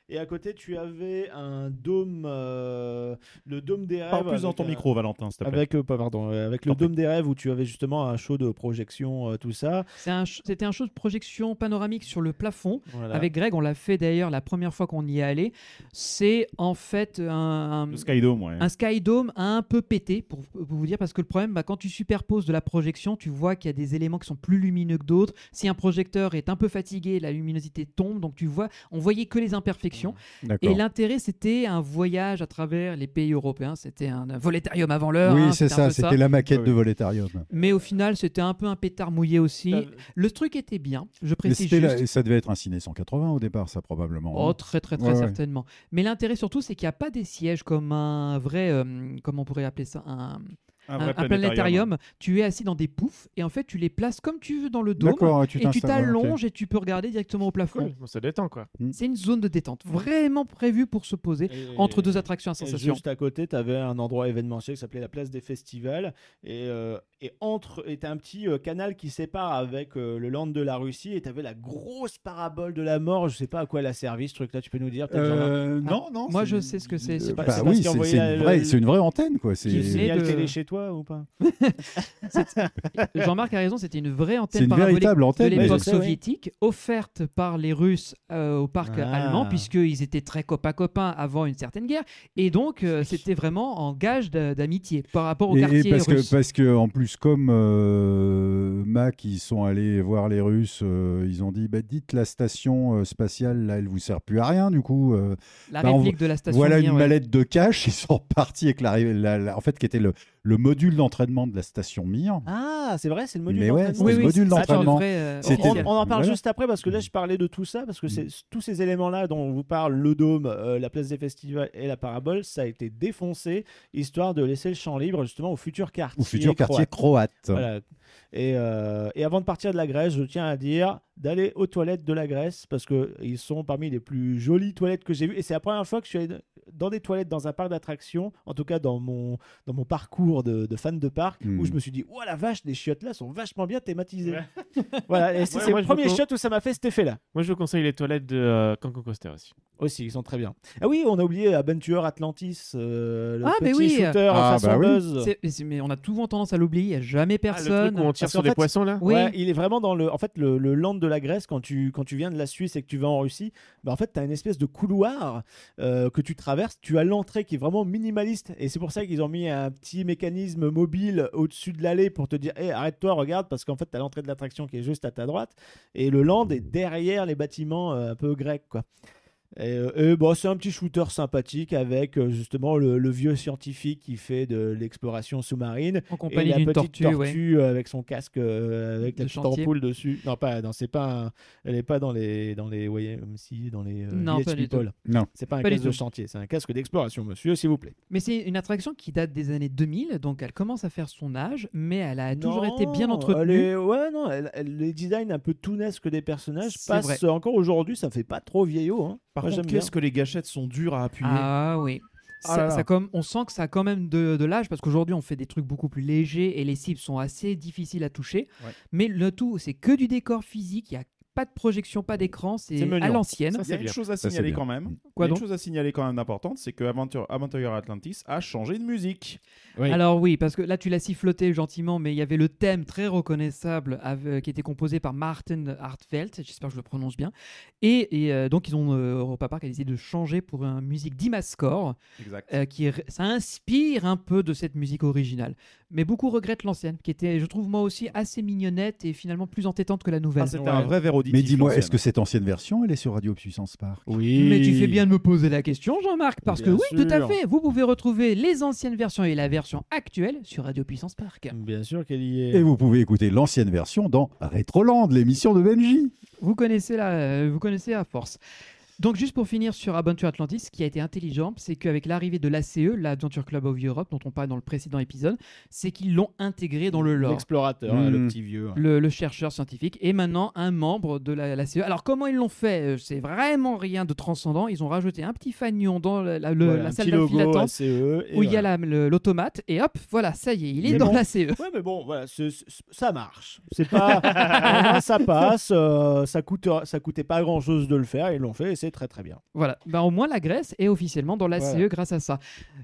Speaker 7: Et à côté, tu avais un dôme, euh, le dôme des rêves.
Speaker 10: Parle plus dans
Speaker 7: bah, avec
Speaker 10: ton
Speaker 7: un-
Speaker 10: micro, Valentin, s'il te plaît.
Speaker 7: Avec, euh, pas- pardon, euh, avec le dôme des rêves où tu avais justement un show de projection, euh, tout ça.
Speaker 1: C'est un ch- C'était un show de projection panoramique sur le plafond.
Speaker 7: Voilà.
Speaker 1: Avec Greg, on l'a fait d'ailleurs la première fois qu'on y est allé. C'est en fait un, un-
Speaker 10: Le hein. Sky Dome, ouais.
Speaker 1: un Sky Dome un peu pété, pour, pour vous dire, parce que le problème, bah, quand tu superposes de la projection, tu vois qu'il y a des éléments qui sont plus lumineux que d'autres. Si un projecteur est un peu fatigué, la luminosité tombe, donc tu vois, on voyait que les imperfections.
Speaker 2: Mmh. D'accord.
Speaker 1: Et l'intérêt, c'était un voyage à travers les pays européens. C'était un, un volétarium avant l'heure.
Speaker 2: Oui,
Speaker 1: hein,
Speaker 2: c'est
Speaker 1: un
Speaker 2: ça,
Speaker 1: peu
Speaker 2: c'était la maquette de Volétarium.
Speaker 1: mais au final, c'était un peu un pétard mouillé aussi. Le truc était bien, je
Speaker 2: Mais
Speaker 1: précise
Speaker 2: c'était
Speaker 1: juste.
Speaker 2: la- ça devait être un ciné 180 au départ, ça probablement. hein.
Speaker 1: Oh,
Speaker 2: non
Speaker 1: très très très
Speaker 2: Ouais, ouais.
Speaker 1: certainement. Mais l'intérêt surtout, c'est qu'il n'y a pas des sièges comme un vrai, euh, comment on pourrait appeler ça, un,
Speaker 2: Un vrai
Speaker 1: planétarium.
Speaker 2: planétarium.
Speaker 1: Tu es assis dans des poufs et en fait, tu les places comme tu veux dans le dôme
Speaker 8: D'accord, ouais, tu
Speaker 1: et tu
Speaker 8: t'installes, ouais,
Speaker 1: t'allonges
Speaker 8: ok.
Speaker 1: et tu peux regarder directement au plafond.
Speaker 8: Cool, ça détend quoi.
Speaker 1: C'est une zone de détente vraiment prévue pour se poser entre deux attractions à
Speaker 7: Et
Speaker 1: sensation.
Speaker 7: Juste à côté, tu avais un endroit événementiel qui s'appelait la place des festivals. Et, euh, et entre, et t'as un petit euh, canal qui sépare avec euh, le land de la Russie. Et tu avais la grosse parabole de la mort. Je sais pas à quoi elle a servi ce truc-là. Tu peux nous dire peut-être,
Speaker 2: Euh,
Speaker 7: Jean-Marc
Speaker 2: non, non,
Speaker 1: Ah, Moi, je sais ce que c'est. c'est
Speaker 2: Bah
Speaker 1: pas-
Speaker 2: oui,
Speaker 7: qui
Speaker 2: c'est
Speaker 7: envoyait
Speaker 2: c'est
Speaker 7: la-
Speaker 2: une, vraie-
Speaker 7: le-
Speaker 2: c'est une vraie antenne, quoi.
Speaker 7: Qui
Speaker 2: C'est
Speaker 7: est signal
Speaker 1: de-
Speaker 7: télé chez toi ou pas
Speaker 1: Jean-Marc a raison, c'était une vraie
Speaker 2: C'est
Speaker 1: antenne
Speaker 2: une
Speaker 1: parabolique
Speaker 2: véritable antenne,
Speaker 1: de
Speaker 2: mais je
Speaker 1: l'époque
Speaker 2: sais, ouais.
Speaker 1: soviétique, offerte par les Russes euh, au parc
Speaker 2: Ah.
Speaker 1: allemand, puisqu'ils étaient très copains-copains avant une certaine guerre. Et donc, euh, c'était vraiment en gage d'a- d'amitié par rapport au
Speaker 2: Et-
Speaker 1: quartier
Speaker 2: Et, parce
Speaker 1: russe.
Speaker 2: que, parce que, en plus, comme euh, Mac, ils sont allés voir les Russes, euh, ils ont dit bah, dites la station euh, spatiale, là, elle vous sert plus à rien, du coup. euh,
Speaker 1: La
Speaker 2: on-
Speaker 1: réplique de la station
Speaker 2: Voilà
Speaker 1: Mir,
Speaker 2: une
Speaker 1: ouais.
Speaker 2: mallette de cash, ils sont repartis avec la, la- la- en fait, qui était le, le module d'entraînement de la station Mir.
Speaker 7: Ah, c'est vrai, c'est le module
Speaker 2: Mais ouais,
Speaker 7: d'entraînement.
Speaker 2: c'est le Oui, oui, module c'est- d'entraînement.
Speaker 7: Attends, euh,
Speaker 2: C'était-
Speaker 7: on, on en parle
Speaker 2: Voilà. Mm.
Speaker 7: juste après parce que là, je parlais de tout ça parce que c'est tous ces éléments-là dont on vous parle, le dôme, euh, la place des festivals et la parabole, ça a été défoncé histoire de laisser le champ libre justement au futur quartier.
Speaker 2: Au futur quartier croate.
Speaker 7: Voilà. Et, euh, et avant de partir de la Grèce, je tiens à dire d'aller aux toilettes de la Grèce parce que ils sont parmi les plus jolies toilettes que j'ai vues. Et c'est la première fois que je suis allé dans des toilettes dans un parc d'attractions, en tout cas dans mon, dans mon parcours de, de fan de parc,
Speaker 1: Hmm.
Speaker 7: où je me suis dit, oh la vache, les chiottes là sont vachement bien thématisées. voilà, et c'est
Speaker 8: Ouais,
Speaker 7: c'est
Speaker 8: moi,
Speaker 7: le
Speaker 8: je
Speaker 7: premier
Speaker 8: vous con-
Speaker 7: shot où ça m'a fait cet effet là.
Speaker 8: Moi, je vous conseille les toilettes de euh, Cancan Coaster aussi.
Speaker 7: Aussi, ils sont très bien. Ah oui, on a oublié Adventure Atlantis, euh, le
Speaker 1: Ah,
Speaker 7: petit
Speaker 1: mais oui
Speaker 7: shooter façon buzz.
Speaker 1: C'est- c'est- Mais on a souvent tendance à l'oublier, il n'y a jamais
Speaker 7: Ah,
Speaker 8: Ah,
Speaker 1: personne.
Speaker 7: Parce qu'en fait,
Speaker 1: Oui.
Speaker 7: ouais, il est vraiment dans le. En fait, le, le land de la Grèce, quand tu, quand tu viens de la Suisse et que tu vas en Russie, bah, en fait, tu as une espèce de couloir euh, que tu traverses. Tu as l'entrée qui est vraiment minimaliste. Et c'est pour ça qu'ils ont mis un petit mécanisme mobile au-dessus de l'allée pour te dire hé, arrête-toi, regarde, parce qu'en fait, tu as l'entrée de l'attraction qui est juste à ta droite. Et le land est derrière les bâtiments euh, un peu grecs, quoi. Et, euh, et bon, c'est un petit shooter sympathique avec euh, justement le, le vieux scientifique qui fait de l'exploration sous-marine
Speaker 1: En compagnie
Speaker 7: et la
Speaker 1: d'une
Speaker 7: petite
Speaker 1: tortue, ouais.
Speaker 7: euh, avec son casque euh, avec la
Speaker 1: De
Speaker 7: petite
Speaker 1: chantier.
Speaker 7: ampoule dessus. Non, pas, non, c'est pas. un- elle est pas dans les dans les YMC, dans les. euh,
Speaker 1: Non,
Speaker 7: Village
Speaker 1: pas du
Speaker 7: People.
Speaker 1: tout. Non.
Speaker 7: C'est pas un
Speaker 1: Pas du
Speaker 7: casque de
Speaker 1: tout.
Speaker 7: chantier, c'est un casque d'exploration, monsieur, s'il vous plaît.
Speaker 1: Mais c'est une attraction qui date des années 2000, donc elle commence à faire son âge, mais elle a toujours été bien
Speaker 7: Non,
Speaker 1: entretenue.
Speaker 7: elle est- ouais, non, elle- elle- les designs un peu tounesques des personnages
Speaker 1: C'est
Speaker 7: passent
Speaker 1: vrai.
Speaker 7: encore aujourd'hui, ça fait pas trop vieillot. Hein.
Speaker 10: Par
Speaker 7: Moi,
Speaker 10: contre,
Speaker 7: j'aime bien.
Speaker 10: qu'est-ce que les gâchettes sont dures à appuyer
Speaker 1: Ah oui. Ça-
Speaker 10: Ah là là.
Speaker 1: ça comme, on sent que ça a quand même de, de l'âge parce qu'aujourd'hui on fait des trucs beaucoup plus légers et les cibles sont assez difficiles à toucher.
Speaker 10: Ouais.
Speaker 1: Mais le tout, c'est que du décor physique, il n'y a pas de projection, pas d'écran, c'est
Speaker 10: C'est mignon.
Speaker 1: à l'ancienne.
Speaker 10: Ça, Il y a une chose à signaler quand même.
Speaker 1: Quoi
Speaker 10: Il y a
Speaker 1: donc
Speaker 10: une chose à signaler quand même importante, c'est que Aventure, Aventure Atlantis a changé de musique.
Speaker 1: Alors oui, parce que là tu l'as siffloté gentiment, mais il y avait le thème très reconnaissable avec- qui était composé par Martin Hartfeld, j'espère que je le prononce bien. Et, et, euh, donc ils ont euh, Europa Park a décidé de changer pour une musique d'Imascore,
Speaker 10: Exact.
Speaker 1: euh, qui est- ça inspire un peu de cette musique originale. Mais beaucoup regrettent l'ancienne, qui était, je trouve moi aussi, assez mignonnette et finalement plus entêtante que la
Speaker 10: Ah, ben,
Speaker 2: Ah,
Speaker 1: nouvelle.
Speaker 2: Mais dis-moi, est-ce que cette ancienne version, elle est sur Radio Puissance Park
Speaker 7: Oui.
Speaker 1: Mais tu fais bien de me poser la question, Jean-Marc, parce
Speaker 2: Bien
Speaker 1: que oui,
Speaker 2: sûr.
Speaker 1: tout à fait. Vous pouvez retrouver les anciennes versions et la version actuelle sur Radio Puissance Park.
Speaker 7: Bien sûr qu'elle y est.
Speaker 2: Et vous pouvez écouter l'ancienne version dans Rétroland, l'émission de Benji.
Speaker 1: Vous connaissez la, euh, vous connaissez à force. Donc juste pour finir sur Adventure Atlantis, ce qui a été intelligent, c'est qu'avec l'arrivée de l'ACE, l'Adventure Club of Europe, dont on parle dans le précédent épisode, c'est qu'ils l'ont intégré dans le lore.
Speaker 7: L'explorateur, hein, le petit vieux, hein.
Speaker 1: Le, le chercheur scientifique est maintenant un membre de la, l'ACE. Alors comment ils l'ont fait Euh, C'est vraiment rien de transcendant. Ils ont rajouté un petit fanion dans la, la- le-
Speaker 7: Voilà,
Speaker 1: la
Speaker 7: un
Speaker 1: salle
Speaker 7: petit
Speaker 1: d'affilée
Speaker 7: logo
Speaker 1: d'attente
Speaker 7: ACE, et
Speaker 1: où il y a la- le- l'automate et hop, voilà, ça y est, il est
Speaker 7: Mais
Speaker 1: dans E.
Speaker 7: bon.
Speaker 1: l'ACE.
Speaker 7: Ouais, mais bon, voilà, c'est- c'est- ça marche. C'est pas, ça passe, euh, ça coûte, ça coûtait pas grand chose de le faire, ils l'ont fait et c'est c'est très très bien.
Speaker 1: Voilà, bah, au moins la Grèce est officiellement dans la
Speaker 7: Voilà.
Speaker 1: CE grâce à ça.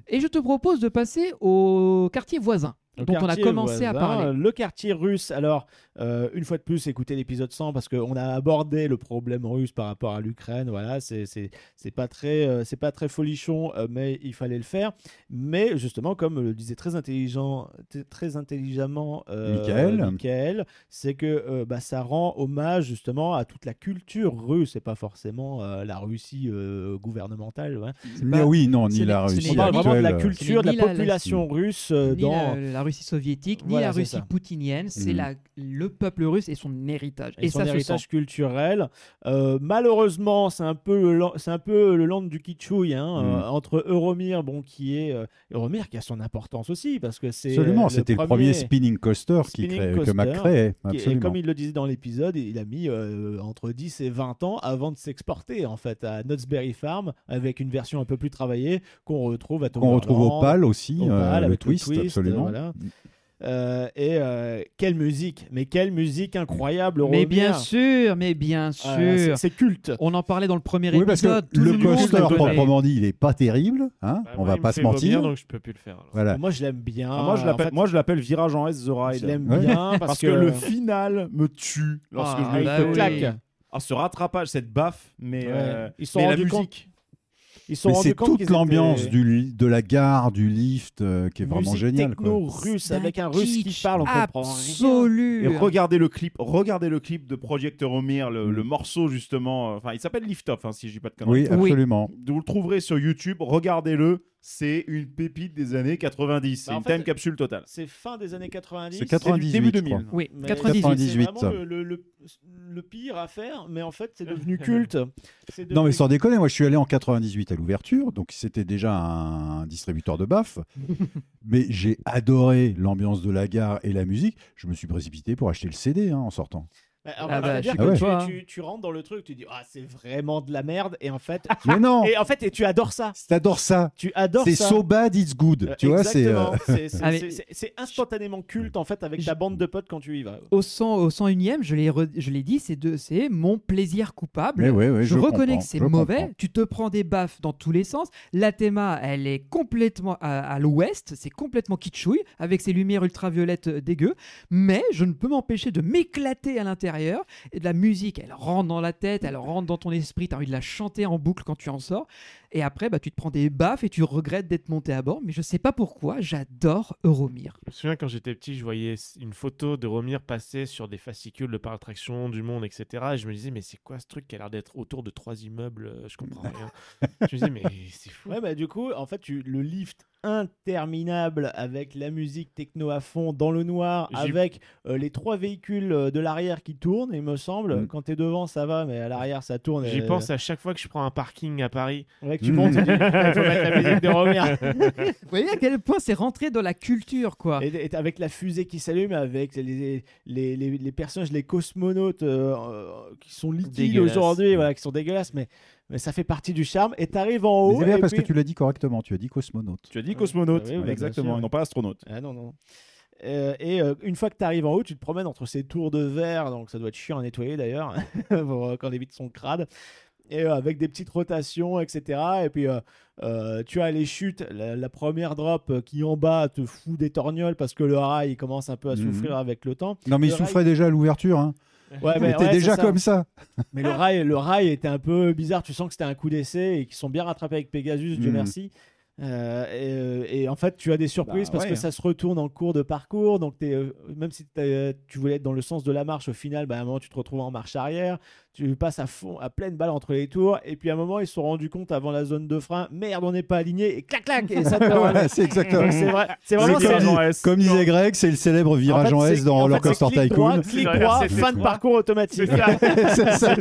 Speaker 1: Et je te propose de passer au quartier voisin,
Speaker 7: Le
Speaker 1: dont on a
Speaker 7: quartier
Speaker 1: commencé à
Speaker 7: voisin,
Speaker 1: parler.
Speaker 7: Le quartier russe. Alors, euh, une fois de plus, écoutez l'épisode 100 parce qu'on a abordé le problème russe par rapport à l'Ukraine. Voilà, c'est c'est- c'est pas très, euh, c'est pas très folichon, euh, mais il fallait le faire. Mais justement, comme le disait très intelligent, t- très intelligemment euh,
Speaker 2: Michael.
Speaker 7: Michael, c'est que euh, bah, ça rend hommage justement à toute la culture russe et pas forcément euh, la Russie euh, gouvernementale. ouais. C'est
Speaker 2: Mais
Speaker 7: pas-
Speaker 2: Ah oui, non, ni
Speaker 7: c'est
Speaker 2: la
Speaker 7: les-
Speaker 2: Russie
Speaker 7: On parle vraiment de la
Speaker 2: actuelle. euh,
Speaker 7: culture, de
Speaker 1: Ni
Speaker 7: la
Speaker 1: la- la-
Speaker 7: population russe euh,
Speaker 1: ni
Speaker 7: dans
Speaker 1: la, la Russie soviétique, ni
Speaker 7: Voilà,
Speaker 1: la
Speaker 7: c'est
Speaker 1: Russie
Speaker 7: ça.
Speaker 1: poutinienne, c'est
Speaker 7: Mhm.
Speaker 1: la- le peuple russe et son héritage.
Speaker 7: et,
Speaker 1: Et,
Speaker 7: son
Speaker 1: ça se
Speaker 7: héritage
Speaker 1: sent.
Speaker 7: culturel. Euh, malheureusement, c'est un peu le lan- c'est un peu le land du kitschouille hein,
Speaker 2: Mm.
Speaker 7: euh, entre Euromir, bon qui est euh, Euromir qui a son importance aussi parce que c'est euh,
Speaker 2: Absolument, c'était le premier spinning coaster qui
Speaker 7: spinning
Speaker 2: crée- que
Speaker 7: coaster,
Speaker 2: Mac créait.
Speaker 7: qui- Et
Speaker 2: Absolument.
Speaker 7: comme il le disait dans l'épisode, il a mis euh, entre 10 et 20 ans avant de s'exporter en fait à Knott's Farm avec une version un peu plus travaillée qu'on retrouve à
Speaker 2: Qu'on retrouve au
Speaker 7: Tomorrowland,
Speaker 2: PAL aussi,
Speaker 7: au
Speaker 2: euh,
Speaker 7: PAL,
Speaker 2: le
Speaker 7: avec
Speaker 2: twist, absolument. Mm.
Speaker 7: voilà. Euh, et euh, quelle musique, mais quelle musique incroyable!
Speaker 1: Mais
Speaker 7: Euromir.
Speaker 1: bien sûr, mais bien sûr.
Speaker 7: Ah, c'est- c'est culte.
Speaker 1: On en parlait dans le premier
Speaker 2: Oui,
Speaker 1: épisode.
Speaker 2: parce que
Speaker 1: tout
Speaker 2: le
Speaker 1: monde
Speaker 2: coaster,
Speaker 1: l'a donné.
Speaker 2: proprement dit, il est pas terrible, hein, on
Speaker 8: moi,
Speaker 2: va
Speaker 8: Bah, il
Speaker 2: pas
Speaker 8: me
Speaker 2: se
Speaker 8: fait vomir,
Speaker 2: mentir.
Speaker 8: donc je peux plus le faire, alors.
Speaker 2: Voilà.
Speaker 7: Moi, je l'aime bien.
Speaker 10: Ah, moi, je l'appelle,
Speaker 7: En fait,
Speaker 10: moi, je l'appelle Virage en S The Ride.
Speaker 7: je l'aime
Speaker 10: Ouais.
Speaker 7: bien parce, que,
Speaker 10: le final me tue lorsque
Speaker 7: Ah,
Speaker 10: je le
Speaker 7: bah
Speaker 10: il te
Speaker 7: oui.
Speaker 10: claque. Ah, ce rattrapage, cette baffe, mais
Speaker 7: Ouais.
Speaker 10: euh,
Speaker 7: Ils se sont
Speaker 10: mais la
Speaker 7: rendus compte-
Speaker 10: musique.
Speaker 7: Ils se sont
Speaker 2: Mais
Speaker 7: rendus
Speaker 2: c'est
Speaker 7: compte qu'ils
Speaker 2: toute
Speaker 7: étaient-
Speaker 2: l'ambiance du li- de la gare, du lift euh, qui est vraiment
Speaker 7: Musique
Speaker 2: géniale. quoi.
Speaker 7: techno russe avec un russe qui
Speaker 1: kitsch
Speaker 7: parle, on comprend rien.
Speaker 1: absolu.
Speaker 10: Et regardez le clip, regardez le clip de Project Romir, le,
Speaker 7: Mm.
Speaker 10: le morceau justement. euh, Enfin, il s'appelle Lift Off, hein, si je dis pas de conneries.
Speaker 2: Oui, absolument.
Speaker 10: Vous le trouverez sur YouTube. Regardez-le, c'est une pépite des années 90. C'est
Speaker 7: Bah, en
Speaker 10: une
Speaker 7: fait,
Speaker 10: time capsule totale.
Speaker 7: C'est fin des années 90.
Speaker 10: C'est 98,
Speaker 7: début
Speaker 10: je
Speaker 7: 2000.
Speaker 10: crois.
Speaker 1: Oui,
Speaker 7: Mais
Speaker 1: 98.
Speaker 7: C'est vraiment le, le- le- le pire à faire, mais en fait, c'est devenu culte. C'est
Speaker 2: Non mais
Speaker 7: devenu
Speaker 2: sans déconner, moi je suis allé en 98 à l'ouverture, donc c'était déjà un distributeur de baf. mais j'ai adoré l'ambiance de la gare et la musique. Je me suis précipité pour acheter le CD hein, en sortant.
Speaker 7: Bah, alors,
Speaker 1: Ah bah,
Speaker 7: c'est-à-dire
Speaker 2: je
Speaker 7: que
Speaker 2: suis
Speaker 7: tu,
Speaker 10: hein.
Speaker 1: comme toi,
Speaker 7: tu- tu rentres dans le truc, tu dis ah c'est vraiment de la merde et en fait
Speaker 2: Mais non.
Speaker 7: Ah, et en fait et tu adores ça.
Speaker 2: T'adores ça
Speaker 7: Tu adores
Speaker 2: C'est
Speaker 7: ça.
Speaker 2: so bad it's good.
Speaker 7: Euh,
Speaker 2: tu vois, c'est. euh,
Speaker 7: exactement. c'est c'est-
Speaker 1: Ah, mais-
Speaker 7: c'est- c'est- c'est instantanément culte en fait avec ta bande de potes quand tu y
Speaker 8: Oh.
Speaker 7: vas.
Speaker 1: Au, 100, au 101e, je l'ai, re- je l'ai dit, c'est, de, c'est mon plaisir coupable.
Speaker 2: Mais ouais, ouais,
Speaker 1: je,
Speaker 2: je
Speaker 1: reconnais
Speaker 2: comprends,
Speaker 1: que c'est
Speaker 2: je
Speaker 1: mauvais.
Speaker 2: comprends.
Speaker 1: Tu te prends des baffes dans tous les sens. La théma, elle est complètement à, à l'ouest. C'est complètement kitschouille avec ses lumières ultraviolettes euh, dégueu. Mais je ne peux m'empêcher de m'éclater à l'intérieur. Et de la musique, elle rentre dans la tête, elle rentre dans ton esprit. Tu as envie de la chanter en boucle quand tu en sors. Et après, bah, tu te prends des baffes et tu regrettes d'être monté à bord. Mais je sais pas pourquoi, j'adore Euromir.
Speaker 8: Je me souviens quand j'étais petit, je voyais s- une photo de Romir passer sur des fascicules de par attraction du monde, etc. Et je me disais, mais c'est quoi ce truc qui a l'air d'être autour de trois immeubles euh, Je comprends rien. je me disais, mais c'est fou.
Speaker 7: Ouais, bah du coup, en fait, tu, le lift interminable avec la musique techno à fond dans le noir,
Speaker 8: J'ai-
Speaker 7: avec euh, les trois véhicules euh, de l'arrière qui tournent, il me semble.
Speaker 2: Mm.
Speaker 7: Quand t'es devant, ça va, mais à l'arrière, ça tourne.
Speaker 8: J'y
Speaker 7: euh,
Speaker 8: pense à chaque fois que je prends un parking à Paris.
Speaker 7: Ouais, que tu montes, tu dis, Ah, faut mettre la musique de Romère.
Speaker 1: Vous voyez à quel point c'est rentré dans la culture, quoi.
Speaker 7: Et, et avec la fusée qui s'allume, avec les, les, les, les personnages, les cosmonautes euh, euh, qui sont liquides
Speaker 8: Dégueulasses.
Speaker 7: aujourd'hui, voilà, qui sont dégueulasses, mais, mais ça fait partie du charme. Et t'arrives en
Speaker 2: mais
Speaker 7: haut.
Speaker 2: c'est bien
Speaker 7: Oh, et
Speaker 2: parce
Speaker 7: puis-
Speaker 2: que tu l'as dit correctement. Tu as dit cosmonaute.
Speaker 10: Tu as dit cosmonaute,
Speaker 7: Ah oui, oui, bien
Speaker 10: exactement,
Speaker 7: sûr.
Speaker 10: et non pas astronaute.
Speaker 7: Ah non, non. Euh, et euh, une fois que tu arrives en haut, tu te promènes entre ces tours de verre, donc ça doit être chiant à nettoyer d'ailleurs, pour, euh, quand les vitres sont crades, et euh, avec des petites rotations, etc. Et puis euh, euh, tu as les chutes, la, la première drop euh, qui en bas te fout des torgnoles parce que le rail il commence un peu à
Speaker 2: Mhm.
Speaker 7: souffrir avec le temps.
Speaker 2: Non mais
Speaker 7: Le
Speaker 2: il
Speaker 7: rail-
Speaker 2: souffrait déjà à l'ouverture. Hein.
Speaker 7: Ouais, mais
Speaker 2: il était
Speaker 7: ouais,
Speaker 2: déjà
Speaker 7: c'est
Speaker 2: comme ça.
Speaker 7: Mais le rail, le rail était un peu bizarre, tu sens que c'était un coup d'essai et qu'ils sont bien rattrapés avec Pegasus, Dieu
Speaker 2: Mhm.
Speaker 7: merci. Euh, et, et en fait, tu as des surprises
Speaker 10: Bah,
Speaker 7: parce
Speaker 10: ouais.
Speaker 2: hein.
Speaker 7: que ça se retourne en cours de parcours. Donc, t'es, euh, même si t'as, euh, tu voulais être dans le sens de la marche, au final, bah, à un moment, tu te retrouves en marche arrière. Tu passes à fond, à pleine balle entre les tours. Et puis, à un moment, ils se sont rendus compte avant la zone de frein merde, on n'est pas aligné. Et clac, clac. Et ça te
Speaker 2: Voilà, c'est exactement.
Speaker 7: Donc, Ah, c'est vrai, c'est
Speaker 2: C'est
Speaker 7: vraiment ça.
Speaker 2: comme,
Speaker 7: En
Speaker 2: dis- comme disait Greg, c'est le célèbre virage
Speaker 7: fait,
Speaker 2: en, S
Speaker 7: c'est-
Speaker 2: dans
Speaker 7: en
Speaker 2: Roller
Speaker 7: fait, c'est
Speaker 2: Coaster
Speaker 7: clic droit,
Speaker 2: Tycoon.
Speaker 7: clic droit,
Speaker 8: C'est
Speaker 7: fin de
Speaker 8: tout.
Speaker 7: parcours automatique.
Speaker 2: C'est ça.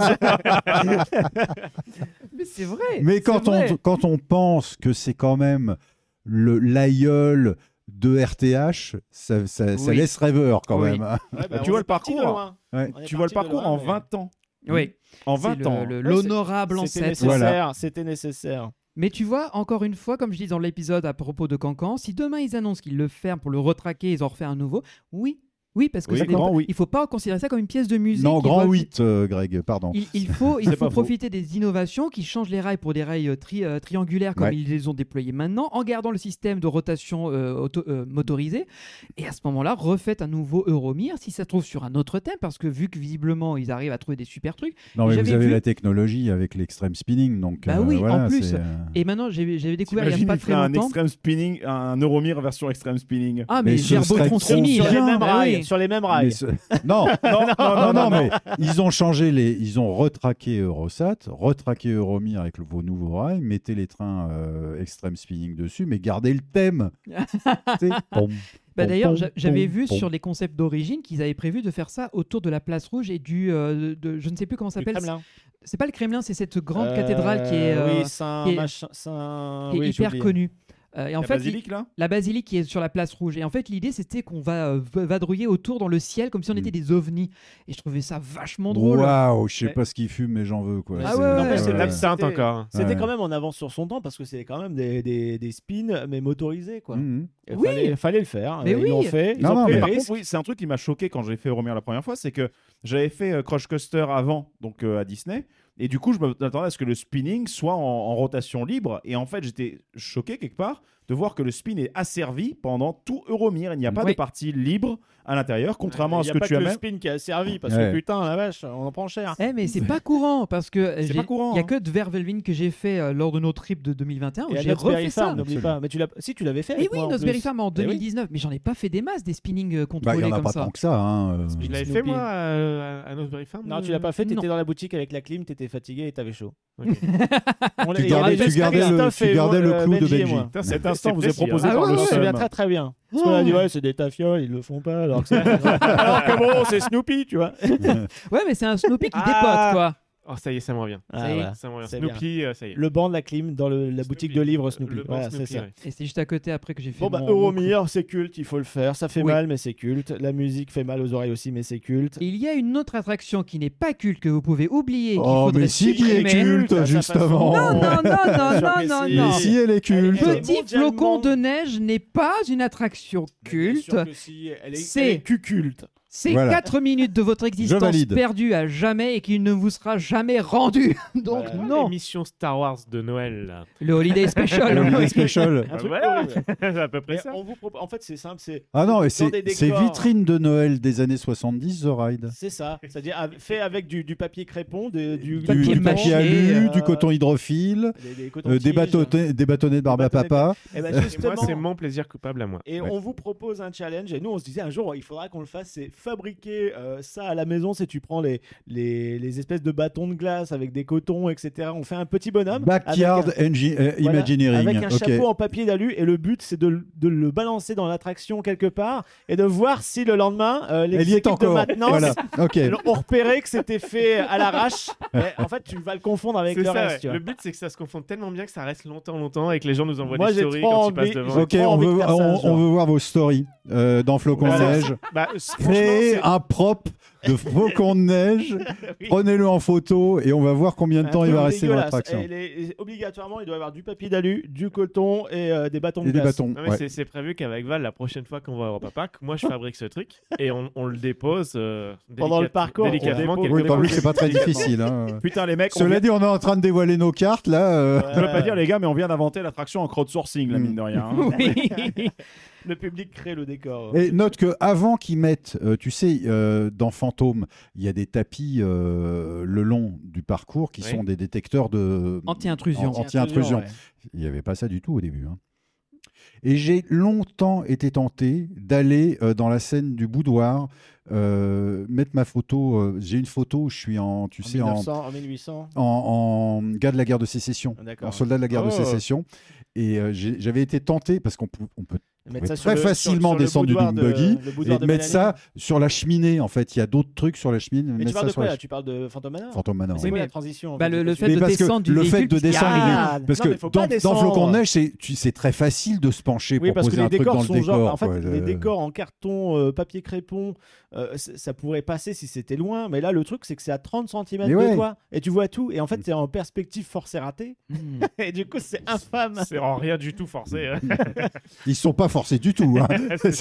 Speaker 1: Mais c'est vrai.
Speaker 2: Mais quand
Speaker 1: c'est vrai.
Speaker 2: on, quand on pense que c'est quand même le l'aïeul de RTH, ça, ça- ça
Speaker 1: Oui.
Speaker 2: laisse rêveur quand
Speaker 1: Oui.
Speaker 2: même. hein.
Speaker 10: tu vois le parcours
Speaker 7: hein.
Speaker 2: Ouais.
Speaker 10: Tu vois le parcours en 20 ans.
Speaker 1: Oui,
Speaker 10: En
Speaker 1: c'est
Speaker 10: 20
Speaker 1: le-
Speaker 10: ans.
Speaker 1: le-
Speaker 7: Ouais, c'est-
Speaker 1: L'honorable
Speaker 7: C'était
Speaker 1: ancêtre.
Speaker 7: nécessaire,
Speaker 2: Voilà.
Speaker 7: c'était nécessaire.
Speaker 1: Mais tu vois, encore une fois, comme je dis dans l'épisode à propos de Cancan, si demain ils annoncent qu'ils le ferment pour le retraquer, ils en refait un nouveau, oui, Oui, parce que
Speaker 2: Oui,
Speaker 1: ça dépend
Speaker 2: grand
Speaker 1: pas-
Speaker 2: oui.
Speaker 1: il faut pas considérer ça comme une pièce de musée.
Speaker 2: Non,
Speaker 1: qui
Speaker 2: grand
Speaker 1: doit-
Speaker 2: 8, euh, Greg, pardon.
Speaker 1: Il, il faut, il
Speaker 2: C'est
Speaker 1: faut
Speaker 2: pas faux.
Speaker 1: profiter des innovations qui changent les rails pour des rails euh, tri- euh, triangulaires comme
Speaker 2: Ouais.
Speaker 1: ils les ont déployés maintenant, en gardant le système de rotation euh, auto- euh, motorisée. Et à ce moment-là, refaites un nouveau Euromir si ça se trouve sur un autre thème, parce que vu que visiblement ils arrivent à trouver des super trucs.
Speaker 2: Non, mais vous
Speaker 1: j'avais
Speaker 2: avez
Speaker 1: vu-
Speaker 2: la technologie avec l'extreme spinning, donc.
Speaker 1: Bah
Speaker 2: euh,
Speaker 1: oui,
Speaker 2: voilà,
Speaker 1: en plus.
Speaker 2: c'est, euh,
Speaker 1: Et maintenant, j'ai- j'avais découvert il n'y a
Speaker 10: T'imagines,
Speaker 1: pas
Speaker 10: il
Speaker 1: très
Speaker 10: fait un
Speaker 1: longtemps.
Speaker 10: extreme spinning, un Euromir version extreme spinning.
Speaker 1: Ah, mais Mais ce Gerbo serait Tronçonnier, trop
Speaker 10: sur,
Speaker 1: bien.
Speaker 10: les mêmes
Speaker 1: Bah
Speaker 10: rails,
Speaker 7: Ah
Speaker 1: oui.
Speaker 10: sur les mêmes rails.
Speaker 2: Mais ce- Non, non, non, non, non, mais ils ont changé les, ils ont retraqué Eurosat, retraqué Euromir avec le- vos nouveaux rails, mettez les trains euh, extreme spinning dessus, mais gardez le thème. Tu sais, pom,
Speaker 1: Bah
Speaker 2: pom,
Speaker 1: D'ailleurs,
Speaker 2: pom,
Speaker 1: j'a- j'avais
Speaker 2: pom,
Speaker 1: vu
Speaker 2: pom.
Speaker 1: sur les concepts d'origine qu'ils avaient prévu de faire ça autour de la place rouge et du. euh, de, je ne sais plus comment ça s'appelle.
Speaker 7: Kremlin.
Speaker 1: C'est pas le Kremlin, c'est cette grande
Speaker 7: Euh,
Speaker 1: cathédrale qui est. euh,
Speaker 7: oui, Saint
Speaker 1: qui est-
Speaker 7: machin- Saint-
Speaker 1: qui est
Speaker 7: oui, j'ai
Speaker 1: hyper
Speaker 7: oublié.
Speaker 1: connue. Euh, et en
Speaker 7: La
Speaker 1: fait,
Speaker 7: basilique,
Speaker 1: il-
Speaker 7: là
Speaker 1: La basilique qui est sur la place rouge. Et en fait, l'idée, c'était qu'on va euh, va- vadrouiller autour dans le ciel comme si on était des ovnis. Et je trouvais ça vachement drôle.
Speaker 2: Waouh, je sais
Speaker 1: Ouais.
Speaker 2: pas ce qu'ils fument, mais j'en veux quoi.
Speaker 1: Ah
Speaker 2: C'est-
Speaker 1: ouais, ouais,
Speaker 2: euh,
Speaker 1: ouais.
Speaker 2: ouais.
Speaker 7: C'était-
Speaker 8: hein.
Speaker 7: C'était quand même en avance sur son temps parce que c'est quand même des, des, des spins mais motorisés
Speaker 2: Hmm,
Speaker 7: quoi. Il
Speaker 10: Oui.
Speaker 7: fallait, fallait le faire.
Speaker 10: Mais
Speaker 7: ils
Speaker 10: oui.
Speaker 7: l'ont fait. Ils
Speaker 10: Mm. Non,
Speaker 7: ont
Speaker 10: non,
Speaker 7: pris
Speaker 10: mais
Speaker 7: le
Speaker 10: par
Speaker 7: risque.
Speaker 10: contre, oui, c'est un truc qui m'a choqué quand j'ai fait Euromir la première fois, c'est que j'avais fait euh, Crush Coaster avant, donc euh, à Disney, et du coup, je m'attendais à ce que le spinning soit en, en rotation libre, et en fait, j'étais choqué quelque part de voir que le spin est asservi pendant tout Euromir. Il n'y a pas
Speaker 7: Oui.
Speaker 10: de partie libre à l'intérieur, contrairement à
Speaker 7: Il y
Speaker 10: ce
Speaker 7: a
Speaker 10: que
Speaker 7: pas
Speaker 10: tu as
Speaker 7: que le
Speaker 10: même.
Speaker 7: spin qui a servi parce
Speaker 10: Ouais.
Speaker 7: que putain la vache, on en prend cher.
Speaker 1: Eh mais c'est pas courant parce que euh, il
Speaker 7: pas courant,
Speaker 1: y a
Speaker 7: hein.
Speaker 1: que de Vervelvin que j'ai fait euh, lors de nos trips de 2021 où
Speaker 7: Et à
Speaker 1: Oh, j'ai refait
Speaker 7: Nosberry
Speaker 1: ça.
Speaker 7: Farm, n'oublie pas. Mais tu l'as, si tu l'avais fait.
Speaker 1: Et
Speaker 7: avec
Speaker 1: oui,
Speaker 7: moi, en
Speaker 1: Nosberry
Speaker 7: plus.
Speaker 1: Farm en
Speaker 7: Eh oui.
Speaker 1: 2019, mais j'en ai pas fait des masses des spinnings euh,
Speaker 2: Bah,
Speaker 1: contrôlés
Speaker 2: il y en a
Speaker 1: comme
Speaker 2: pas
Speaker 1: ça.
Speaker 2: tant que ça. hein, euh.
Speaker 8: Je l'avais fait moi euh, à, à Nosbury Farm.
Speaker 7: Non, tu l'as pas fait. T'étais dans la boutique avec la clim, t'étais fatigué et t'avais chaud.
Speaker 1: Ah.
Speaker 7: On l'a-
Speaker 2: Tu
Speaker 7: il y
Speaker 2: gardais-
Speaker 7: avait
Speaker 2: tu
Speaker 7: juste
Speaker 2: gardais le-
Speaker 7: Christophe
Speaker 2: tu
Speaker 7: et
Speaker 2: gardais le
Speaker 7: euh,
Speaker 2: clou de
Speaker 7: et
Speaker 2: Benji.
Speaker 7: moi.
Speaker 2: Putain, c'est-
Speaker 7: Cet
Speaker 2: c'est
Speaker 7: instant vous est
Speaker 2: précis, hein.
Speaker 7: proposé
Speaker 2: Ah
Speaker 7: par
Speaker 2: ouais,
Speaker 7: le
Speaker 2: ouais.
Speaker 7: Somme.
Speaker 2: Je me souviens
Speaker 7: très
Speaker 2: très,
Speaker 7: très
Speaker 2: très
Speaker 7: bien.
Speaker 2: Parce
Speaker 7: qu'on a
Speaker 1: Oh.
Speaker 7: dit ouais c'est des tafioles, ils le font pas alors que c'est alors que bon c'est Snoopy tu vois.
Speaker 1: ouais mais c'est un Snoopy qui
Speaker 7: Ah.
Speaker 1: dépote quoi.
Speaker 8: Oh, ça y est, ça me revient.
Speaker 7: Ah,
Speaker 8: ça y est,
Speaker 7: voilà.
Speaker 8: ça me revient.
Speaker 7: C'est
Speaker 8: Snoopy,
Speaker 7: bien.
Speaker 8: euh, ça y est.
Speaker 7: Le banc de la clim dans le- la boutique de livres Snoopy.
Speaker 8: le banc
Speaker 7: Voilà, c'est
Speaker 8: Snoopy,
Speaker 7: ça.
Speaker 8: ouais.
Speaker 1: Et c'est juste à côté après que j'ai fait.
Speaker 7: Bon bah
Speaker 1: mon-
Speaker 7: Euromir, c'est culte, il faut le faire. Ça fait
Speaker 1: Oui.
Speaker 7: mal mais c'est culte. La musique fait mal aux oreilles aussi mais c'est culte.
Speaker 1: Il y a une autre attraction qui n'est pas culte que vous pouvez oublier. et qu'il
Speaker 2: Oh,
Speaker 1: faudrait
Speaker 2: mais si, qui est
Speaker 1: supprimer.
Speaker 2: culte,
Speaker 1: Ça, ça
Speaker 2: justement.
Speaker 1: passe. Non, non, non,
Speaker 2: Sûr
Speaker 1: non,
Speaker 2: que
Speaker 1: non,
Speaker 2: si.
Speaker 1: non.
Speaker 2: Mais si, elle est culte. Elle est
Speaker 1: Petit flocon de neige n'est pas une attraction culte.
Speaker 7: sûr que si, elle est-
Speaker 1: C'est-
Speaker 7: elle est cuculte.
Speaker 1: C'est
Speaker 7: Voilà.
Speaker 1: 4 minutes de votre existence
Speaker 8: valide.
Speaker 1: perdue à jamais et qui ne vous sera jamais rendue. Donc,
Speaker 8: non. L'émission Star Wars de Noël. là.
Speaker 1: Le Holiday Special. Le Holiday Special.
Speaker 8: Bah voilà, c'est à peu près
Speaker 7: Mais
Speaker 8: ça.
Speaker 7: on vous propose- En fait c'est simple c'est.
Speaker 2: Ah non, mais
Speaker 7: dans
Speaker 2: c'est
Speaker 7: des
Speaker 2: c'est
Speaker 7: décors.
Speaker 2: vitrine de Noël des années 70, The Ride.
Speaker 7: C'est ça, c'est-à-dire av- fait avec du, du papier crépon, de- du,
Speaker 2: Du, du papier alu,
Speaker 7: euh,
Speaker 2: du coton hydrophile,
Speaker 7: des- des
Speaker 2: euh,
Speaker 7: cotons-tiges.
Speaker 2: des, bâtonnets, des bâtonnets de barbe à papa.
Speaker 7: Eh ben,
Speaker 2: Euh,
Speaker 7: justement-
Speaker 8: Moi, c'est mon plaisir coupable à moi.
Speaker 7: Et on vous propose un challenge. Et nous, on se disait un jour, il faudra qu'on le fasse. C'est fabriquer euh, ça à la maison. C'est tu prends les, les, les espèces de bâtons de glace avec des cotons, etc. On fait un petit bonhomme.
Speaker 2: Backyard
Speaker 7: avec un-
Speaker 2: engi- euh,
Speaker 7: Voilà,
Speaker 2: Imagineering.
Speaker 7: Avec un
Speaker 2: ok.
Speaker 7: chapeau en papier d'alu. Et le but, c'est de, le- de le balancer dans l'attraction quelque part et de voir si le lendemain, euh, les
Speaker 2: Elle y est
Speaker 7: équipes de
Speaker 2: encore.
Speaker 7: maintenance
Speaker 2: Voilà, ok.
Speaker 7: ont repéré que c'était fait à l'arrache. Mais en fait, tu vas le confondre avec
Speaker 8: C'est
Speaker 7: le
Speaker 8: ça,
Speaker 7: reste.
Speaker 8: ouais.
Speaker 7: tu vois.
Speaker 8: Le but, c'est que ça se confonde tellement bien que ça reste longtemps, longtemps et que les gens nous envoient
Speaker 7: Moi,
Speaker 8: des
Speaker 7: j'ai
Speaker 8: stories
Speaker 7: trop
Speaker 8: quand ils
Speaker 7: envie-
Speaker 8: passent devant.
Speaker 2: Ok, on veut, on, on veut voir vos stories euh, dans Flocon de
Speaker 8: Voilà.
Speaker 2: Neige.
Speaker 8: Bah, euh, franchement,
Speaker 2: Créez
Speaker 8: c'est-
Speaker 2: un propre de Flocon de Neige. Prenez-le en photo et on va voir combien de
Speaker 7: Un
Speaker 2: temps il
Speaker 7: truc
Speaker 2: va rester dans
Speaker 7: dégueulasse. Eh,
Speaker 2: l'attraction.
Speaker 7: Et les- et obligatoirement, il doit y avoir du papier d'alu, du coton et euh, des bâtons de
Speaker 2: Et des
Speaker 7: glace.
Speaker 2: bâtons,
Speaker 8: Non, mais c'est- C'est prévu qu'avec Val, la prochaine fois qu'on va à Europa Park, moi je fabrique ce truc et on, on le dépose euh,
Speaker 7: Pendant le
Speaker 8: délicate-
Speaker 7: parcours, on
Speaker 8: délicatement.
Speaker 7: dépose-
Speaker 8: quelque
Speaker 2: Oui, par
Speaker 8: part.
Speaker 2: lui, c'est pas très
Speaker 8: Délicatement.
Speaker 2: difficile. hein.
Speaker 10: Putain, les mecs, on
Speaker 2: Cela
Speaker 10: vient-
Speaker 2: dit, on est en train de dévoiler nos cartes là. euh.
Speaker 10: Je veux pas dire, les gars, mais on vient d'inventer l'attraction en crowdsourcing, la mine de rien. hein.
Speaker 7: Le public crée le décor.
Speaker 2: Et note que avant qu'ils mettent, euh, tu sais, euh, dans Fantôme, il y a des tapis euh, le long du parcours qui
Speaker 1: Oui.
Speaker 2: sont des détecteurs de
Speaker 1: Anti-intrusion.
Speaker 2: en- anti-intrusion.
Speaker 1: Anti-intrusion, ouais.
Speaker 2: Il n'y avait pas ça du tout au début. hein. Et j'ai longtemps été tenté d'aller euh, dans la scène du boudoir, euh, mettre ma photo. euh, j'ai une photo où je suis en, tu sais, en-
Speaker 7: 1900, en 1800.
Speaker 2: en, en gars de la guerre de sécession,
Speaker 7: Ah, D'accord.
Speaker 2: en soldat de la guerre de
Speaker 7: Oh.
Speaker 2: sécession. Et euh, j'ai- j'avais été tenté parce qu'on peut, on peut
Speaker 7: Mettre ça
Speaker 2: très
Speaker 7: sur le-
Speaker 2: facilement
Speaker 7: sur- sur
Speaker 2: descendre
Speaker 7: le
Speaker 2: du
Speaker 7: boudoir
Speaker 2: dune
Speaker 7: de-
Speaker 2: buggy
Speaker 7: le
Speaker 2: et
Speaker 7: boudoir de
Speaker 2: mettre ça sur la cheminée. En fait, il y a d'autres trucs sur la cheminée.
Speaker 7: Mais
Speaker 2: mettre
Speaker 7: tu parles
Speaker 2: ça
Speaker 7: de
Speaker 2: sur
Speaker 7: quoi
Speaker 2: la
Speaker 7: là Tu parles de Phantom Manor
Speaker 2: Phantom Manor.
Speaker 7: Mais C'est
Speaker 2: Oui,
Speaker 7: quoi
Speaker 2: mais-
Speaker 7: la transition en
Speaker 1: Bah,
Speaker 7: fait,
Speaker 1: le-
Speaker 7: que
Speaker 1: le
Speaker 7: tu
Speaker 1: fait
Speaker 7: fais
Speaker 2: mais
Speaker 1: de
Speaker 2: parce
Speaker 1: descendre
Speaker 2: que
Speaker 1: du
Speaker 2: le fait de
Speaker 1: véhicule, ah,
Speaker 2: descendre
Speaker 1: c'est
Speaker 2: du
Speaker 1: bien.
Speaker 2: véhicule. parce
Speaker 7: Non, mais
Speaker 2: que
Speaker 7: faut
Speaker 2: dans,
Speaker 7: pas
Speaker 2: dans
Speaker 7: descendre.
Speaker 2: Flocon de Neige c'est tu- c'est très facile de se pencher
Speaker 7: Oui,
Speaker 2: pour
Speaker 7: parce que
Speaker 2: poser
Speaker 7: les
Speaker 2: un truc
Speaker 7: décors
Speaker 2: dans le
Speaker 7: sont genre.
Speaker 2: décor
Speaker 7: En fait,
Speaker 2: quoi,
Speaker 7: les
Speaker 2: de-
Speaker 7: décors en carton, euh, papier crépon, euh, c- ça pourrait passer si c'était loin. Mais là, le truc, c'est que c'est à 30 cm
Speaker 2: Mais
Speaker 7: de
Speaker 2: ouais. Mm.
Speaker 7: toi. Et tu vois tout. Et en fait, c'est en perspective
Speaker 1: Hmm,
Speaker 7: forcée ratée. et du coup, c'est infâme.
Speaker 8: C'est en rien du tout forcé. hein.
Speaker 2: ils sont pas forcé du tout. hein.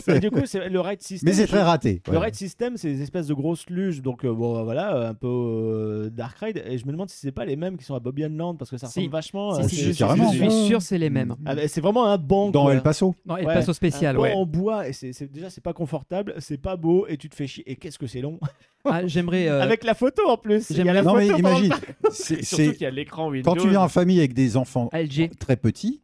Speaker 7: Et du coup, c'est le ride system.
Speaker 2: Mais c'est très raté.
Speaker 7: Le
Speaker 2: Ouais.
Speaker 7: ride system, c'est des espèces de grosses luges, donc euh, bon, bah, voilà, euh, un peu euh, dark ride. Et je me demande si c'est pas les mêmes qui sont à Bobby Land parce que ça
Speaker 1: Si.
Speaker 7: ressemble vachement. euh,
Speaker 1: Si,
Speaker 7: à-
Speaker 1: si, Si, je suis- carrément. je suis sûr c'est les mêmes. euh,
Speaker 7: Ah, bah, c'est vraiment un banc.
Speaker 2: Dans
Speaker 7: quoi.
Speaker 2: El Paso.
Speaker 1: Dans El Paso spécial,
Speaker 7: un banc
Speaker 1: ouais.
Speaker 7: En bois, et c'est c'est- déjà c'est pas confortable, c'est pas beau, et tu te fais chier. Et qu'est-ce que c'est long.
Speaker 1: Ah, j'aimerais. euh,
Speaker 7: Avec la photo en plus. Il y a la
Speaker 1: j'aimerais-
Speaker 7: photo pendant le
Speaker 2: imagine.
Speaker 7: parc.
Speaker 2: c'est-
Speaker 8: Surtout
Speaker 2: c'est-
Speaker 8: qu'il y a l'écran
Speaker 2: Quand
Speaker 8: Windows.
Speaker 2: tu viens en famille avec des enfants
Speaker 1: LG.
Speaker 2: très petits,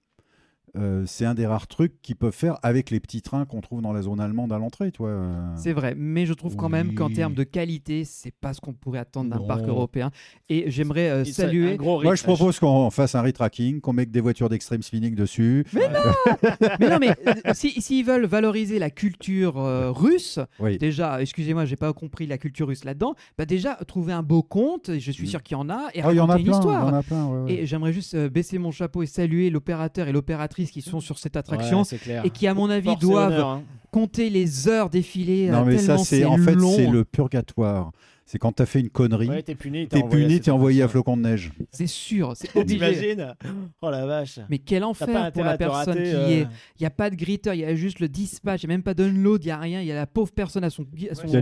Speaker 2: euh, c'est un des rares trucs qu'ils peuvent faire avec les petits trains qu'on trouve dans la zone allemande à l'entrée, toi. euh.
Speaker 1: C'est vrai, mais je trouve quand même qu'en
Speaker 2: Oui.
Speaker 1: termes de qualité, c'est pas ce qu'on pourrait attendre d'un
Speaker 2: Non. ah
Speaker 1: parc européen. Et j'aimerais euh,
Speaker 7: Il serait un
Speaker 1: saluer.
Speaker 7: gros
Speaker 2: Moi, je propose qu'on fasse un retracking, qu'on mette des voitures d'extreme spinning dessus.
Speaker 1: Mais mais non, mais euh, si- s'ils veulent valoriser la culture euh, russe,
Speaker 2: Oui.
Speaker 1: déjà, excusez-moi, j'ai pas compris la culture russe là-dedans, bah déjà, trouver un beau conte, et je suis sûr qu'il y en a, et
Speaker 2: Ah, il y en a
Speaker 1: raconter une
Speaker 2: plein,
Speaker 1: histoire.
Speaker 2: il y en a plein, ouais, ouais.
Speaker 1: Et j'aimerais juste euh, baisser mon chapeau et saluer l'opérateur et l'opératrice qui sont sur cette attraction,
Speaker 2: Ouais, c'est clair.
Speaker 1: et qui, à mon avis,
Speaker 2: Force et
Speaker 1: doivent
Speaker 2: honneur, hein.
Speaker 1: compter les heures défilées.
Speaker 2: non,
Speaker 1: euh,
Speaker 2: mais ça,
Speaker 1: tellement
Speaker 2: c'est en fait,
Speaker 1: long.
Speaker 2: c'est le purgatoire. C'est quand t'as fait une connerie.
Speaker 7: Ouais, t'es puni, t'es
Speaker 2: t'es
Speaker 7: envoyé à
Speaker 2: puni,
Speaker 7: cette
Speaker 2: t'es envoyé à flocon de neige.
Speaker 1: C'est sûr, c'est obligé.
Speaker 7: T'imagines Oh la vache.
Speaker 1: Mais quel
Speaker 7: T'as pas
Speaker 1: enfer pour la
Speaker 7: intérêt à te
Speaker 1: personne
Speaker 7: rater,
Speaker 1: qui
Speaker 7: euh.
Speaker 1: y est. Il n'y a pas de greeter, il y a juste le dispatch, il n'y a même pas d'unload, il n'y a rien. Il y a la pauvre personne à son. À son euh,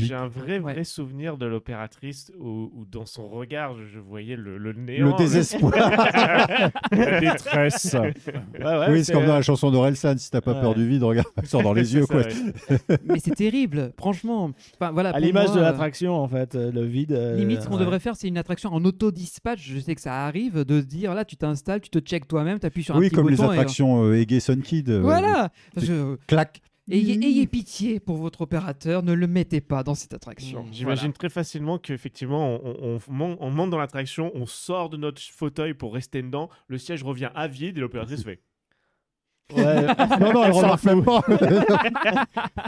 Speaker 8: J'ai un vrai, vrai souvenir de l'opératrice où, où dans son regard, je voyais le, le néant.
Speaker 2: Le désespoir.
Speaker 8: la détresse.
Speaker 2: oui, c'est comme dans la chanson d'Orelsan. Si t'as pas
Speaker 8: Ouais.
Speaker 2: peur du vide, regarde, sort dans les yeux.
Speaker 8: C'est ça,
Speaker 2: quoi.
Speaker 8: ouais.
Speaker 1: Mais c'est terrible, franchement. Enfin, voilà,
Speaker 7: À
Speaker 1: pour
Speaker 7: l'image
Speaker 1: moi,
Speaker 7: de
Speaker 1: euh,
Speaker 7: l'attraction, en fait, euh, le vide. euh,
Speaker 1: Limite, ce qu'on
Speaker 7: ouais.
Speaker 1: devrait faire, c'est une attraction en auto-dispatch. Je sais que ça arrive de se dire là, tu t'installes, tu te checkes toi-même, tu appuies sur un
Speaker 2: Oui,
Speaker 1: petit
Speaker 2: comme les
Speaker 1: bouton et-
Speaker 2: attractions euh, Egg et Sun Kid. euh,
Speaker 1: Voilà
Speaker 2: c'est-
Speaker 1: Parce que- euh,
Speaker 2: Clac.
Speaker 1: Ayez, ayez pitié pour votre opérateur, ne le mettez pas dans cette attraction.
Speaker 8: J'imagine très facilement qu'effectivement, on, on, on mon- on monte dans l'attraction, on sort de notre fauteuil pour rester dedans, le siège revient à vide et l'opératrice fait.
Speaker 7: Ouais.
Speaker 2: Non, non, elle remarque même pas.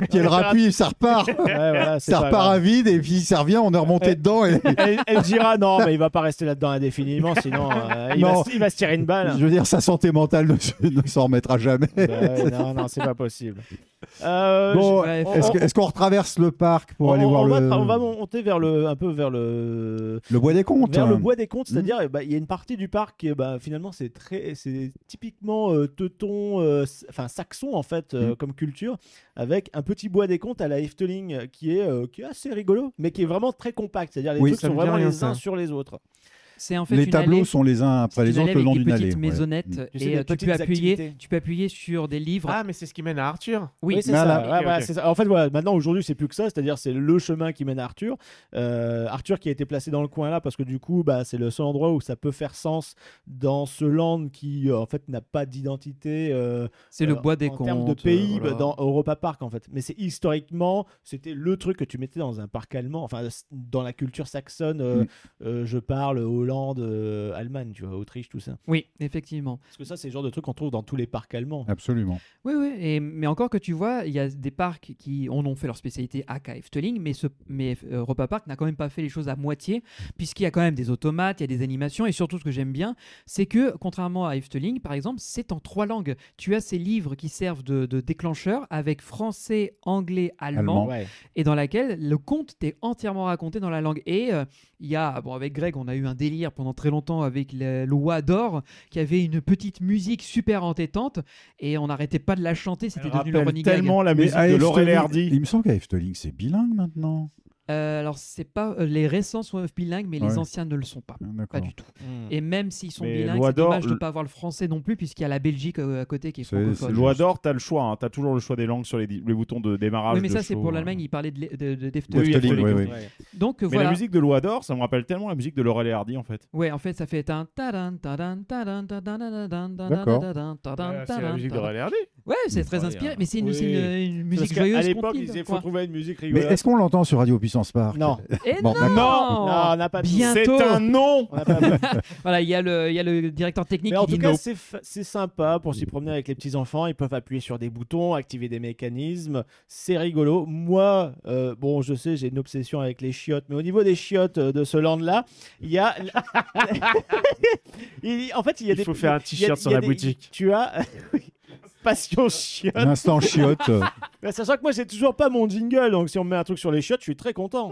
Speaker 2: Puis elle rappuie, ça repart.
Speaker 7: voilà, c'est
Speaker 2: ça
Speaker 7: pas
Speaker 2: repart
Speaker 7: grave. Eh,
Speaker 2: à vide et puis ça revient, on est remonté dedans. Et...
Speaker 7: elle, elle dira non, mais il va pas rester là-dedans indéfiniment, sinon euh, il,
Speaker 2: Non.
Speaker 7: Va, se- il va se tirer une balle.
Speaker 2: Je veux dire, sa santé mentale ne, se- ne s'en remettra jamais.
Speaker 7: Bah ouais, non, non, c'est pas possible. Euh,
Speaker 2: Bon,
Speaker 7: je- on-
Speaker 2: est-ce que- est-ce qu'on retraverse le parc pour
Speaker 7: on-
Speaker 2: aller
Speaker 7: on-
Speaker 2: voir
Speaker 7: on va
Speaker 2: le...
Speaker 7: tra- On va monter vers le, un peu vers le.
Speaker 2: le bois des comptes
Speaker 7: Vers le
Speaker 2: hein.
Speaker 7: bois des comptes, c'est-à-dire eh ben, il y a une partie du parc qui eh ben, finalement c'est très, c'est typiquement euh, teuton, euh, s- enfin saxon en fait euh,
Speaker 2: Hmm.
Speaker 7: comme culture, avec un petit bois des comptes à la Efteling euh, qui est euh, qui est assez rigolo, mais qui est vraiment très compact, c'est-à-dire les
Speaker 2: Oui,
Speaker 7: trucs
Speaker 2: ça
Speaker 7: sont
Speaker 2: me dit
Speaker 7: vraiment
Speaker 2: rien,
Speaker 7: les
Speaker 2: ça.
Speaker 7: uns sur les autres.
Speaker 1: C'est en fait
Speaker 2: Les
Speaker 1: une
Speaker 2: tableaux
Speaker 1: allée-
Speaker 2: sont les uns après
Speaker 1: c'est
Speaker 2: les
Speaker 1: une
Speaker 2: autres
Speaker 1: allée
Speaker 2: le long
Speaker 1: avec
Speaker 2: d'une
Speaker 1: des petites
Speaker 2: allée, ouais.
Speaker 1: maisonnettes
Speaker 2: Mm.
Speaker 7: Tu sais, des
Speaker 1: et euh, tu
Speaker 7: petites
Speaker 1: peux appuyer,
Speaker 7: activités.
Speaker 1: tu peux appuyer sur des livres.
Speaker 8: Ah, mais c'est ce qui mène à Arthur.
Speaker 1: Oui,
Speaker 7: c'est
Speaker 1: mais
Speaker 7: ça. Ah,
Speaker 1: alors-
Speaker 7: Ouais,
Speaker 1: Ok,
Speaker 7: voilà,
Speaker 1: ok.
Speaker 7: c'est ça. En fait, voilà, maintenant aujourd'hui, c'est plus que ça, c'est-à-dire c'est le chemin qui mène à Arthur. Euh, Arthur qui a été placé dans le coin là parce que du coup, bah, c'est le seul endroit où ça peut faire sens dans ce land qui euh, en fait n'a pas d'identité. euh,
Speaker 1: C'est le
Speaker 7: euh,
Speaker 1: bois des
Speaker 7: En termes de
Speaker 1: contes,
Speaker 7: pays,
Speaker 1: euh, voilà.
Speaker 7: bah, dans Europa Park en fait. Mais c'est historiquement, c'était le truc que tu mettais dans un parc allemand, enfin dans la culture saxonne. euh,
Speaker 1: Mm.
Speaker 7: euh, je parle Hollande, euh, Allemagne, tu vois, Autriche, tout ça.
Speaker 1: Oui, effectivement.
Speaker 7: Parce que ça, c'est le genre de truc qu'on trouve dans tous les parcs allemands.
Speaker 2: Absolument.
Speaker 1: Oui, oui. Et, mais encore que tu vois, il y a des parcs qui en ont fait leur spécialité à Efteling, mais, ce, mais euh, Europa Park n'a quand même pas fait les choses à moitié, puisqu'il y a quand même des automates, il y a des animations, et surtout ce que j'aime bien, c'est que contrairement à Efteling, par exemple, c'est en trois langues. Tu as ces livres qui servent de, de déclencheur avec français, anglais, allemand,
Speaker 2: Allemand. Ouais.
Speaker 1: et dans laquelle le conte t'est entièrement raconté dans la langue. Et euh, il y a, bon, avec Greg, on a eu un délire pendant très longtemps avec le, le Oie d'or, qui avait une petite musique super entêtante, et on n'arrêtait pas de la chanter, c'était devenu le running gag.
Speaker 2: Mais à Efteling-
Speaker 10: Laurel et Hardy.
Speaker 2: Il me semble qu'à Efteling, c'est bilingue maintenant.
Speaker 1: Euh, alors, c'est pas euh, les récents sont bilingues, mais
Speaker 2: Ouais.
Speaker 1: les anciens ne le sont pas. Pas du tout. Et même s'ils sont
Speaker 10: Mais
Speaker 1: bilingues,
Speaker 10: Loi
Speaker 1: c'est dommage
Speaker 10: d'Or,
Speaker 1: de
Speaker 10: le-
Speaker 1: pas avoir le français non plus, puisqu'il y a la Belgique euh, à côté qui est francophone.
Speaker 10: Loi d'or, t'as le choix. Hein. T'as toujours le choix des langues sur les, di- les boutons de démarrage.
Speaker 1: Oui, mais
Speaker 10: de
Speaker 1: ça, c'est
Speaker 10: show,
Speaker 1: pour
Speaker 10: hein.
Speaker 1: l'Allemagne, il parlait de, de, de- d'Efteling.
Speaker 10: D'Efteling, oui, oui.
Speaker 1: Donc,
Speaker 10: mais
Speaker 1: voilà.
Speaker 10: la musique de Loi d'or, ça me rappelle tellement la musique de Laurel et Hardy en fait.
Speaker 1: Ouais, en fait, ça fait un tadan, tadan, tadan, tadan, tadan, tadan,
Speaker 10: D'accord.
Speaker 1: tadan, tadan,
Speaker 10: Euh, c'est la
Speaker 1: tadan,
Speaker 10: musique de
Speaker 1: tadan.
Speaker 10: Riley Hardy.
Speaker 1: Ouais, c'est
Speaker 10: Ouais,
Speaker 1: très inspiré, mais c'est une,
Speaker 7: Oui.
Speaker 1: c'est une- une
Speaker 7: Parce
Speaker 1: musique
Speaker 7: qu'à- à
Speaker 1: joyeuse.
Speaker 7: l'époque,
Speaker 1: continue,
Speaker 7: ils disaient, faut
Speaker 1: quoi.
Speaker 7: trouver une musique
Speaker 2: Mais
Speaker 7: rigolote.
Speaker 2: est-ce qu'on l'entend sur Radio Puissance Park
Speaker 7: Non.
Speaker 1: Eh
Speaker 2: Bon,
Speaker 1: non,
Speaker 2: d'accord.
Speaker 7: Non, on n'a pas de-
Speaker 1: Bientôt.
Speaker 7: C'est un
Speaker 10: non.
Speaker 1: voilà, il y a le, il y a le directeur technique
Speaker 7: Mais en
Speaker 1: qui
Speaker 7: tout
Speaker 1: dit
Speaker 7: cas,
Speaker 1: non.
Speaker 7: c'est fa- c'est sympa pour s'y promener avec les petits enfants. Ils peuvent appuyer sur des boutons, activer des mécanismes. C'est rigolo. Moi, euh, bon, je sais, j'ai une obsession avec les chiottes, mais au niveau des chiottes euh, de ce land-là, il y a. Il- en fait, il y a
Speaker 8: Il
Speaker 7: des.
Speaker 8: faut faire un
Speaker 7: il y a-
Speaker 8: t-shirt sur
Speaker 7: il y
Speaker 8: la
Speaker 7: a des-
Speaker 8: boutique.
Speaker 7: Tu as. Passion chiotte.
Speaker 2: L'instant chiotte. Mm-hmm,
Speaker 7: Mais sachant que moi, j'ai toujours pas mon jingle, donc si on me met un truc sur les chiottes, je suis très content.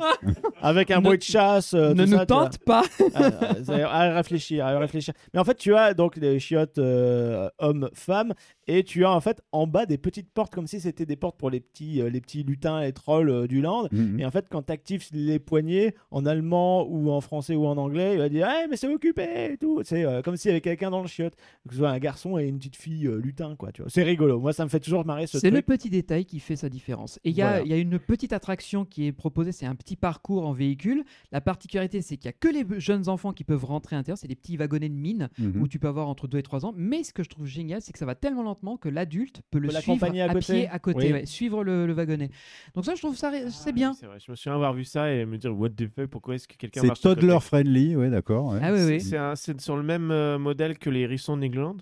Speaker 7: Avec un
Speaker 1: Ne-
Speaker 7: bruit de chasse. euh,
Speaker 1: ne
Speaker 7: tout
Speaker 1: nous
Speaker 7: ça, tu
Speaker 1: tente pas.
Speaker 7: vois. Ah, ah, c'est- à réfléchir, à réfléchir. Mais en fait, tu as donc les chiottes euh, hommes-femmes et tu as en fait en bas des petites portes comme si c'était des portes pour les petits, euh, les petits lutins et trolls euh, du land.
Speaker 2: Mhm.
Speaker 7: Et en fait, quand tu actives les poignées en allemand ou en français ou en anglais, il va dire hey, mais c'est occupé et tout. C'est euh, comme s'il y avait quelqu'un dans le chiotte, que ce soit un garçon et une petite fille euh, lutin, quoi. Tu vois, c'est rigolo. Moi, ça me fait toujours marrer ce
Speaker 1: C'est le
Speaker 7: truc.
Speaker 1: petit détail qui fait sa différence. Et il y, a-
Speaker 7: Voilà.
Speaker 1: il y a une petite attraction qui est proposée, c'est un petit parcours en véhicule. La particularité, c'est qu'il n'y a que les jeunes enfants qui peuvent rentrer à l'intérieur. C'est des petits wagonnets de mine
Speaker 2: Mhm.
Speaker 1: où tu peux avoir entre 2 et 3 ans. Mais ce que je trouve génial, c'est que ça va tellement lentement que l'adulte peut le
Speaker 7: Peut
Speaker 1: suivre
Speaker 7: l'accompagner à
Speaker 1: à,
Speaker 7: côté.
Speaker 1: pied à côté,
Speaker 7: Oui.
Speaker 1: ouais, suivre le, le wagonnet. Donc ça, je trouve ça ré- Eh, c'est bien.
Speaker 8: C'est vrai, je me souviens avoir vu ça et me dire What the fuck, pourquoi est-ce que quelqu'un
Speaker 2: C'est
Speaker 8: marche sur le
Speaker 2: toddler
Speaker 8: côté
Speaker 2: friendly, ouais, d'accord.
Speaker 1: Ah
Speaker 2: ouais.
Speaker 8: C'est- C'est un- c'est sur le même euh, modèle que les hérissons de Nigland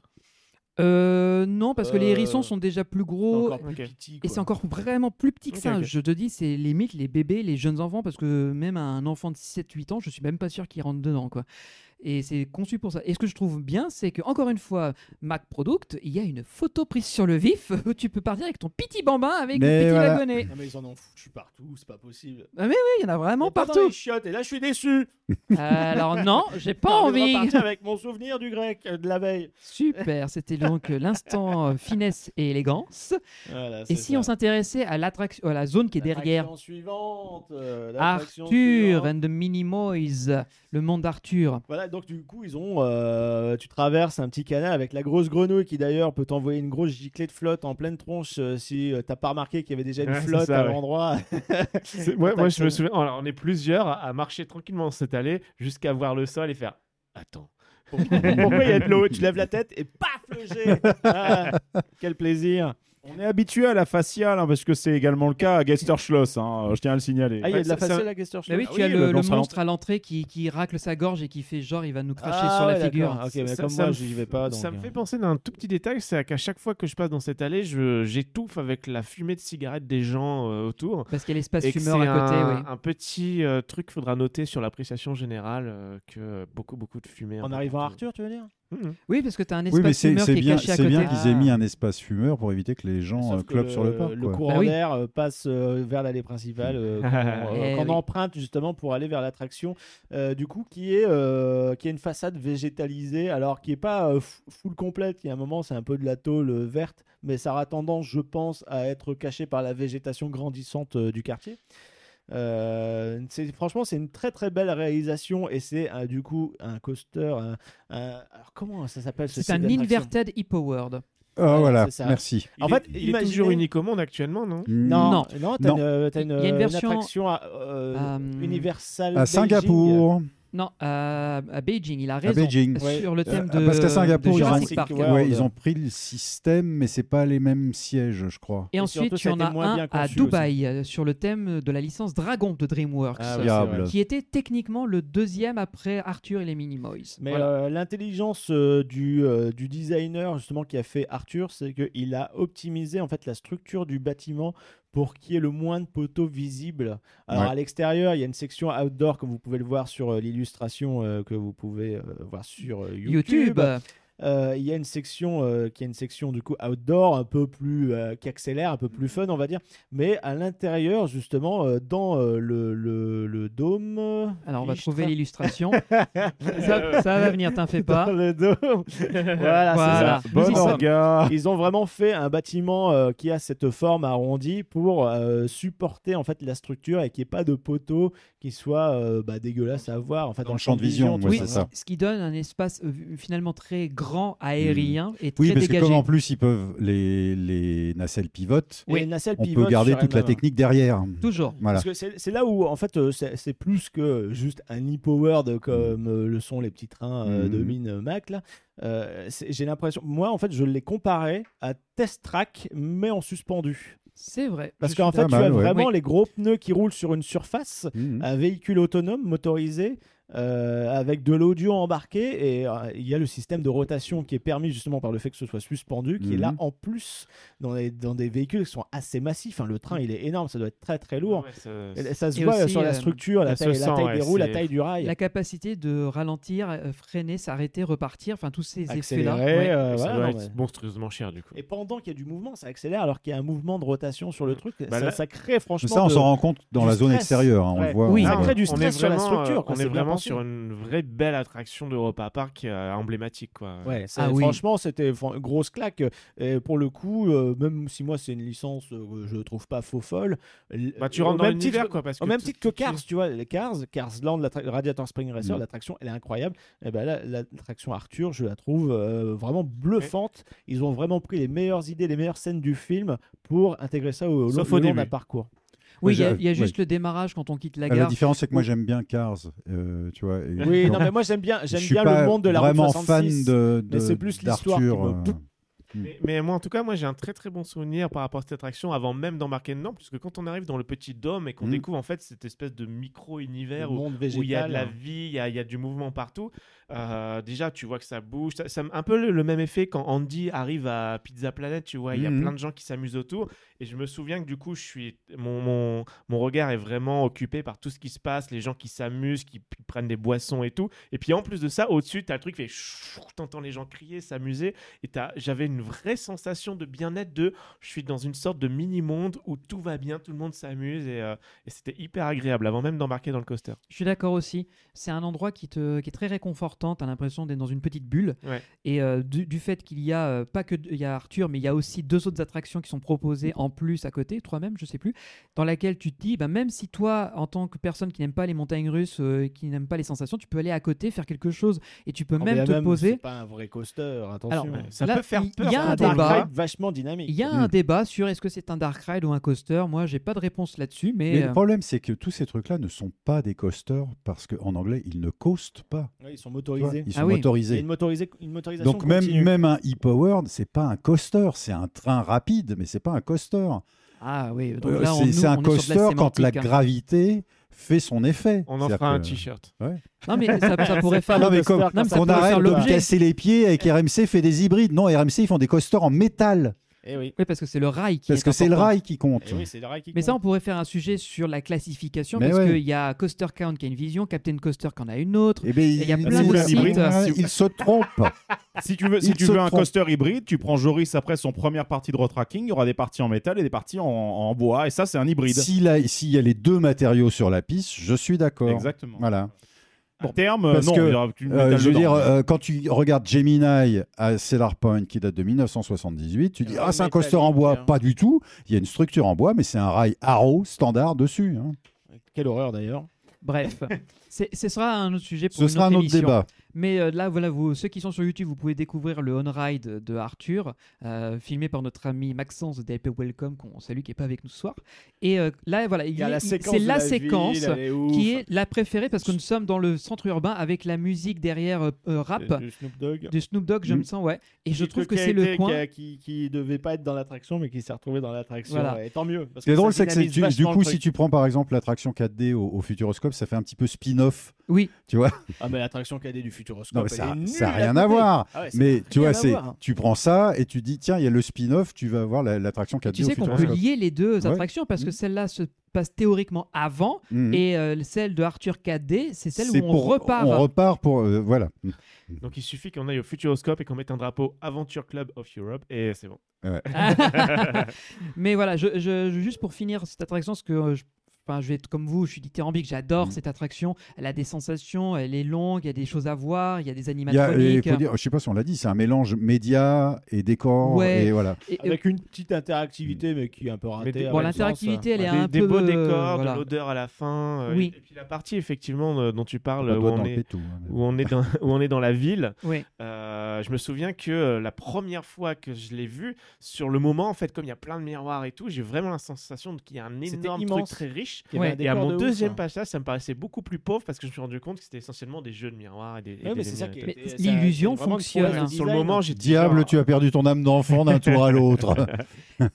Speaker 1: Euh, non, parce que les
Speaker 8: Euh,
Speaker 1: hérissons sont déjà plus gros.
Speaker 8: c'est encore plus
Speaker 1: Ok.
Speaker 8: petit,
Speaker 1: et
Speaker 8: quoi.
Speaker 1: c'est encore vraiment plus petit que
Speaker 8: Ok,
Speaker 1: ça. hein.
Speaker 8: ok.
Speaker 1: Je te dis, c'est limite les bébés, les jeunes enfants, parce que même un enfant de 7-8 ans, je suis même pas sûr qu'il rentre dedans. quoi. Et c'est conçu pour ça. Et ce que je trouve bien, c'est que encore une fois, Mac Product, il y a une photo prise sur le vif où tu peux partir avec ton petit bambin avec le petit wagonnet.
Speaker 13: Non, mais ils en ont foutu partout, c'est pas possible.
Speaker 1: Ah, mais oui, il y en a vraiment
Speaker 13: Pas
Speaker 1: partout.
Speaker 13: Dans les chiottes, et là je suis déçu.
Speaker 1: Alors non, j'ai pas
Speaker 13: J'ai envie de
Speaker 1: envie.
Speaker 13: repartir avec mon souvenir du grec euh, de la veille.
Speaker 1: Super, c'était donc euh, l'instant euh, finesse et élégance.
Speaker 13: Voilà,
Speaker 1: et
Speaker 13: c'est
Speaker 1: si
Speaker 13: ça.
Speaker 1: on s'intéressait à l'attraction, à la zone qui est derrière
Speaker 13: L'attraction suivante. euh, l'attraction
Speaker 1: Arthur
Speaker 13: suivante.
Speaker 1: and the Minimoys, le monde d'Arthur.
Speaker 7: Voilà, donc du coup, ils ont. euh, tu traverses un petit canal avec la grosse grenouille qui d'ailleurs peut t'envoyer une grosse giclée de flotte en pleine tronche euh, si euh, t'as pas remarqué qu'il y avait déjà une
Speaker 8: Ouais, c'est
Speaker 7: flotte
Speaker 8: ça,
Speaker 7: à
Speaker 8: ouais.
Speaker 7: l'endroit.
Speaker 8: C'est- ouais, moi, je me souviens, alors, on est plusieurs à, à marcher tranquillement cette allée jusqu'à voir le sol et faire Attends.
Speaker 7: Pourquoi pourquoi il y a de l'eau Tu lèves la tête et paf, le jet Ah, Quel plaisir
Speaker 10: On est habitué à la faciale hein, parce que c'est également le cas à Gester Schloss. hein, je tiens à le signaler.
Speaker 7: Ah, il y a de la
Speaker 10: Ouais, c'est-
Speaker 7: faciale
Speaker 10: c'est-
Speaker 7: à Gester Schloss
Speaker 1: Bah oui,
Speaker 10: Ah
Speaker 1: tu as
Speaker 10: oui,
Speaker 1: le,
Speaker 10: bah,
Speaker 1: le
Speaker 10: lance à
Speaker 1: monstre à l'entrée qui, qui racle sa gorge et qui fait genre il va nous cracher
Speaker 7: Ah
Speaker 1: sur la figure.
Speaker 8: me f- Ah, Ça
Speaker 7: hein.
Speaker 8: me fait penser d'un tout petit détail, c'est qu'à chaque fois que je passe dans cette allée, je- j'étouffe avec la fumée de cigarette des gens euh, autour.
Speaker 1: Parce qu'il y a l'espace
Speaker 8: Et que
Speaker 1: fumeur
Speaker 8: c'est
Speaker 1: à côté,
Speaker 8: un,
Speaker 1: oui.
Speaker 8: un petit euh, truc qu'il faudra noter sur l'appréciation générale euh, que beaucoup, beaucoup de fumée. un
Speaker 7: En
Speaker 8: peu
Speaker 7: arrivant à
Speaker 8: partout.
Speaker 7: Arthur, tu veux dire
Speaker 1: Oui, parce que tu as un
Speaker 2: Oui, mais
Speaker 1: espace
Speaker 2: c'est
Speaker 1: fumeur qui
Speaker 2: c'est
Speaker 1: est
Speaker 2: bien,
Speaker 1: caché à
Speaker 2: c'est
Speaker 1: côté. Ah.
Speaker 2: bien qu'ils aient mis un espace fumeur pour éviter que les gens euh,
Speaker 7: Sauf que
Speaker 2: clopent sur le parc.
Speaker 7: Le
Speaker 2: quoi.
Speaker 7: courant
Speaker 1: Bah oui.
Speaker 7: d'air euh, passe euh, vers l'allée principale euh, qu'on euh,
Speaker 1: Eh
Speaker 7: qu'on
Speaker 1: oui.
Speaker 7: emprunte justement pour aller vers l'attraction euh, du coup qui est euh, qui a une façade végétalisée alors qui est pas euh, f- full complète. Il y a un moment c'est un peu de la tôle euh, verte, mais ça aura tendance, je pense, à être caché par la végétation grandissante euh, du quartier. Euh, c'est- franchement, c'est une très très belle réalisation et c'est euh, du coup un coaster. un- un- alors comment ça s'appelle ce
Speaker 1: C'est un
Speaker 7: site d'attraction
Speaker 1: inverted hippo world.
Speaker 2: Ah, voilà,
Speaker 7: c'est ça.
Speaker 2: merci. Mm.
Speaker 8: Il
Speaker 7: En fait,
Speaker 8: est- il est toujours
Speaker 7: imaginez-
Speaker 8: unique au monde actuellement, non
Speaker 7: Non,
Speaker 1: Non.
Speaker 7: non, t'as
Speaker 1: Non.
Speaker 7: une, euh, t'as
Speaker 1: Il y
Speaker 7: une,
Speaker 1: a une
Speaker 7: une
Speaker 1: version-
Speaker 7: attraction à, euh,
Speaker 1: Euh,
Speaker 7: universelle
Speaker 2: À Singapour.
Speaker 1: Non, à, à Beijing, il a
Speaker 7: Euh,
Speaker 1: raison.
Speaker 2: Beijing.
Speaker 1: Sur le thème
Speaker 2: Euh,
Speaker 1: de,
Speaker 2: parce qu'à Singapour,
Speaker 1: de
Speaker 2: ils ont,
Speaker 1: Jurassic Park.
Speaker 2: ouais, ils ont pris le système, mais c'est pas les mêmes sièges, je crois.
Speaker 1: Et
Speaker 7: Et
Speaker 1: ensuite,
Speaker 7: surtout,
Speaker 1: tu
Speaker 7: ça a
Speaker 1: en
Speaker 7: été
Speaker 1: as
Speaker 7: moins
Speaker 1: un
Speaker 7: bien
Speaker 1: à
Speaker 7: conçu
Speaker 1: Dubaï euh, sur le thème de la licence Dragon de DreamWorks,
Speaker 7: Ah
Speaker 2: oui, Diable. c'est vrai.
Speaker 1: qui était techniquement le deuxième après Arthur et les Minimoys.
Speaker 7: Mais
Speaker 1: Voilà.
Speaker 7: euh, l'intelligence euh, du, euh, du designer justement qui a fait Arthur, c'est qu'il a optimisé en fait la structure du bâtiment pour qu'il y ait le moins de poteaux visibles. Alors
Speaker 2: Ouais.
Speaker 7: à l'extérieur, il y a une section outdoor comme vous pouvez le voir sur euh, l'illustration euh, que vous pouvez euh, voir sur euh,
Speaker 1: YouTube.
Speaker 7: Euh, il y a une section euh, qui est une section du coup outdoor un peu plus euh, qui accélère un peu plus fun on va dire mais à l'intérieur justement euh, dans euh, le, le- le dôme euh,
Speaker 1: Alors on va
Speaker 7: illustra-
Speaker 1: trouver l'illustration. ça, ça va venir, t'en fais pas.
Speaker 7: dans le dôme
Speaker 2: Ah,
Speaker 7: voilà,
Speaker 1: Voilà.
Speaker 7: c'est ça.
Speaker 1: Bon
Speaker 7: Ils ont-
Speaker 10: orga.
Speaker 7: ils ont vraiment fait un bâtiment euh, qui a cette forme arrondie pour euh, supporter en fait la structure et qu'il n'y ait pas de poteaux qui soient euh, bah, dégueulasses à voir en fait dans,
Speaker 2: le champ de vision,
Speaker 7: tout
Speaker 2: ouais,
Speaker 7: ça.
Speaker 2: c'est ça.
Speaker 1: Ce qui donne un espace euh, finalement très grand, aérien et très
Speaker 2: Mm. Oui, parce
Speaker 1: dégagé.
Speaker 2: que comme en plus ils peuvent les, les nacelles pivotent,
Speaker 7: Et les nacelles
Speaker 2: on peut
Speaker 7: pivotent
Speaker 2: garder
Speaker 7: sur
Speaker 2: toute la
Speaker 7: elles-mêmes.
Speaker 2: technique derrière.
Speaker 1: Toujours.
Speaker 2: Voilà.
Speaker 7: Parce que c'est c'est là où, en fait, euh, c'est c'est plus que juste un e-powered
Speaker 2: Mm.
Speaker 7: comme euh, le sont les petits trains euh, de
Speaker 2: Mhm.
Speaker 7: mine euh, Mac. là. Euh, c'est- J'ai l'impression, moi, en fait, je l'ai comparé à Test Track, mais en suspendu.
Speaker 1: C'est vrai.
Speaker 7: Parce
Speaker 1: Je
Speaker 7: qu'en
Speaker 1: suis
Speaker 7: fait,
Speaker 2: Pas
Speaker 7: tu
Speaker 2: mal,
Speaker 7: as
Speaker 2: ouais.
Speaker 7: vraiment
Speaker 1: Oui.
Speaker 7: euh, les gros pneus qui roulent sur une surface,
Speaker 2: Mhm.
Speaker 7: un véhicule autonome motorisé. euh, avec de l'audio embarqué. Et euh, il y a le système de rotation qui est permis justement par le fait que ce soit suspendu, qui est là
Speaker 2: Mm.
Speaker 13: Mhm.
Speaker 7: en plus dans, les- dans des véhicules qui sont assez massifs. hein. le train, il est énorme, ça doit être très très lourd. Et ça, se
Speaker 1: Et
Speaker 7: voit
Speaker 1: aussi,
Speaker 7: sur
Speaker 1: euh,
Speaker 7: la structure, la
Speaker 1: ça
Speaker 7: taille,
Speaker 1: se
Speaker 7: la
Speaker 1: sent,
Speaker 7: taille
Speaker 1: ouais,
Speaker 7: des roues, la
Speaker 1: c'est-
Speaker 7: taille du rail.
Speaker 1: La capacité de ralentir, euh, freiner, s'arrêter, repartir, enfin tous ces effets-là.
Speaker 7: Accélérer,
Speaker 1: ouais.
Speaker 7: euh,
Speaker 8: ça
Speaker 7: voilà,
Speaker 8: doit
Speaker 7: non,
Speaker 8: être
Speaker 7: mais-
Speaker 8: monstrueusement cher du coup.
Speaker 7: Et pendant qu'il y a du mouvement, ça accélère alors qu'il y a un mouvement de rotation sur le truc.
Speaker 8: Bah
Speaker 7: ça,
Speaker 8: là-
Speaker 7: ça crée franchement.
Speaker 2: ça, on
Speaker 7: de-
Speaker 2: s'en rend compte dans
Speaker 7: du
Speaker 2: la zone
Speaker 7: stress.
Speaker 2: extérieure, hein, on le
Speaker 7: Ouais.
Speaker 2: voit,
Speaker 7: Oui,
Speaker 2: on
Speaker 7: ça
Speaker 2: voit.
Speaker 7: crée du
Speaker 8: On est
Speaker 7: stress sur la
Speaker 8: vraiment,
Speaker 7: structure.
Speaker 8: euh,
Speaker 7: quoi,
Speaker 8: on
Speaker 7: c'est
Speaker 8: est
Speaker 7: bien
Speaker 8: vraiment
Speaker 7: pensé.
Speaker 8: sur une vraie belle attraction d'Europa Park euh, emblématique quoi.
Speaker 7: Ouais, Ah c'est- franchement, c'était fran- grosse claque. Et pour le coup, euh, même si moi c'est une licence euh, que je trouve pas faux folle, l-
Speaker 8: Bah, tu
Speaker 7: au
Speaker 8: rentres dans
Speaker 7: même
Speaker 8: l'univers,
Speaker 7: titre-
Speaker 8: quoi, parce
Speaker 7: au
Speaker 8: que
Speaker 7: même
Speaker 8: tu-
Speaker 7: titre que Cars, tu vois, les Cars, Cars Land, la tra- Radiator Spring Racer,
Speaker 8: Mm.
Speaker 7: l'attraction, elle est incroyable. Et ben là, l'attraction Arthur, je la trouve euh, vraiment bluffante. Ils ont vraiment pris les meilleures idées, les meilleures scènes du film pour intégrer ça au, au long
Speaker 8: Sauf
Speaker 7: le
Speaker 8: au
Speaker 7: long
Speaker 8: début.
Speaker 7: d'un parcours.
Speaker 1: Oui,
Speaker 2: Mais
Speaker 1: il y a,
Speaker 2: je-
Speaker 1: il y a juste
Speaker 2: oui.
Speaker 1: le démarrage quand on quitte la
Speaker 2: Ah,
Speaker 1: gare.
Speaker 2: La différence, c'est que moi, j'aime bien Cars, euh, tu vois. et-
Speaker 7: Oui,
Speaker 2: donc,
Speaker 7: non, mais moi j'aime bien, j'aime
Speaker 2: je suis
Speaker 7: bien le
Speaker 2: pas
Speaker 7: monde de la
Speaker 2: vraiment
Speaker 7: route 66,
Speaker 2: fan de, de
Speaker 7: mais c'est plus l'histoire qui
Speaker 2: d'Arthur,
Speaker 7: me-
Speaker 2: euh,
Speaker 8: Mais, mais moi, en tout cas, moi, j'ai un très très bon souvenir par rapport à cette attraction avant même d'embarquer dedans, puisque quand on arrive dans le petit dôme et qu'on
Speaker 2: Mm.
Speaker 8: découvre en fait cette espèce de micro-univers
Speaker 7: Le
Speaker 8: où,
Speaker 7: monde
Speaker 8: où il y a
Speaker 7: végétal,
Speaker 8: de la
Speaker 7: hein.
Speaker 8: vie, il y a, il y a du mouvement partout, euh, déjà tu vois que ça bouge. Ça, ça me- un peu le, le même effet quand Andy arrive à Pizza Planet, tu vois, il y a
Speaker 2: Mhm.
Speaker 8: plein de gens qui s'amusent autour. Et je me souviens que du coup, je suis, mon, mon, mon regard est vraiment occupé par tout ce qui se passe, les gens qui s'amusent, qui, qui prennent des boissons et tout. Et puis en plus de ça, au-dessus, t'as le truc qui fait chou, t'entends les gens crier, s'amuser. Et t'as- j'avais une vraie sensation de bien-être, de je suis dans une sorte de mini-monde où tout va bien, tout le monde s'amuse. Et, euh, et c'était hyper agréable avant même d'embarquer dans le coaster.
Speaker 1: Je suis d'accord aussi. C'est un endroit qui, te, qui est très réconfortant. Tu as l'impression d'être dans une petite bulle.
Speaker 8: Ouais.
Speaker 1: Et euh, du, du fait qu'il y a euh, pas que il y a Arthur, mais il y a aussi deux autres attractions qui sont proposées en plus à côté, trois même, je sais plus, dans laquelle tu te dis, bah, même si toi, en tant que personne qui n'aime pas les montagnes russes, euh, qui n'aime pas les sensations, tu peux aller à côté faire quelque chose et tu peux
Speaker 7: Ah, mais
Speaker 1: même
Speaker 7: là
Speaker 1: te poser.
Speaker 7: C'est pas un vrai coaster, attention.
Speaker 1: Alors, là, il- Il y a un
Speaker 7: C'est
Speaker 1: débat.
Speaker 7: ride Mm. vachement dynamique.
Speaker 1: Il y a un débat sur est-ce que c'est un dark ride ou un coaster. Moi, j'ai pas de réponse là-dessus, mais,
Speaker 2: Mais
Speaker 1: euh,
Speaker 2: le problème, c'est que tous ces trucs-là ne sont pas des coasters parce qu'en anglais, ils ne coastent pas.
Speaker 7: Ouais, ils sont motorisés.
Speaker 2: Tu vois, ils sont Ah oui. motorisés.
Speaker 7: Il y a Une, motorisée- une motorisation
Speaker 2: Donc même,
Speaker 7: continue.
Speaker 2: même un e-powered, c'est pas un coaster, c'est un train rapide, mais c'est pas un coaster.
Speaker 1: Ah oui, donc
Speaker 2: Euh,
Speaker 1: là, on-
Speaker 2: c'est
Speaker 1: nous,
Speaker 2: c'est
Speaker 1: on est
Speaker 2: un
Speaker 1: sur de la
Speaker 2: coaster quand la
Speaker 1: sémantique, hein.
Speaker 2: gravité fait son effet.
Speaker 8: On en
Speaker 2: C'est-à-dire
Speaker 8: fera un
Speaker 2: que-
Speaker 8: t-shirt.
Speaker 2: Ouais.
Speaker 1: Non, mais ça- ça pourrait faire
Speaker 2: Non,
Speaker 1: Ah, le
Speaker 2: mais
Speaker 1: coaster
Speaker 2: comme-
Speaker 1: comme ça
Speaker 2: qu'on
Speaker 1: pourrait faire
Speaker 2: arrête de
Speaker 1: l'objet.
Speaker 2: me casser les pieds avec RMC fait des hybrides. Non, RMC ils font des coasters en métal.
Speaker 7: Eh oui. Eh
Speaker 1: parce que c'est le rail qui
Speaker 2: Parce
Speaker 1: est
Speaker 2: que c'est le
Speaker 1: important. Eh
Speaker 2: rail qui compte.
Speaker 1: Mais ça, on pourrait faire un sujet sur la classification,
Speaker 2: Mais
Speaker 1: parce
Speaker 2: ouais.
Speaker 1: qu'il y a Coaster Count qui a une vision, Captain Coaster qui en a une autre,
Speaker 2: Eh ben,
Speaker 1: et il y a
Speaker 2: il-
Speaker 1: plein de
Speaker 2: il-
Speaker 1: sites.
Speaker 2: il- il se trompe.
Speaker 10: Si tu veux, si
Speaker 2: Il
Speaker 10: tu
Speaker 2: se
Speaker 10: veux un
Speaker 2: trompe.
Speaker 10: coaster hybride, tu prends Joris après son première partie de road tracking. Il y aura des parties en métal et des parties en, en bois. Et ça, c'est un hybride.
Speaker 2: S'il a- S'il y a les deux matériaux sur la piste, je suis d'accord.
Speaker 10: Exactement.
Speaker 2: Voilà.
Speaker 10: À terme, euh,
Speaker 2: Parce
Speaker 10: non,
Speaker 2: que,
Speaker 10: il y aura du
Speaker 2: euh,
Speaker 10: métal
Speaker 2: je veux
Speaker 10: dedans,
Speaker 2: dire,
Speaker 10: mais-
Speaker 2: euh, quand tu regardes Gemini à Cellar Point, qui date de 1978, tu dis, ah, c'est un coaster en bois.
Speaker 1: hein.
Speaker 2: Pas du tout. Il y a une structure en bois, mais c'est un rail arrow standard dessus. hein.
Speaker 7: Quelle horreur d'ailleurs.
Speaker 1: Bref, c'est- ce sera un autre sujet pour
Speaker 2: Ce
Speaker 1: une
Speaker 2: sera
Speaker 1: autre
Speaker 2: un autre
Speaker 1: émission.
Speaker 2: débat.
Speaker 1: Mais euh, là, voilà, vous, ceux qui sont sur YouTube, vous pouvez découvrir le on-ride de Arthur, euh, filmé par notre ami Maxence de DLP Welcome, qu'on salue, qui n'est pas avec nous ce soir. Et euh, là, voilà, il
Speaker 7: y a
Speaker 1: est-
Speaker 7: la
Speaker 1: il-
Speaker 7: séquence
Speaker 1: c'est
Speaker 7: de
Speaker 1: la,
Speaker 7: la
Speaker 1: séquence
Speaker 7: ville, elle est ouf.
Speaker 1: qui est la préférée parce que nous sommes dans le centre urbain avec la musique derrière euh, euh, rap.
Speaker 7: Du Snoop Dogg.
Speaker 1: Du Snoop Dogg, je
Speaker 7: Mm.
Speaker 1: me sens, ouais. Et je
Speaker 7: Qui-
Speaker 1: trouve que
Speaker 7: qui a
Speaker 1: c'est le
Speaker 7: été-
Speaker 1: coin.
Speaker 7: qui a- qui, qui devait pas être dans l'attraction, mais qui s'est retrouvé dans l'attraction.
Speaker 1: Voilà.
Speaker 7: ouais, Et tant mieux.
Speaker 2: Ce
Speaker 7: parce
Speaker 2: qui est
Speaker 7: que
Speaker 2: drôle,
Speaker 7: ça
Speaker 2: c'est que c'est-
Speaker 7: dynamise
Speaker 2: tu- du
Speaker 7: vachement le
Speaker 2: coup, si
Speaker 7: truc.
Speaker 2: tu prends par exemple l'attraction 4D au, au Futuroscope, ça fait un petit peu spin-off.
Speaker 1: Oui. Bah,
Speaker 2: Tu vois
Speaker 7: Ah, mais l'attraction cadet du Futuroscope.
Speaker 2: Non, mais
Speaker 7: elle
Speaker 2: ça
Speaker 7: est nulle
Speaker 2: n'a
Speaker 7: à
Speaker 2: rien à
Speaker 7: côté.
Speaker 2: voir.
Speaker 7: Ah ouais, ça
Speaker 2: mais
Speaker 7: n'a
Speaker 2: tu
Speaker 7: rien
Speaker 2: vois,
Speaker 7: à
Speaker 2: c'est,
Speaker 7: voir.
Speaker 2: tu prends ça et tu dis, tiens, il y a le spin-off, tu vas voir la- l'attraction 4D
Speaker 1: Tu
Speaker 2: au
Speaker 1: sais qu'on peut
Speaker 2: Futuroscope.
Speaker 1: lier les deux
Speaker 2: Ouais.
Speaker 1: attractions parce que
Speaker 7: Mm.
Speaker 1: celle-là se passe théoriquement avant
Speaker 2: Mhm.
Speaker 1: et euh, celle de Arthur 4D, c'est celle
Speaker 2: C'est
Speaker 1: où on
Speaker 2: pour-
Speaker 1: repart.
Speaker 2: On repart pour. euh, voilà.
Speaker 8: Donc il suffit qu'on aille au Futuroscope et qu'on mette un drapeau Adventure Club of Europe et c'est bon.
Speaker 2: Ouais.
Speaker 1: Mais voilà, je, je- je- juste pour finir cette attraction, parce que euh, je, enfin, je vais être comme vous, je suis dithyrambique, j'adore cette attraction. Elle a des sensations, elle est longue, il y a des choses à voir, il y a des
Speaker 2: Il y a- et
Speaker 1: animatroniques.
Speaker 2: faut dire, je sais pas si on l'a dit, c'est un mélange média et décor.
Speaker 1: Ouais.
Speaker 2: Et voilà.
Speaker 7: Avec une petite interactivité, mais qui est un peu ratée.
Speaker 8: des-
Speaker 7: à
Speaker 8: bon,
Speaker 7: mon sens.
Speaker 1: Ah, l'interactivité, elle est
Speaker 8: Des,
Speaker 1: un
Speaker 8: des
Speaker 1: peu,
Speaker 8: beaux
Speaker 1: euh,
Speaker 8: décors,
Speaker 1: voilà.
Speaker 8: de l'odeur à la fin. euh,
Speaker 1: Oui.
Speaker 8: Et, et puis la partie effectivement euh, dont tu parles,
Speaker 2: On
Speaker 8: où
Speaker 2: doit
Speaker 8: on,
Speaker 2: t'enlever
Speaker 8: est,
Speaker 2: tout, hein,
Speaker 8: où on est dans où on est dans la ville.
Speaker 1: Oui.
Speaker 8: euh, je me souviens que euh, la première fois que je l'ai vu, sur le moment, en fait, comme il y a plein de miroirs et tout, j'ai vraiment la sensation de- qu'il y a un
Speaker 7: C'était
Speaker 8: énorme
Speaker 7: immense.
Speaker 8: truc très riche.
Speaker 7: Il y avait un
Speaker 8: Et à
Speaker 7: décor
Speaker 8: mon
Speaker 7: de ouf,
Speaker 8: deuxième
Speaker 7: hein.
Speaker 8: passage, ça me paraissait beaucoup plus pauvre parce que je me suis rendu compte que c'était essentiellement des jeux de miroirs et des. et
Speaker 7: Ouais,
Speaker 8: des
Speaker 7: mais c'est ça
Speaker 8: lumières et tout.
Speaker 7: qui était- ça- L'illusion c'était vraiment une foire de fonctionne, hein.
Speaker 8: Sur le
Speaker 7: design.
Speaker 8: moment, j'ai
Speaker 2: Diable, tu as perdu ton âme d'enfant d'un tour à l'autre.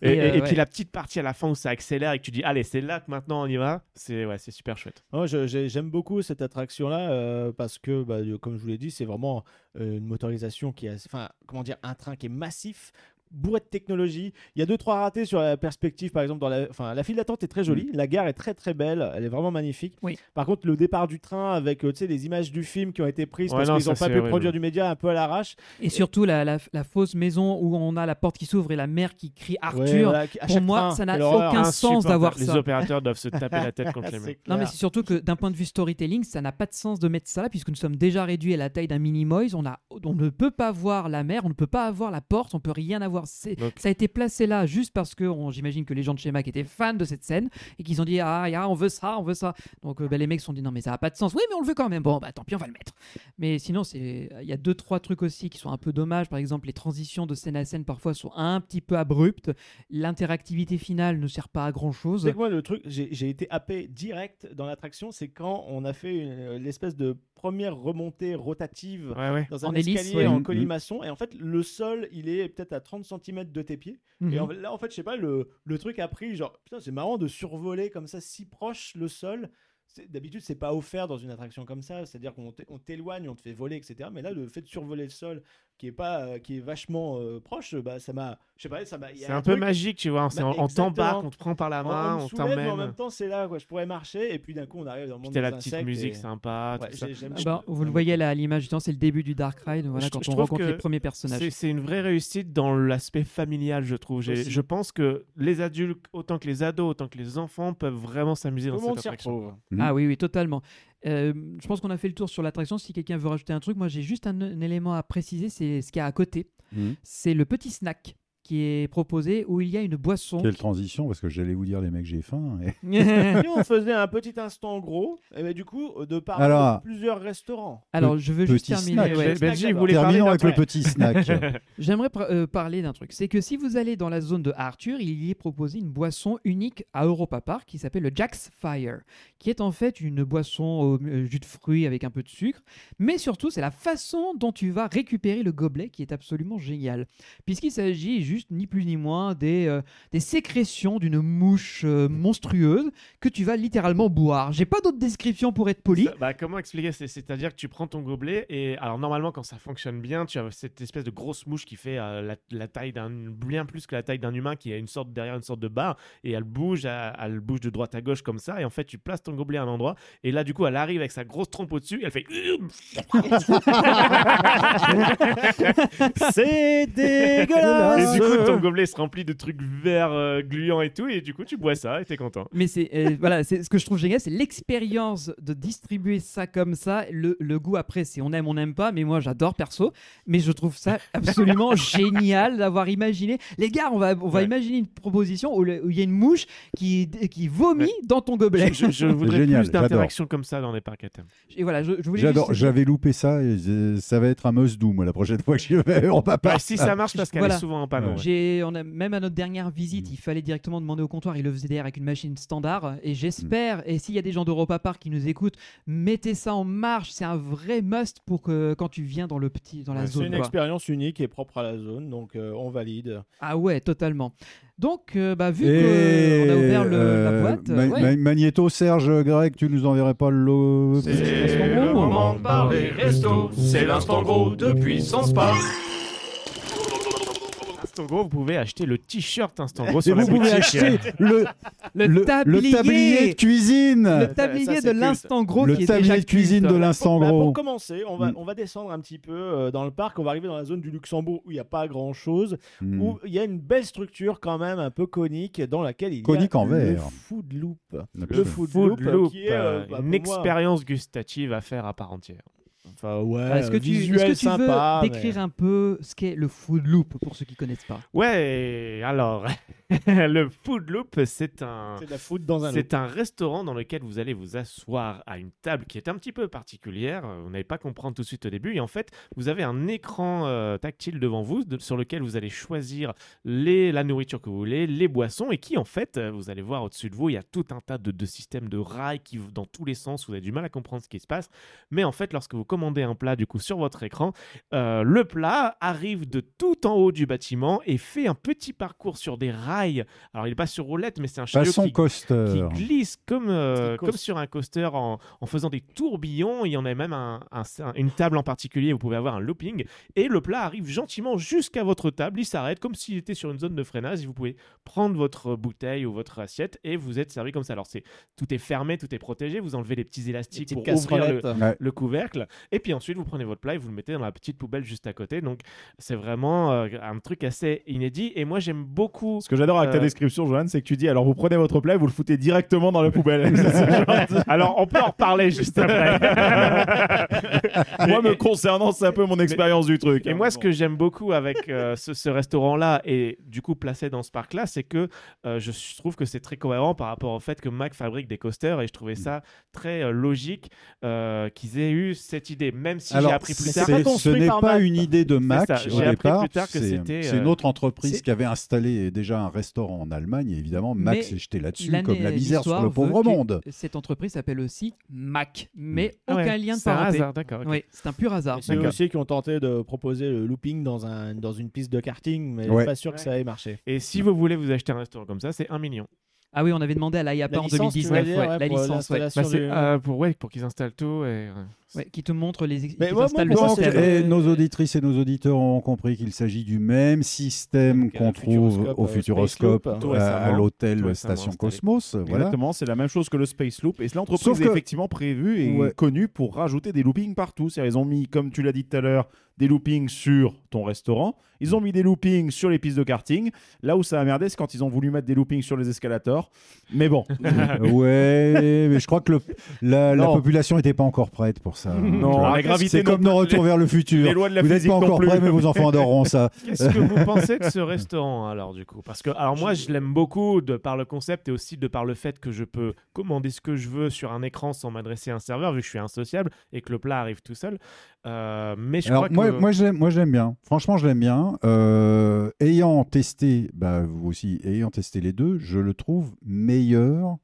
Speaker 8: Et,
Speaker 7: Et, euh,
Speaker 8: et- et puis
Speaker 7: ouais.
Speaker 8: la petite partie à la fin où ça accélère et que tu dis allez c'est là que maintenant on y va, c'est ouais c'est super chouette.
Speaker 7: Ouais, je- j'ai- J'aime beaucoup cette attraction-là euh, parce que, bah, de- comme je vous l'ai dit, c'est vraiment euh, une motorisation qui est, assez- enfin, comment dire, un train qui est massif, bourré de technologie. Il y a deux trois ratés sur la perspective, par exemple, dans la, enfin, la file d'attente est très jolie,
Speaker 1: Mm.
Speaker 7: la gare est très très belle, elle est vraiment magnifique. Par contre, le départ du train avec, euh, tu sais, les images du film qui ont été prises
Speaker 8: Ouais,
Speaker 7: parce
Speaker 8: non,
Speaker 7: qu'ils
Speaker 8: ça,
Speaker 7: n'ont pas
Speaker 8: c'est
Speaker 7: pu
Speaker 8: horrible.
Speaker 7: produire du média un peu à l'arrache.
Speaker 1: Et surtout la, la- la fausse maison où on a la porte qui s'ouvre et la mère qui crie Arthur.
Speaker 7: voilà, à
Speaker 1: Pour
Speaker 7: chaque
Speaker 1: moi,
Speaker 7: train,
Speaker 1: ça n'a
Speaker 7: quelle horreur. Ah,
Speaker 1: aucun sens
Speaker 8: Insupportable.
Speaker 1: d'avoir
Speaker 8: Les
Speaker 1: ça.
Speaker 8: opérateurs doivent se taper la tête contre les murs.
Speaker 1: Non, mais
Speaker 7: clair.
Speaker 1: c'est surtout que d'un point de vue storytelling, ça n'a pas de sens de mettre ça là, puisque nous sommes déjà réduits à la taille d'un mini-moise. On, a- on ne peut pas voir la mer, on ne peut pas avoir la porte, on peut rien avoir. C'est- Ça a été placé là juste parce que on- j'imagine que les gens de chez Mac étaient fans de cette scène et qu'ils ont dit Ah, ah, on veut ça, on veut ça. Donc euh, ben, les mecs se sont dit Non, mais ça n'a pas de sens. Oui, mais on le veut quand même. Bon, bah tant pis, on va le mettre. Mais sinon, c'est- il y a deux, trois trucs aussi qui sont un peu dommages. Par exemple, les transitions de scène à scène parfois sont un petit peu abruptes. L'interactivité finale ne sert pas à grand
Speaker 7: Tu
Speaker 1: chose.
Speaker 7: sais que moi, le truc, j'ai j'ai été happé direct dans l'attraction, c'est quand on a fait une- euh, l'espèce de première remontée rotative
Speaker 8: Ouais, Mmh. ouais.
Speaker 7: dans un
Speaker 1: En hélice,
Speaker 7: escalier
Speaker 1: ouais.
Speaker 7: en
Speaker 1: Mhm.
Speaker 7: colimaçon. Et en fait, le sol, il est peut-être à 30 cm de tes pieds. Et
Speaker 1: Mhm.
Speaker 7: en- là, en fait, je sais pas, le, le truc a pris, genre, putain, c'est marrant de survoler comme ça, si proche le sol. C'est- D'habitude, c'est pas offert dans une attraction comme ça, c'est-à-dire qu'on t'é- on t'éloigne, on te fait voler, etc. Mais là, le fait de survoler le sol, qui est pas, euh, qui est vachement euh, proche, bah ça m'a, je sais pas, ça m'a. il y a
Speaker 8: C'est un peu
Speaker 7: truc-
Speaker 8: magique, tu vois, on s'est-
Speaker 7: Bah,
Speaker 8: on
Speaker 7: exactement.
Speaker 8: t'embarque, on te prend par la main, Ah,
Speaker 7: me
Speaker 8: on
Speaker 7: soulève, mais En
Speaker 8: t'emmène.
Speaker 7: même temps, c'est là, quoi. Je pourrais marcher, et puis d'un coup, on arrive dans le monde
Speaker 8: t'as
Speaker 7: des
Speaker 8: la petite
Speaker 7: insectes
Speaker 8: musique
Speaker 7: et-
Speaker 8: sympa, tout
Speaker 7: Ouais,
Speaker 8: ça.
Speaker 7: j'ai- j'aime-
Speaker 1: Ah bah, vous le voyez là à l'image, justement, c'est le début du Dark Ride, voilà,
Speaker 8: Je-
Speaker 1: quand
Speaker 8: je
Speaker 1: on
Speaker 8: trouve
Speaker 1: rencontre
Speaker 8: que
Speaker 1: les premiers personnages.
Speaker 8: c'est- C'est une vraie réussite dans l'aspect familial, je trouve. J'ai-
Speaker 1: Aussi.
Speaker 8: Je pense que les adultes, autant que les ados, autant que les enfants, peuvent vraiment s'amuser
Speaker 7: Tout
Speaker 8: dans
Speaker 7: le monde
Speaker 8: cette
Speaker 7: s'y retrouve.
Speaker 8: attraction.
Speaker 1: Ah oui, oui, totalement. Euh, je pense qu'on a fait le tour sur l'attraction. Si quelqu'un veut rajouter un truc, moi j'ai juste un, un élément à préciser, c'est ce qu'il y a à côté.
Speaker 2: Mhm.
Speaker 1: C'est le petit snack qui est proposé où il y a une boisson.
Speaker 2: Quelle transition, parce que j'allais vous dire, les mecs, j'ai faim. et-
Speaker 7: Nous, on faisait un petit instant gros, et ben, du coup, de par
Speaker 2: Alors-
Speaker 7: plusieurs restaurants.
Speaker 1: Alors, je veux
Speaker 2: Petit
Speaker 1: juste terminer.
Speaker 2: snack.
Speaker 1: ouais.
Speaker 2: Snack Benji, d'abord. vous voulez Terminons parler d'un avec le truc petit snack.
Speaker 1: J'aimerais par- euh, parler d'un truc. C'est que si vous allez dans la zone de Arthur, il y est proposé une boisson unique à Europa Park qui s'appelle le Jack's Fire, qui est en fait une boisson au euh, jus de fruits avec un peu de sucre. Mais surtout, c'est la façon dont tu vas récupérer le gobelet qui est absolument génial. Puisqu'il s'agit juste ni plus ni moins des, euh, des sécrétions d'une mouche euh, monstrueuse que tu vas littéralement boire. J'ai pas d'autre description pour être poli.
Speaker 8: Ça- bah, comment expliquer C'est- C'est-à-dire que tu prends ton gobelet et alors normalement quand ça fonctionne bien, tu as cette espèce de grosse mouche qui fait euh, la, la taille d'un bien plus que la taille d'un humain qui a une sorte derrière une sorte de barre et elle bouge, elle, elle bouge de droite à gauche comme ça et en fait tu places ton gobelet à un endroit et là du coup elle arrive avec sa grosse trompe au dessus, elle fait
Speaker 7: C'est dégueulasse.
Speaker 8: Et du coup ton gobelet se remplit de trucs verts euh, gluants et tout et du coup tu bois ça et t'es content.
Speaker 1: Mais c'est euh, voilà, c'est ce que je trouve génial, c'est l'expérience de distribuer ça comme ça. Le, le goût après, c'est on aime, on n'aime pas, mais moi j'adore perso. Mais je trouve ça absolument génial d'avoir imaginé. Les gars, on va on va imaginer une proposition où le- où il y a une mouche qui qui vomit dans ton gobelet.
Speaker 8: Je, je voudrais
Speaker 2: Génial,
Speaker 8: plus
Speaker 2: j'adore.
Speaker 8: d'interactions comme ça dans les parcs à thème.
Speaker 1: Et voilà, je, je voulais
Speaker 2: J'adore,
Speaker 1: juste-
Speaker 2: j'avais loupé ça, et je- ça va être un must-do, moi, la prochaine fois que je vais on va pas.
Speaker 8: Ah, si ça marche, parce qu'elle
Speaker 1: Voilà.
Speaker 8: est souvent en panne. ouais.
Speaker 1: J'ai, on a, même à notre dernière visite, il fallait directement demander au comptoir. Il le faisait d'ailleurs avec une machine standard. Et j'espère, et s'il y a des gens d'Europa Park qui nous écoutent, mettez ça en marche. C'est un vrai must pour que quand tu viens dans, le petit, dans la
Speaker 7: C'est
Speaker 1: zone.
Speaker 7: une
Speaker 1: quoi.
Speaker 7: expérience unique et propre à la zone, donc euh, on valide.
Speaker 1: Ah ouais, totalement. Donc, euh, bah, vu
Speaker 2: Et,
Speaker 1: qu'on a ouvert le- la
Speaker 2: euh,
Speaker 1: boîte,
Speaker 2: Ma-
Speaker 1: euh, ouais.
Speaker 2: Ma- Magneto, Serge, Greg, tu nous enverrais pas le.
Speaker 4: C'est le moment de parler resto, c'est l'instant gros de puissance par.
Speaker 8: Instant Gros, vous pouvez acheter le t-shirt Instant
Speaker 2: Et
Speaker 8: Gros sur la
Speaker 2: vous pouvez
Speaker 8: boutique.
Speaker 2: acheter le, le
Speaker 1: tablier.
Speaker 2: tablier de cuisine.
Speaker 1: Le tablier
Speaker 2: Ça,
Speaker 1: de
Speaker 2: c'est
Speaker 1: l'instant
Speaker 2: culte.
Speaker 1: gros
Speaker 2: Le
Speaker 1: qui est
Speaker 2: tablier
Speaker 1: déjà
Speaker 2: de cuisine
Speaker 1: culte.
Speaker 2: de l'instant
Speaker 7: Bah,
Speaker 2: gros. Mm.
Speaker 7: pour commencer, on va, on va descendre un petit peu euh, dans le parc. On va arriver dans la zone du Luxembourg où il n'y a pas grand chose,
Speaker 2: Mm.
Speaker 7: où il y a une belle structure quand même un peu conique dans laquelle il
Speaker 2: Conique
Speaker 7: y a
Speaker 2: en
Speaker 7: le
Speaker 2: verre.
Speaker 7: Food Loop.
Speaker 2: Absolument.
Speaker 7: Le Food, Loop,
Speaker 8: Loop,
Speaker 7: qui est euh,
Speaker 8: euh,
Speaker 7: bah,
Speaker 8: une
Speaker 7: pour moi-
Speaker 8: expérience gustative à faire à part entière.
Speaker 7: Enfin, ouais,
Speaker 1: Est-ce que tu, est-ce
Speaker 7: visuel
Speaker 1: que tu
Speaker 7: sympa,
Speaker 1: veux
Speaker 7: mais-
Speaker 1: décrire un peu ce qu'est le food loop pour ceux qui connaissent pas
Speaker 8: Ouais, alors, le Food Loop, c'est un,
Speaker 13: C'est de la food dans un
Speaker 8: c'est
Speaker 13: loop.
Speaker 8: un restaurant dans lequel vous allez vous asseoir à une table qui est un petit peu particulière. euh, Vous n'allez pas comprendre tout de suite au début. Et en fait, vous avez un écran euh, tactile devant vous de- sur lequel vous allez choisir les, la nourriture que vous voulez, les boissons et qui, en fait, euh, vous allez voir au-dessus de vous, il y a tout un tas de, de systèmes de rails qui, vont dans tous les sens, vous avez du mal à comprendre ce qui se passe. Mais en fait, lorsque vous commandez un plat, du coup, sur votre écran, euh, le plat arrive de tout en haut du bâtiment et fait un petit parcours sur des rails. Alors, il n'est pas sur roulette, mais c'est un chariot
Speaker 2: Façon
Speaker 8: qui,
Speaker 2: coaster.
Speaker 8: qui glisse comme, euh,
Speaker 2: Petit coast.
Speaker 8: comme sur un coaster en, en faisant des tourbillons. Il y en a même un- un- un- une table en particulier, vous pouvez avoir un looping. Et le plat arrive gentiment jusqu'à votre table, il s'arrête comme s'il était sur une zone de freinage. Et vous pouvez prendre votre bouteille ou votre assiette et vous êtes servi comme ça. Alors c'est tout est fermé, tout est protégé. Vous enlevez les petits élastiques
Speaker 13: petites
Speaker 8: pour ouvrir le,
Speaker 13: casserolettes. Ouais.
Speaker 8: le couvercle. Et puis ensuite, vous prenez votre plat et vous le mettez dans la petite poubelle juste à côté. Donc c'est vraiment euh, un truc assez inédit. Et moi j'aime beaucoup.
Speaker 10: Ce que j'adore avec ta
Speaker 8: euh,
Speaker 10: description, Johan, c'est que tu dis alors vous prenez votre plat et vous le foutez directement dans la poubelle.
Speaker 8: Alors, on peut en reparler juste après.
Speaker 10: Moi, me concernant, c'est un peu mon expérience du truc.
Speaker 8: Et moi, ce que j'aime beaucoup avec euh, ce, ce restaurant-là et du coup placé dans ce parc-là, c'est que euh, je trouve que c'est très cohérent par rapport au fait que Mac fabrique des coasters et je
Speaker 13: Mm.
Speaker 8: trouvais ça très euh, logique euh, qu'ils aient eu cette idée, même si j'ai
Speaker 2: Alors,
Speaker 8: appris plus
Speaker 2: c'est-
Speaker 8: tard.
Speaker 2: ce n'est pas une idée de
Speaker 8: C'est
Speaker 2: Mac
Speaker 8: ça,
Speaker 2: au
Speaker 8: j'ai appris
Speaker 2: départ.
Speaker 8: plus tard que
Speaker 2: C'est
Speaker 8: c'était,
Speaker 2: c'est
Speaker 8: euh,
Speaker 2: une autre entreprise
Speaker 8: c'est-
Speaker 2: qui avait installé déjà un restaurant en Allemagne. Et évidemment, Mac
Speaker 1: Mais
Speaker 2: s'est jeté là-dessus
Speaker 1: l'année-
Speaker 2: comme la misère sur
Speaker 1: l'histoire
Speaker 2: le pauvre
Speaker 1: veut que
Speaker 2: monde.
Speaker 1: Cette entreprise s'appelle aussi Mac, mais
Speaker 13: Ah
Speaker 1: aucun
Speaker 13: ouais,
Speaker 1: lien de
Speaker 13: c'est un
Speaker 1: parenté.
Speaker 13: hasard, d'accord, ok.
Speaker 1: Oui, c'est un pur hasard.
Speaker 13: C'est eux aussi qui ont tenté de proposer le looping dans, un, dans une piste de karting, mais
Speaker 1: Ouais.
Speaker 13: pas sûr que ça ait marché.
Speaker 8: Et si vous voulez vous acheter un restaurant comme ça, c'est un million.
Speaker 1: Ah oui, on avait demandé à l'IAPA
Speaker 13: La
Speaker 1: en
Speaker 13: licence, tu veux
Speaker 1: 2019,
Speaker 13: dire,
Speaker 1: ouais,
Speaker 13: ouais,
Speaker 1: la
Speaker 13: pour
Speaker 1: licence, ouais.
Speaker 13: l'installation Bah, c'est, du-
Speaker 8: euh, pour, ouais, pour qu'ils installent tout. Et...
Speaker 1: Ouais, qui te montre les ex- qui t'installe le
Speaker 2: Donc,
Speaker 1: système.
Speaker 2: et nos auditrices et nos auditeurs ont compris qu'il s'agit du même système qu'on trouve
Speaker 10: Futuroscope,
Speaker 2: au
Speaker 10: euh,
Speaker 2: Futuroscope,
Speaker 10: Space Loop.
Speaker 2: euh, à
Speaker 10: Tout
Speaker 2: l'hôtel
Speaker 10: récemment
Speaker 2: Station
Speaker 10: installé.
Speaker 2: Cosmos. Voilà.
Speaker 10: Exactement, c'est la même chose que le Space Loop. Et c'est l'entreprise
Speaker 2: Sauf
Speaker 10: est
Speaker 2: que-
Speaker 10: effectivement prévue et
Speaker 2: Ouais.
Speaker 10: connue pour rajouter des loopings partout. C'est-à-dire, ils ont mis, comme tu l'as dit tout à l'heure, des loopings sur ton restaurant. Ils ont mis des loopings sur les pistes de karting. Là où ça a merdé, c'est quand ils ont voulu mettre des loopings sur les escalators. Mais bon.
Speaker 2: ouais, mais je crois que le- la, la
Speaker 10: Non.
Speaker 2: population n'était pas encore prête pour ça. Tu
Speaker 10: Non,
Speaker 2: vois.
Speaker 10: la gravité
Speaker 2: C'est
Speaker 10: non
Speaker 2: comme nos
Speaker 10: plus.
Speaker 2: retours
Speaker 10: Les-
Speaker 2: vers le futur.
Speaker 10: les lois de la
Speaker 2: vous n'êtes
Speaker 10: physique
Speaker 2: pas
Speaker 10: non
Speaker 2: encore
Speaker 10: plus.
Speaker 2: prêts, mais vos enfants adoreront ça.
Speaker 8: Qu'est-ce que vous pensez de ce restaurant alors du coup Parce que alors moi je l'aime beaucoup de par le concept et aussi de par le fait que je peux commander ce que je veux sur un écran sans m'adresser à un serveur vu que je suis insociable et que le plat arrive tout seul. Euh, mais je
Speaker 2: Alors,
Speaker 8: crois
Speaker 2: moi,
Speaker 8: que
Speaker 2: moi, je l'aime- moi, je l'aime bien. Franchement, je l'aime bien. Euh, ayant testé, bah, vous aussi, ayant testé les deux, je le trouve meilleur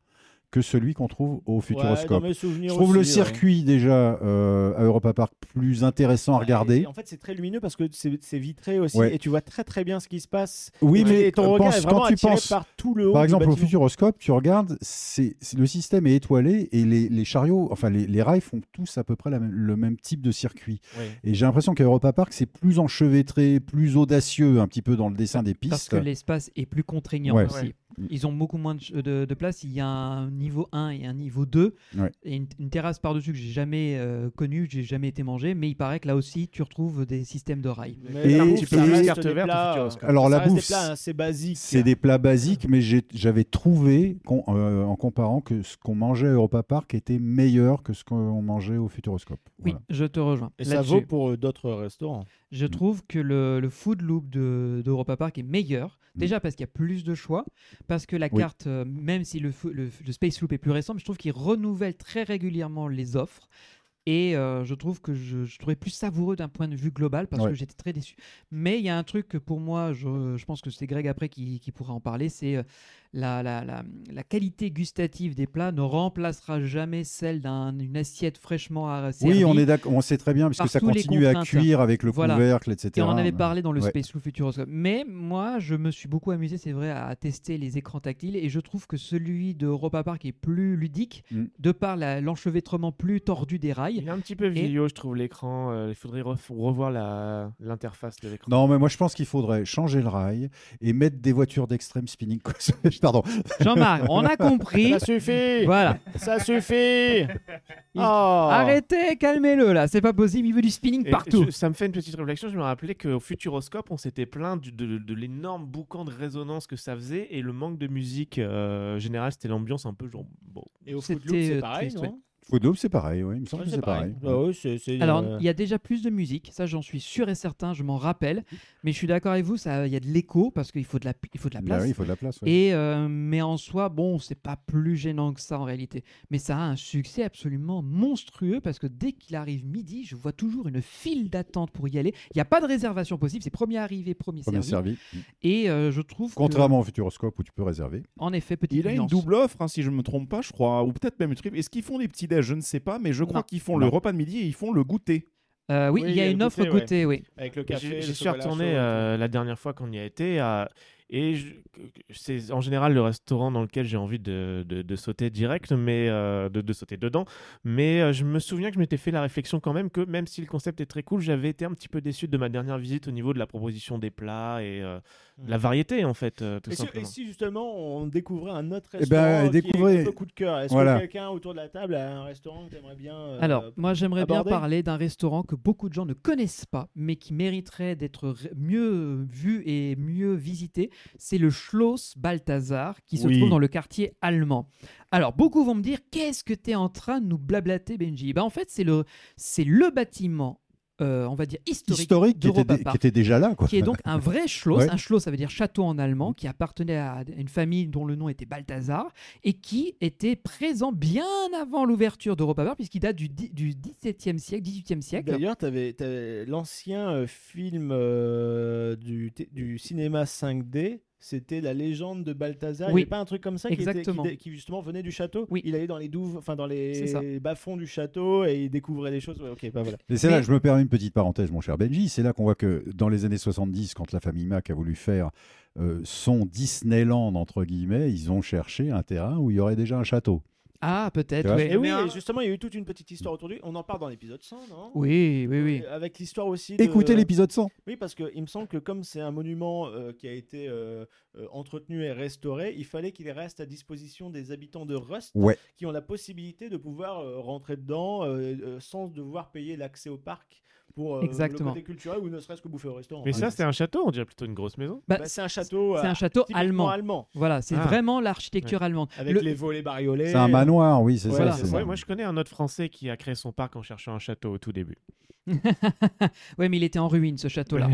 Speaker 2: que celui qu'on trouve au Futuroscope.
Speaker 13: dans mes
Speaker 2: je
Speaker 13: souvenirs
Speaker 2: trouve le
Speaker 13: aussi, ouais.
Speaker 2: circuit déjà euh, à Europa Park plus intéressant à
Speaker 7: Bah,
Speaker 2: regarder.
Speaker 13: Et en fait, c'est très lumineux parce que c'est c'est vitré aussi
Speaker 2: Ouais.
Speaker 13: et tu vois très très bien ce qui se passe.
Speaker 2: Oui,
Speaker 13: Et
Speaker 2: mais
Speaker 13: ton regard
Speaker 2: pense-
Speaker 13: est vraiment
Speaker 2: quand tu
Speaker 13: attiré
Speaker 2: penses,
Speaker 13: par tout le haut.
Speaker 2: par
Speaker 13: du
Speaker 2: exemple, au
Speaker 13: bâtiment.
Speaker 2: Futuroscope, tu regardes, c'est c'est- le système est étoilé et les, les chariots, enfin les, les rails font tous à peu près la même- le même type de circuit.
Speaker 1: Oui.
Speaker 2: Et j'ai l'impression qu'à Europa Park, c'est plus enchevêtré, plus audacieux, un petit peu dans le dessin des pistes.
Speaker 1: Parce que l'espace est plus contraignant
Speaker 2: Ouais.
Speaker 1: aussi.
Speaker 2: Ouais.
Speaker 1: Ils ont beaucoup moins de, ch- de- de place. Il y a un niveau 1 et un niveau 2.
Speaker 2: Ouais.
Speaker 1: Et une, une terrasse par-dessus que j'ai jamais euh, connue, que j'ai jamais été mangé. Mais il paraît que là aussi, tu retrouves des systèmes de rails.
Speaker 2: Et- et- Alors la
Speaker 13: Ça reste
Speaker 2: bouffe,
Speaker 13: des plats hein, assez basiques.
Speaker 2: C'est des plats basiques, mais j'ai- j'avais trouvé qu'on- euh, en comparant que ce qu'on mangeait à Europa Park était meilleur que ce qu'on mangeait au Futuroscope.
Speaker 1: Oui, je te rejoins.
Speaker 13: Et ça
Speaker 1: là-dessus.
Speaker 13: vaut pour euh, d'autres restaurants.
Speaker 2: Mm.
Speaker 1: Je trouve que le, le food loop de- d'Europa Park est meilleur.
Speaker 2: Mm.
Speaker 1: Déjà parce qu'il y a plus de choix, parce que la
Speaker 13: Oui.
Speaker 1: carte, euh, même si le, fo- le- le Space Loop est plus récent, mais je trouve qu'il renouvelle très régulièrement les offres. Et euh, je trouve que je, je trouvais plus savoureux d'un point de vue global parce
Speaker 2: Ouais.
Speaker 1: que j'étais très déçu. Mais il y a un truc que pour moi, je, je pense que c'est Greg après qui, qui pourra en parler, c'est euh, la, la- la- la qualité gustative des plats ne remplacera jamais celle d'une assiette fraîchement servie.
Speaker 2: Oui, on est d'accord- on sait très bien, puisque
Speaker 1: par
Speaker 2: ça
Speaker 1: tous les
Speaker 2: continue à
Speaker 1: contraintes.
Speaker 2: cuire avec le couvercle, etc.
Speaker 1: Et on en avait parlé dans le
Speaker 2: Ouais.
Speaker 1: Space Lou Futuroscope. Mais moi, je me suis beaucoup amusé, c'est vrai, à tester les écrans tactiles. Et je trouve que celui de Europa Park est plus ludique,
Speaker 2: Mm.
Speaker 1: de par la- l'enchevêtrement plus tordu des rails.
Speaker 8: Il est un petit peu vidéo, je trouve l'écran. euh, il faudrait ref- revoir la- l'interface de l'écran.
Speaker 2: Non, mais moi je pense qu'il faudrait changer le rail et mettre des voitures d'extrême spinning. Pardon.
Speaker 1: Jean-Marc, on a compris.
Speaker 13: Ça suffit.
Speaker 1: Voilà.
Speaker 13: Ça suffit.
Speaker 1: Il- Ah,
Speaker 13: Oh.
Speaker 1: Arrêtez, calmez-le là, c'est pas possible, il veut du spinning
Speaker 8: Et
Speaker 1: partout.
Speaker 8: je- ça me fait une petite réflexion. Je me rappelais qu'au Futuroscope, on s'était plaint du- de, de l'énorme boucan de résonance que ça faisait et le manque de musique euh, générale. C'était l'ambiance un peu genre. Bon.
Speaker 13: Et au
Speaker 1: C'était,
Speaker 13: Footloop, c'est
Speaker 1: euh,
Speaker 13: pareil,
Speaker 1: triste,
Speaker 13: non
Speaker 1: ouais.
Speaker 2: Foodoop, c'est pareil, oui. Il me semble
Speaker 7: Ouais,
Speaker 2: que c'est
Speaker 7: c'est
Speaker 2: pareil.
Speaker 13: Bah
Speaker 7: pareil. Ah oui, c'est- c'est,
Speaker 1: Alors,
Speaker 7: euh,
Speaker 1: il y a déjà plus de musique, ça j'en suis sûr et certain, je m'en rappelle. Mais je suis d'accord avec vous, ça, il y a de l'écho parce qu'il faut de la, il faut de la
Speaker 2: Bah
Speaker 1: place.
Speaker 2: oui, il faut de la place, ouais.
Speaker 1: Et euh, mais en soi, bon, c'est pas plus gênant que ça en réalité. Mais ça a un succès absolument monstrueux parce que dès qu'il arrive midi, je vois toujours une file d'attente pour y aller. Il n'y a pas de réservation possible, c'est premier arrivé, premier,
Speaker 2: Premier
Speaker 1: servi.
Speaker 2: servi. Mm.
Speaker 1: Et euh, je trouve
Speaker 2: Contrairement au Futuroscope où tu peux réserver.
Speaker 1: que, en effet, petite
Speaker 10: Il a une
Speaker 1: nuance.
Speaker 10: double offre, hein, si je ne me trompe pas, je crois, ou peut-être même une triple. Est-ce qu'ils font des petits déj Je ne sais pas, mais je crois qu'ils font le
Speaker 8: Non.
Speaker 10: repas de midi et ils font le goûter.
Speaker 1: Euh, oui, il y a une
Speaker 10: le
Speaker 1: offre goûter, oui.
Speaker 7: Avec le
Speaker 8: Et
Speaker 7: café,
Speaker 8: j'ai-
Speaker 7: le
Speaker 8: J'y suis
Speaker 7: chocolat chaud
Speaker 8: retourné
Speaker 7: et
Speaker 8: euh, la dernière fois qu'on y a été. euh, et je- c'est en général le restaurant dans lequel j'ai envie de, de- de sauter direct, mais euh, de, de sauter dedans. Mais euh, je me souviens que je m'étais fait la réflexion quand même que même si le concept est très cool, j'avais été un petit peu déçu de ma dernière visite au niveau de la proposition des plats et euh, de
Speaker 7: Mmh.
Speaker 8: la variété en fait, euh, tout
Speaker 7: et, si,
Speaker 8: simplement.
Speaker 7: et si justement on découvrait un autre
Speaker 8: Eh
Speaker 7: restaurant
Speaker 8: ben,
Speaker 7: qui est
Speaker 8: découvrez-
Speaker 7: un peu coup de cœur Est-ce
Speaker 8: Voilà.
Speaker 7: que quelqu'un autour de la table a un restaurant que t'aimerais bien euh,
Speaker 1: Alors, moi, j'aimerais bien
Speaker 7: aborder
Speaker 1: parler d'un restaurant que beaucoup de gens ne connaissent pas, mais qui mériterait d'être ré- mieux vu et mieux visité. C'est le Schloss Balthazar, qui se
Speaker 14: Oui.
Speaker 1: trouve dans le quartier allemand. Alors, beaucoup vont me dire Qu'est-ce que tu es en train de nous blablater, Benji bah, En fait, c'est le, c'est le bâtiment. euh, on va dire historique,
Speaker 2: Historique, qui était
Speaker 1: d'Europa
Speaker 2: dé-
Speaker 1: Park,
Speaker 2: qui était déjà là, quoi.
Speaker 1: qui est donc un vrai Schloss
Speaker 2: Ouais.
Speaker 1: un Schloss ça veut dire château en allemand qui appartenait à une famille dont le nom était Balthazar et qui était présent bien avant l'ouverture d'Europa Park puisqu'il date du, dix- du 17e siècle 18e siècle
Speaker 7: D'ailleurs, tu avais, l'ancien euh, film euh, du, t- du cinéma 5D. C'était la légende de Balthazar.
Speaker 1: Oui.
Speaker 7: Il n'y a pas un truc comme ça qui, était- qui
Speaker 1: Exactement.
Speaker 7: dé- qui, justement venait du château. Il allait dans les douves, enfin dans
Speaker 1: C'est ça.
Speaker 7: les bas-fonds du château et il découvrait des choses. Ouais, ok, bah voilà.
Speaker 2: Et c'est là, je me permets une petite parenthèse, mon cher Benji, c'est là qu'on voit que dans les années 70, quand la famille Mac a voulu faire euh, son Disneyland, entre guillemets, ils ont cherché un terrain où il y aurait déjà un château.
Speaker 1: ah
Speaker 2: Tu
Speaker 1: peut-être
Speaker 2: vois
Speaker 1: ouais.
Speaker 7: Et oui, et justement, il y a eu toute une petite histoire autour de lui. On en parle dans l'épisode 100, non
Speaker 1: oui oui oui
Speaker 7: Euh, Avec l'histoire aussi. de-
Speaker 2: Écoutez l'épisode 100.
Speaker 7: Oui, parce qu'il me semble que comme c'est un monument euh, qui a été euh, euh, entretenu et restauré, il fallait qu'il reste à disposition des habitants de Rust
Speaker 2: Ouais.
Speaker 7: qui ont la possibilité de pouvoir euh, rentrer dedans euh, euh, sans devoir payer l'accès au parc pour euh,
Speaker 1: Exactement.
Speaker 7: le côté culturel ou ne serait-ce que bouffer au restaurant.
Speaker 8: Mais
Speaker 7: par
Speaker 8: ça,
Speaker 7: exemple.
Speaker 8: c'est un château, on dirait plutôt une grosse maison.
Speaker 7: Bah, c'est un château,
Speaker 1: c'est
Speaker 7: euh,
Speaker 1: un château
Speaker 7: typiquement
Speaker 1: allemand.
Speaker 7: allemand.
Speaker 1: Voilà, c'est
Speaker 8: Ah.
Speaker 1: vraiment l'architecture
Speaker 8: Ouais.
Speaker 1: allemande.
Speaker 7: Avec
Speaker 1: Le-
Speaker 7: les volets bariolés.
Speaker 2: C'est un manoir, oui, c'est ça. c'est-
Speaker 8: moi, je connais un autre Français qui a créé son parc en cherchant un château au tout début.
Speaker 1: Ouais, mais il était en ruine ce château-là.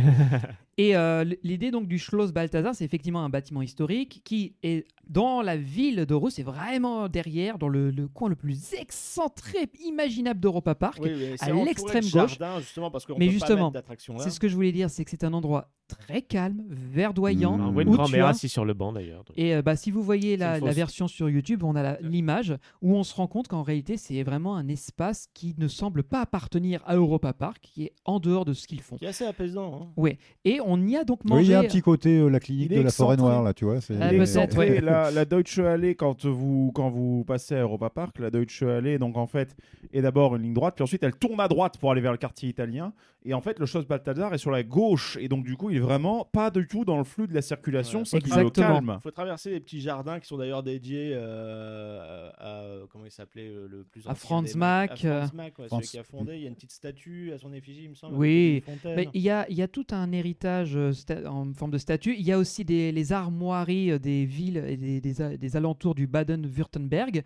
Speaker 1: Et euh, l- l'idée donc du Schloss Balthazar, c'est effectivement un bâtiment historique qui est dans la ville de Russe, c'est vraiment derrière, dans le, le coin le plus excentré imaginable d'Europa Park,
Speaker 7: Oui, oui, c'est
Speaker 1: à
Speaker 7: entouré de
Speaker 1: l'extrême gauche.
Speaker 7: jardins, justement, parce qu'on
Speaker 1: mais
Speaker 7: peut pas
Speaker 1: justement,
Speaker 7: mettre d'attraction là.
Speaker 1: c'est ce que je voulais dire, c'est que c'est un endroit très calme,
Speaker 2: Hmm.
Speaker 1: verdoyant.
Speaker 8: On
Speaker 1: où
Speaker 8: voit une
Speaker 1: tu
Speaker 8: grand-mère
Speaker 1: as-
Speaker 8: assise sur le banc d'ailleurs.
Speaker 1: et euh, bah, si vous voyez
Speaker 8: C'est
Speaker 1: la,
Speaker 8: une
Speaker 1: la
Speaker 8: fausse.
Speaker 1: version sur YouTube, on a la- l'image où on se rend compte qu'en réalité, c'est vraiment un espace qui ne semble pas appartenir à Europa Park, qui est en dehors de ce qu'ils font.
Speaker 7: Qui est assez apaisant. hein.
Speaker 1: Ouais. Et on y a donc
Speaker 2: Oui,
Speaker 1: mangé.
Speaker 2: il y a un petit côté, euh, la clinique
Speaker 1: Il est
Speaker 2: de la forêt
Speaker 1: excentré.
Speaker 2: noire, là, tu vois. c'est-
Speaker 1: Ah, peut-être,
Speaker 10: Excentré,
Speaker 1: ouais.
Speaker 10: la, la Deutsche Allee, quand vous, quand vous passez à Europa Park, la Deutsche Allee, donc en fait, est d'abord une ligne droite, puis ensuite elle tourne à droite pour aller vers le quartier italien. Et en fait, le Schloss Balthazar est sur la gauche. Et donc, du coup, il est vraiment pas du tout dans le flux de la circulation. c'est
Speaker 7: Il
Speaker 10: Exactement. calme.
Speaker 7: faut traverser des petits jardins qui sont d'ailleurs dédiés euh, à, à- comment il s'appelait euh, le plus
Speaker 1: À
Speaker 7: ancien
Speaker 1: Franz
Speaker 7: des-
Speaker 1: Mack,
Speaker 7: à Franz
Speaker 1: euh,
Speaker 7: Mack, ouais,
Speaker 1: Franz-
Speaker 7: celui qui a fondé. Il y a une petite statue à son effigie, il me semble.
Speaker 1: Oui,
Speaker 7: avec une fontaine.
Speaker 1: Mais il y, a, il y a tout un héritage euh, sta- en forme de statue. Il y a aussi des, les armoiries euh, des villes et des, des a- des alentours du Baden-Württemberg.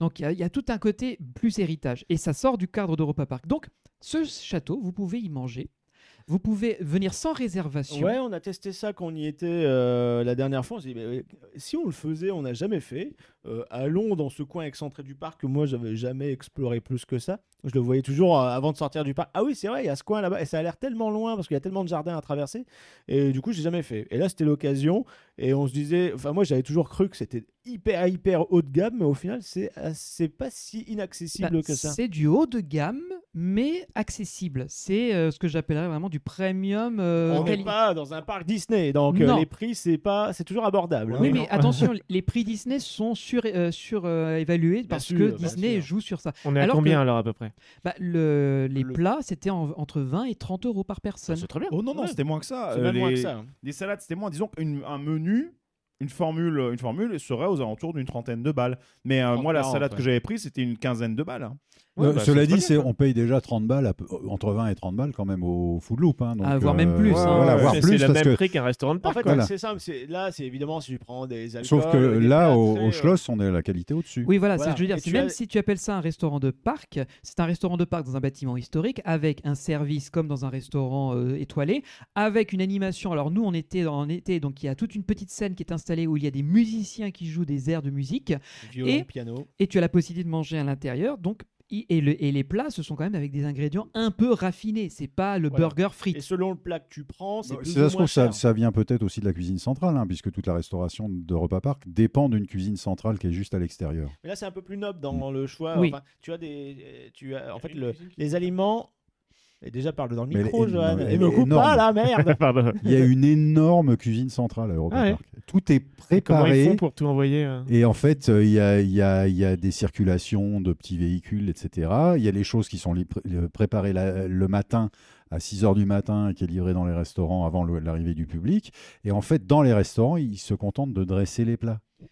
Speaker 1: Donc il y, a, il y a tout un côté plus héritage. Et ça sort du cadre d'Europa Park. Donc ce château, vous pouvez y manger. Vous pouvez venir sans réservation.
Speaker 7: Ouais, on a testé ça quand on y était euh, la dernière fois. On s'est dit, mais, euh, si on le faisait, on n'a jamais fait. Euh, allons dans ce coin excentré du parc que moi, j'avais jamais exploré plus que ça. Je le voyais toujours euh, avant de sortir du parc. Ah oui, c'est vrai, il y a ce coin là-bas. Et ça a l'air tellement loin parce qu'il y a tellement de jardins à traverser. Et du coup, j'ai jamais fait. Et là, c'était l'occasion. Et on se disait, enfin, moi, j'avais toujours cru que c'était hyper, hyper haut de gamme. Mais au final, c'est assez- pas si inaccessible
Speaker 1: Bah,
Speaker 7: que ça.
Speaker 1: C'est du haut de gamme, mais accessible. C'est euh, ce que j'appellerais vraiment du premium. euh,
Speaker 7: on n'est
Speaker 1: quali-
Speaker 7: pas dans un parc Disney, donc euh,
Speaker 1: Non.
Speaker 7: les prix c'est pas, c'est toujours abordable. hein.
Speaker 1: Oui, mais attention, les prix Disney sont surévalués sur, euh, évalués parce
Speaker 8: sûr,
Speaker 1: que
Speaker 8: bien
Speaker 1: Disney joue sur ça.
Speaker 8: On est à
Speaker 1: Alors
Speaker 8: combien
Speaker 1: que-
Speaker 8: alors à peu près
Speaker 1: bah, le- Les plats, c'était en- entre 20 et 30 euros par personne.
Speaker 8: Bah, C'est très bien.
Speaker 10: Oh non, non, c'était moins que ça.
Speaker 1: C'est
Speaker 10: Euh,
Speaker 1: même
Speaker 10: les,
Speaker 1: moins que ça.
Speaker 7: hein.
Speaker 10: les salades, c'était moins. Disons qu'un menu, une formule, une formule serait aux alentours d'une trentaine de balles. Mais euh, moi, la
Speaker 1: 30,
Speaker 10: salade
Speaker 1: ouais.
Speaker 10: que j'avais prise, c'était une quinzaine de balles. hein.
Speaker 2: Euh, cela dit, c'est, on paye déjà 30 balles, à peu- euh, entre 20 et 30 balles quand même au Food Loop. Hein, donc,
Speaker 1: Ah, voire
Speaker 2: euh,
Speaker 1: même plus, hein.
Speaker 2: voilà,
Speaker 1: Ouais,
Speaker 2: voire
Speaker 1: c'est-
Speaker 2: plus
Speaker 8: c'est le
Speaker 2: parce
Speaker 8: même
Speaker 2: que-
Speaker 8: prix qu'un restaurant de
Speaker 7: En
Speaker 8: parc.
Speaker 7: fait,
Speaker 8: quoi.
Speaker 2: Voilà.
Speaker 7: c'est simple. c'est- Là, c'est évidemment si tu prends des alcools.
Speaker 2: Sauf que
Speaker 7: des
Speaker 2: là,
Speaker 7: plats
Speaker 2: au,
Speaker 7: très,
Speaker 2: au
Speaker 7: euh,
Speaker 2: Schloss, on est à la qualité au-dessus.
Speaker 1: Oui, voilà, c'est
Speaker 7: Voilà.
Speaker 1: je veux dire,
Speaker 7: Et
Speaker 1: c'est
Speaker 7: tu as-
Speaker 1: même si tu appelles ça un restaurant de parc, c'est un restaurant de parc dans un bâtiment historique avec un service comme dans un restaurant euh, étoilé, avec une animation. Alors nous, on était en été, donc il y a toute une petite scène qui est installée où il y a des musiciens qui jouent des airs de musique
Speaker 7: Violon,
Speaker 1: et
Speaker 7: piano.
Speaker 1: et tu as la possibilité de manger à l'intérieur. Donc i- et, le- et les plats, ce sont quand même avec des ingrédients un peu raffinés. C'est pas le
Speaker 7: Voilà.
Speaker 1: burger frites.
Speaker 7: Et selon le plat que tu prends, c'est
Speaker 1: Bah,
Speaker 7: plus
Speaker 2: Si
Speaker 7: ou
Speaker 2: ça se
Speaker 7: moins
Speaker 2: trouve, ça,
Speaker 7: cher.
Speaker 2: ça vient peut-être aussi de la cuisine centrale, hein, puisque toute la restauration de Repas Park dépend d'une cuisine centrale qui est juste à l'extérieur.
Speaker 7: Mais là, c'est un peu plus noble dans le choix.
Speaker 1: Oui.
Speaker 7: Enfin, tu as des, tu as en fait le, les aliments. Et déjà parle dans le
Speaker 2: Mais elle
Speaker 7: micro,
Speaker 2: est-
Speaker 7: Johan.
Speaker 2: non, mais
Speaker 7: Et
Speaker 2: elle
Speaker 7: me
Speaker 2: est
Speaker 7: coupe
Speaker 2: énorme.
Speaker 7: pas la merde.
Speaker 2: Il y a une énorme cuisine centrale à Europa
Speaker 7: Ah ouais.
Speaker 2: Park. Tout est
Speaker 8: Comment ils font
Speaker 2: préparé.
Speaker 8: pour tout envoyer euh
Speaker 2: Et en fait, euh, il y a, il y a- il y a des circulations de petits véhicules, etc. Il y a les choses qui sont li- pré- euh, préparées la- le matin à 6 h du matin et qui est livrée dans les restaurants avant le- l'arrivée du public. Et en fait, dans les restaurants, ils se contentent de dresser les plats.
Speaker 1: Je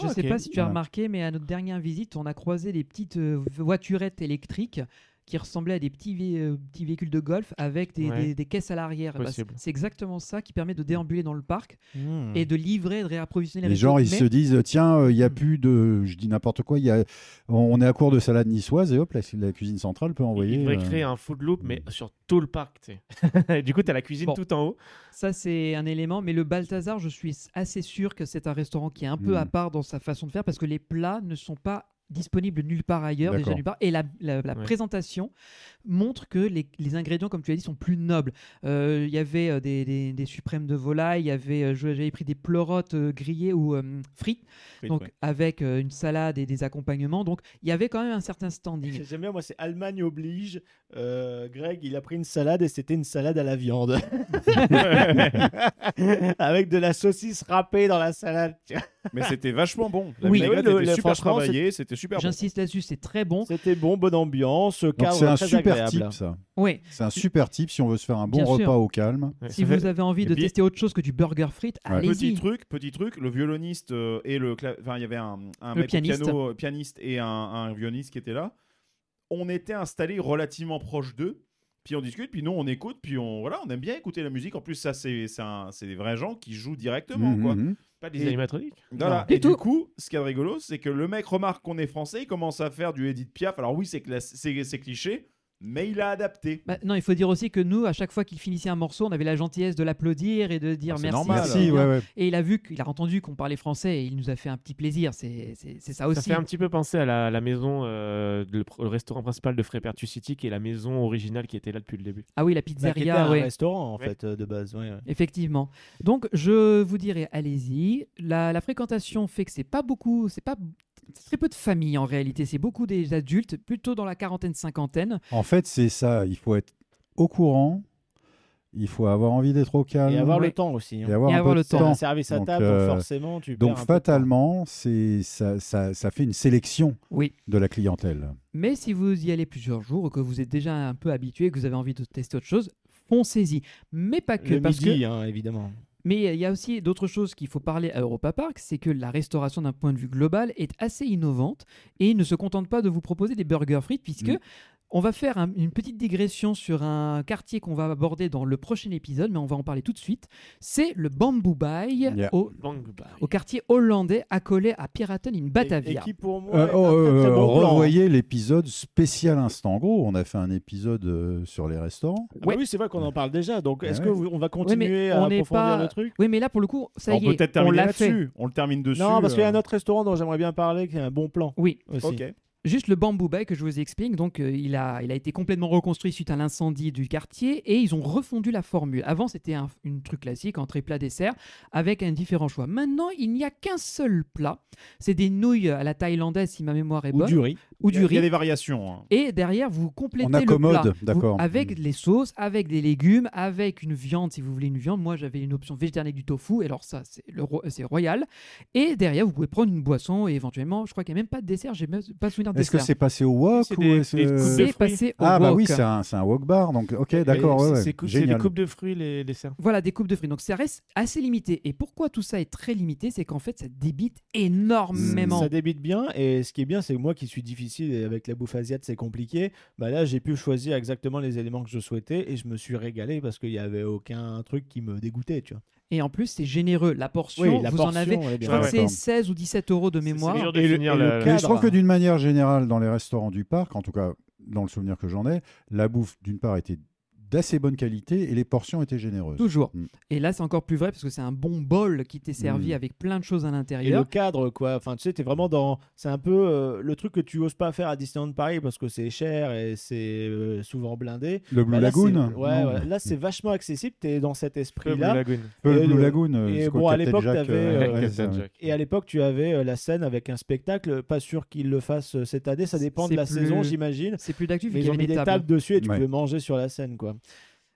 Speaker 8: Ah,
Speaker 1: ne sais
Speaker 8: ok.
Speaker 1: pas si tu as
Speaker 2: Voilà.
Speaker 1: remarqué, mais à notre dernière visite, on a croisé des petites euh, voiturettes électriques qui ressemblaient à des petits, vé- euh, petits véhicules de golf avec des,
Speaker 8: Ouais.
Speaker 1: des- des caisses à l'arrière. Bah, c'est
Speaker 8: Possible. Mmh.
Speaker 1: c'est exactement ça qui permet de déambuler dans le parc
Speaker 8: Hmm.
Speaker 1: et de livrer, de réapprovisionner les
Speaker 2: Les gens, ils
Speaker 1: restos.
Speaker 2: se
Speaker 1: Mais Mm.
Speaker 2: disent tiens, euh, il y a plus de. Je dis n'importe quoi, il y a... on est à court de salade niçoise et hop, la, la cuisine centrale peut envoyer.
Speaker 8: Ils devraient
Speaker 2: euh,
Speaker 8: créer un food loop, mais sur tout le parc. tu sais. du coup, t'as la cuisine
Speaker 1: Bon.
Speaker 8: tout en haut.
Speaker 1: Ça, c'est un élément. Mais le Balthazar, je suis assez sûr que c'est un restaurant qui est un peu
Speaker 2: Mm.
Speaker 1: à part dans sa façon de faire parce que les plats ne sont pas disponibles nulle part ailleurs, déjà
Speaker 2: D'accord.
Speaker 1: nulle part. Et la, la- la
Speaker 8: Ouais.
Speaker 1: présentation montre que les, les ingrédients, comme tu as dit, sont plus nobles. Euh, Il y avait euh, des, des- des suprêmes de volaille, il y avait, euh, je- j'avais pris des pleurotes euh, grillées ou euh, frites,
Speaker 10: Frites,
Speaker 1: donc
Speaker 10: ouais.
Speaker 1: avec euh, une salade et des accompagnements. Donc, il y avait quand même un certain standing.
Speaker 7: J'aime bien, moi, c'est Allemagne oblige. Euh, Greg, il a pris une salade et c'était une salade à la viande. Avec de la saucisse râpée dans la salade. tu vois.
Speaker 10: Mais c'était vachement bon. La
Speaker 1: Oui.
Speaker 10: vinaigrette
Speaker 7: Oui, le-
Speaker 10: était
Speaker 7: le-
Speaker 10: super
Speaker 7: franchement,
Speaker 10: travaillée, c'était super bon.
Speaker 1: J'insiste là-dessus, c'est très bon.
Speaker 7: C'était bon, bonne ambiance,
Speaker 2: Donc
Speaker 7: cadre
Speaker 2: c'est un
Speaker 7: très
Speaker 2: super
Speaker 7: agréable.
Speaker 2: type, ça.
Speaker 1: Oui.
Speaker 2: C'est un super type si on veut se faire un bon
Speaker 1: Bien sûr.
Speaker 2: repas au calme.
Speaker 8: Ouais,
Speaker 1: Si
Speaker 8: ça fait-
Speaker 1: vous avez envie
Speaker 8: Et
Speaker 1: de
Speaker 8: puis-
Speaker 1: tester autre chose que du burger frites,
Speaker 2: Ouais.
Speaker 1: allez-y.
Speaker 10: Petit truc, petit truc, le violoniste euh, et le cla- enfin il y avait un, un
Speaker 1: Le
Speaker 10: mec au
Speaker 1: pianiste.
Speaker 10: piano, euh, pianiste et un, un violoniste qui était là. On était installés relativement proches d'eux, puis on discute, puis nous on écoute, puis on voilà, on aime bien écouter la musique. En plus ça c'est c'est un- c'est des vrais gens qui jouent directement
Speaker 2: Mhm,
Speaker 10: quoi.
Speaker 2: mhm.
Speaker 8: Pas des
Speaker 10: Et-
Speaker 8: animatroniques.
Speaker 10: Voilà.
Speaker 1: Du
Speaker 10: Et du
Speaker 1: tout.
Speaker 10: coup, ce qui est rigolo, c'est que le mec remarque qu'on est français, il commence à faire du Edith Piaf. Alors oui, c'est cla- c'est c'est cliché, mais il a adapté.
Speaker 1: Bah, non, il faut dire aussi que nous, à chaque fois qu'il finissait un morceau, on avait la gentillesse de l'applaudir et de dire
Speaker 10: Ah, c'est
Speaker 1: merci.
Speaker 10: normal,
Speaker 1: c'est
Speaker 2: Merci,
Speaker 1: bien.
Speaker 2: ouais, ouais.
Speaker 1: Et il a vu qu'il a entendu qu'on parlait français et il nous a fait un petit plaisir. C'est c'est- c'est ça
Speaker 8: Ça
Speaker 1: aussi.
Speaker 8: fait un petit peu penser à la, la maison, euh, de- le, pr- le restaurant principal de Frépertus City, qui est la maison originale qui était là depuis le début.
Speaker 1: Ah oui, la
Speaker 7: Bah, qui était
Speaker 1: pizzeria,
Speaker 7: un
Speaker 1: ouais.
Speaker 7: restaurant, en
Speaker 8: Ouais.
Speaker 7: fait, euh, de base. ouais, ouais.
Speaker 1: Effectivement. Donc, je vous dirais, allez-y. La, la fréquentation fait que c'est pas beaucoup, c'est pas c'est très peu de familles en réalité. C'est beaucoup des adultes, plutôt dans la quarantaine, cinquantaine.
Speaker 2: En fait, c'est ça. Il faut être au courant. Il faut avoir envie d'être au calme.
Speaker 7: Et avoir
Speaker 1: Ouais.
Speaker 7: le temps aussi. hein.
Speaker 2: et avoir
Speaker 1: Et
Speaker 2: un
Speaker 1: avoir
Speaker 2: peu
Speaker 1: le
Speaker 2: de
Speaker 1: temps.
Speaker 7: C'est
Speaker 2: temps.
Speaker 7: un service à
Speaker 2: Donc,
Speaker 7: table,
Speaker 2: euh,
Speaker 7: donc forcément, tu
Speaker 2: Donc
Speaker 7: perds un peu de temps.
Speaker 2: fatalement, c'est ça, ça, ça fait une sélection
Speaker 1: Oui.
Speaker 2: de la clientèle.
Speaker 1: Mais si vous y allez plusieurs jours, ou que vous êtes déjà un peu habitué, que vous avez envie de tester autre chose, foncez-y. Mais pas que,
Speaker 7: le
Speaker 1: parce que
Speaker 7: midi, hein, évidemment.
Speaker 1: Mais il y a aussi d'autres choses qu'il faut parler à Europa Park, c'est que la restauration d'un point de vue global est assez innovante et ne se contente pas de vous proposer des burgers frites puisque
Speaker 2: Mm.
Speaker 1: on va faire un- une petite digression sur un quartier qu'on va aborder dans le prochain épisode, mais on va en parler tout de suite. C'est le Bamboo Bay
Speaker 2: Yeah.
Speaker 1: au,
Speaker 8: Bang, bang.
Speaker 1: au quartier hollandais accolé à Piraten in
Speaker 7: Et, et
Speaker 1: Batavia.
Speaker 7: qui, pour moi,
Speaker 2: Euh,
Speaker 7: est
Speaker 2: oh,
Speaker 7: un très, très
Speaker 2: euh,
Speaker 7: bon plan, hein.
Speaker 2: revoyez l'épisode spécial Instant Gros. On a fait un épisode euh, sur les restaurants.
Speaker 7: Ah bah Oui, c'est vrai qu'on en parle déjà. Donc,
Speaker 2: Ah
Speaker 7: est-ce
Speaker 2: ouais.
Speaker 7: que vous- on va continuer
Speaker 1: mais
Speaker 7: à
Speaker 1: on n'est
Speaker 7: approfondir
Speaker 1: pas-
Speaker 7: le truc
Speaker 1: Oui, mais là pour le coup, ça
Speaker 10: on
Speaker 1: y
Speaker 10: peut
Speaker 1: est,
Speaker 10: peut-être
Speaker 1: on
Speaker 10: terminer
Speaker 1: l'a fait.
Speaker 10: là-dessus. On le termine dessus.
Speaker 7: Non, parce qu'il y a
Speaker 10: euh,
Speaker 7: un autre restaurant dont j'aimerais bien parler qui est un bon plan
Speaker 1: Oui.
Speaker 7: aussi.
Speaker 10: Ok.
Speaker 1: Juste le Bamboo Bay que je vous explique, donc euh, il, a, il a été complètement reconstruit suite à l'incendie du quartier et ils ont refondu la formule. Avant c'était un une truc classique, entrée plat dessert, avec un différent choix. Maintenant il n'y a qu'un seul plat, c'est des nouilles à la thaïlandaise si ma mémoire est
Speaker 7: Ou
Speaker 1: bonne,
Speaker 7: du riz.
Speaker 1: ou
Speaker 10: Il y a-
Speaker 1: du
Speaker 10: Il y a
Speaker 1: riz.
Speaker 10: des variations. hein.
Speaker 1: Et derrière, vous complétez
Speaker 2: On
Speaker 1: le
Speaker 2: accommode,
Speaker 1: plat Vous-
Speaker 2: d'accord.
Speaker 1: avec
Speaker 2: Mm.
Speaker 1: les sauces, avec des légumes, avec une viande si vous voulez une viande. Moi, j'avais une option végétarienne avec du tofu, et alors ça, c'est le ro- c'est royal. Et derrière, vous pouvez prendre une boisson et éventuellement, je crois qu'il n'y a même pas de dessert. J'ai même pas souvenir de
Speaker 2: Est-ce que
Speaker 1: dessert.
Speaker 2: c'est passé au wok
Speaker 8: C'est
Speaker 2: ou
Speaker 8: des-
Speaker 2: est-ce
Speaker 8: des
Speaker 7: Euh,
Speaker 2: que-
Speaker 8: coupes de-
Speaker 1: C'est passé au
Speaker 2: Ah bah
Speaker 1: wok.
Speaker 2: oui, c'est un, c'est un wok bar. Donc ok, d'accord.
Speaker 8: Et
Speaker 2: ouais,
Speaker 8: c'est-
Speaker 2: ouais.
Speaker 8: C'est cou- c'est des
Speaker 2: Génial.
Speaker 8: coupes de fruits, les les desserts.
Speaker 1: Voilà, des coupes de fruits. Donc ça reste assez limité. Et pourquoi tout ça est très limité C'est qu'en fait, ça débite énormément.
Speaker 7: Ça débite bien. Et ce qui est bien, c'est que moi qui suis difficile, ici, et avec la bouffe asiatique, c'est compliqué. Bah là, j'ai pu choisir exactement les éléments que je souhaitais et je me suis régalé parce qu'il n'y avait aucun truc qui me dégoûtait, tu vois.
Speaker 1: Et en plus, c'est généreux. La portion,
Speaker 7: Oui, la
Speaker 1: vous en
Speaker 7: portion,
Speaker 1: avez.
Speaker 7: elle est
Speaker 1: je
Speaker 7: bien.
Speaker 1: crois que
Speaker 7: Ouais,
Speaker 1: c'est
Speaker 7: d'accord.
Speaker 1: 16 ou 17 euros de mémoire.
Speaker 8: Et le- et le
Speaker 2: Mais
Speaker 8: cadre.
Speaker 2: je trouve que d'une manière générale, dans les restaurants du parc, en tout cas dans le souvenir que j'en ai, la bouffe d'une part était d'assez bonne qualité et les portions étaient généreuses.
Speaker 1: Toujours.
Speaker 2: Mm.
Speaker 1: Et là, c'est encore plus vrai parce que c'est un bon bol qui t'est servi
Speaker 2: Mm.
Speaker 1: avec plein de choses à
Speaker 7: Et le
Speaker 1: l'intérieur.
Speaker 7: cadre, quoi. Enfin, tu sais, t'es vraiment dans. C'est un peu euh, le truc que tu oses pas faire à Disneyland Paris parce que c'est cher et c'est euh, souvent blindé. Bah,
Speaker 2: Le Blue
Speaker 7: là,
Speaker 2: Lagoon,
Speaker 7: c'est- Ouais,
Speaker 2: non.
Speaker 7: ouais. là, c'est vachement accessible. T'es dans cet esprit-là.
Speaker 2: Blue Lagoon.
Speaker 7: Et
Speaker 2: Le Blue
Speaker 7: le-
Speaker 2: Lagoon, euh,
Speaker 7: Et
Speaker 2: c'est quoi,
Speaker 7: bon, à
Speaker 2: Captain
Speaker 7: l'époque,
Speaker 2: Jack,
Speaker 7: t'avais.
Speaker 2: euh, ouais,
Speaker 7: euh,
Speaker 2: Captain Jack.
Speaker 7: Et à l'époque, tu avais euh, la scène avec un spectacle. Pas sûr qu'ils le fassent euh, cette année. Ça dépend de
Speaker 1: c'est
Speaker 7: la
Speaker 1: plus-
Speaker 7: saison, j'imagine.
Speaker 1: C'est plus d'actu vu
Speaker 7: Mais
Speaker 1: qu'il
Speaker 7: ils
Speaker 1: y
Speaker 7: ont
Speaker 1: avait
Speaker 7: mis
Speaker 1: des
Speaker 7: des tables.
Speaker 1: tables.
Speaker 7: dessus et tu
Speaker 1: Ouais.
Speaker 7: pouvais manger sur la scène, quoi.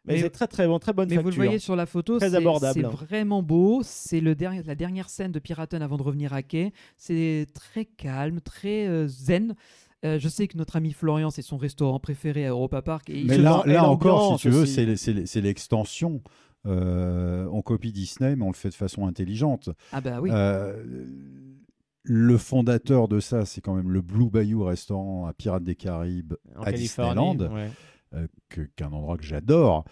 Speaker 7: Mais,
Speaker 1: Mais-
Speaker 7: c'est très très bon, très bonne
Speaker 1: Mais
Speaker 7: facture.
Speaker 1: vous le voyez sur la photo,
Speaker 7: très
Speaker 1: c'est
Speaker 7: abordable.
Speaker 1: c'est
Speaker 7: hein.
Speaker 1: vraiment beau. C'est le dernier, la dernière scène de Piraten avant de revenir à quai. C'est très calme, très euh, zen. Euh, je sais que notre ami Florian, c'est son restaurant préféré à Europa Park. Et il
Speaker 2: Mais
Speaker 1: se
Speaker 2: là,
Speaker 1: vend- et
Speaker 2: là encore, si tu veux,
Speaker 1: l'ambiance
Speaker 2: c'est
Speaker 1: aussi.
Speaker 2: les- c'est les- c'est l'extension. Euh, on copie Disney, mais on le fait de façon intelligente.
Speaker 1: Ah bah oui.
Speaker 2: Euh, le fondateur de ça, c'est quand même le Blue Bayou restaurant à Pirates des Caraïbes
Speaker 7: En
Speaker 2: à
Speaker 7: Californie,
Speaker 2: Disneyland,
Speaker 7: ouais.
Speaker 2: euh, que- qu'un endroit que j'adore.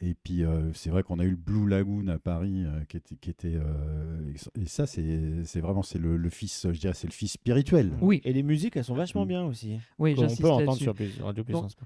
Speaker 2: Et puis, euh, c'est vrai qu'on a eu le Blue Lagoon à Paris, euh, qui était. Qui était euh, et ça, c'est c'est vraiment c'est le, le fils, je dirais, c'est le fils spirituel.
Speaker 1: Oui.
Speaker 7: Et les musiques, elles sont vachement
Speaker 1: Mm.
Speaker 7: bien aussi.
Speaker 1: Oui,
Speaker 7: Qu'on
Speaker 1: j'insiste
Speaker 7: peut entendre
Speaker 1: là-dessus.
Speaker 7: sur plus- Radio
Speaker 1: Donc,
Speaker 7: Puissance.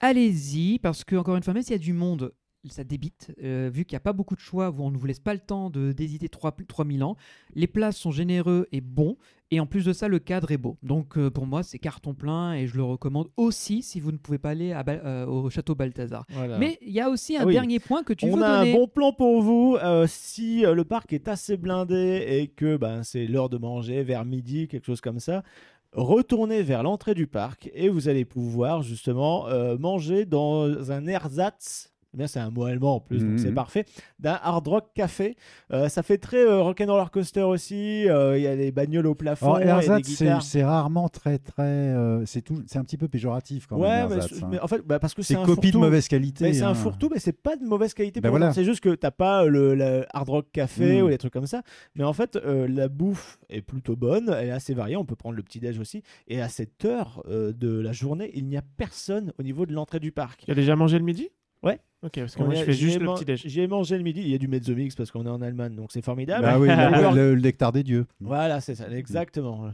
Speaker 1: Allez-y, parce que encore une fois, même s'il y a du monde, ça débite. Euh, vu qu'il n'y a pas beaucoup de choix, vous- on ne vous laisse pas le temps de- d'hésiter 3, 3000 ans. Les places sont généreux et bons. Et en plus de ça, le cadre est beau. Donc euh, pour moi, c'est carton plein et je le recommande aussi si vous ne pouvez pas aller à Bal- euh, au château Balthazar.
Speaker 7: Voilà.
Speaker 1: Mais il y a aussi un
Speaker 7: Ah oui.
Speaker 1: dernier point que tu
Speaker 7: On
Speaker 1: veux
Speaker 7: a
Speaker 1: donner.
Speaker 7: un bon plan pour vous. euh, si euh, le parc est assez blindé et que ben, c'est l'heure de manger vers midi, quelque chose comme ça, retournez vers l'entrée du parc et vous allez pouvoir justement euh, manger dans un ersatz. Eh Bien, c'est un mot allemand en plus, donc
Speaker 13: Mhm.
Speaker 7: c'est parfait. D'un hard rock café. Euh, ça fait très euh, rock'n'roller coaster aussi. euh, Il y a les bagnoles au plafond.
Speaker 2: Alors,
Speaker 7: il y a des
Speaker 2: Ersatz, c'est-
Speaker 7: guitares.
Speaker 2: c'est rarement très, très. euh, c'est tout- c'est un petit peu péjoratif quand
Speaker 7: Ouais,
Speaker 2: même.
Speaker 7: mais,
Speaker 2: Ersatz,
Speaker 7: c'est-
Speaker 2: hein.
Speaker 7: mais en fait, bah, parce que
Speaker 2: c'est
Speaker 7: un
Speaker 2: copie de
Speaker 7: fourre-tout.
Speaker 2: mauvaise qualité.
Speaker 7: Mais c'est un
Speaker 2: hein.
Speaker 7: fourre-tout, mais c'est pas de mauvaise qualité.
Speaker 2: Ben
Speaker 7: pour autant.
Speaker 2: voilà.
Speaker 7: C'est juste que t'as pas le, le hard rock café
Speaker 2: Mm.
Speaker 7: ou des trucs comme ça. Mais en fait, euh, la bouffe est plutôt bonne, elle est assez variée. On peut prendre le petit déj aussi. Et à cette heure euh, de la journée, il n'y a personne au niveau de l'entrée du parc.
Speaker 8: Tu as déjà mangé le midi
Speaker 7: Ouais.
Speaker 8: Ok, parce que
Speaker 7: On
Speaker 8: moi,
Speaker 7: y
Speaker 8: je
Speaker 7: a-
Speaker 8: fais
Speaker 7: j'y ai
Speaker 8: juste le
Speaker 7: man-
Speaker 8: petit déj.
Speaker 7: J'y ai mangé le midi. Il y a du mezzomix parce qu'on est en Allemagne, donc c'est formidable.
Speaker 2: Bah oui, le,
Speaker 7: Alors,
Speaker 2: le- le nectar des dieux.
Speaker 7: Voilà, c'est ça, exactement.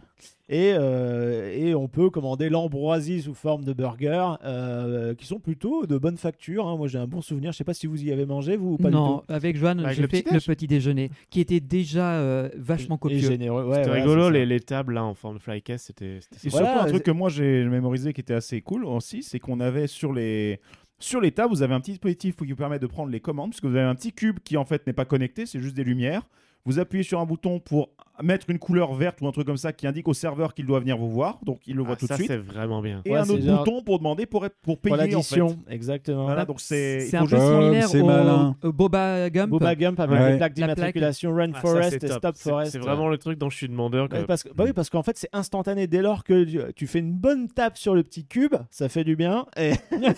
Speaker 7: Et, euh, et on peut commander l'ambroisie sous forme de burger, euh, qui sont plutôt de bonne facture. hein. Moi, j'ai un bon souvenir. Je sais pas si vous y avez mangé, vous, ou pas
Speaker 1: non,
Speaker 7: du tout.
Speaker 1: avec Joanne,
Speaker 7: Avec
Speaker 1: j'ai
Speaker 7: le
Speaker 1: fait
Speaker 7: petit-déj
Speaker 1: le petit déjeuner qui était déjà euh, vachement copieux.
Speaker 7: généreux, ouais,
Speaker 8: C'était
Speaker 7: voilà,
Speaker 8: rigolo,
Speaker 7: c'est ça.
Speaker 8: les, les tables là en forme de flycase, c'était. c'était
Speaker 10: Et
Speaker 8: sympa.
Speaker 10: surtout, un truc que moi j'ai mémorisé qui était assez cool aussi, c'est qu'on avait sur les. Sur les tables, vous avez un petit dispositif qui vous permet de prendre les commandes, puisque vous avez un petit cube qui en fait n'est pas connecté, c'est juste des lumières. Vous appuyez sur un bouton pour mettre une couleur verte ou un truc comme ça qui indique au serveur qu'il doit venir vous voir, donc il le voit tout
Speaker 8: Ah, ça,
Speaker 10: de suite.
Speaker 8: c'est vraiment bien.
Speaker 10: Et
Speaker 7: Ouais,
Speaker 10: un
Speaker 7: c'est
Speaker 10: autre
Speaker 7: genre-
Speaker 10: bouton pour demander pour, être- pour payer.
Speaker 7: Pour
Speaker 10: en fait.
Speaker 7: l'addition, exactement.
Speaker 10: Voilà, donc c'est. il
Speaker 1: C'est
Speaker 10: faut
Speaker 1: un peu
Speaker 10: juste-
Speaker 1: similaire
Speaker 2: c'est
Speaker 1: au,
Speaker 2: malin.
Speaker 1: au Boba Gump.
Speaker 7: Boba Gump avec
Speaker 2: Ouais.
Speaker 7: les plaques
Speaker 1: Hum, La plaque.
Speaker 7: d'immatriculation Run
Speaker 8: Ah, ça,
Speaker 7: Forest
Speaker 8: c'est
Speaker 7: et
Speaker 8: top.
Speaker 7: Stop
Speaker 8: C'est-
Speaker 7: Forest.
Speaker 8: C'est vraiment le truc dont je suis demandeur.
Speaker 7: Ouais,
Speaker 8: que-
Speaker 7: parce que, bah oui, parce qu'en fait, c'est instantané. Dès lors que tu- tu fais une bonne tape sur le petit cube, ça fait du bien. Et,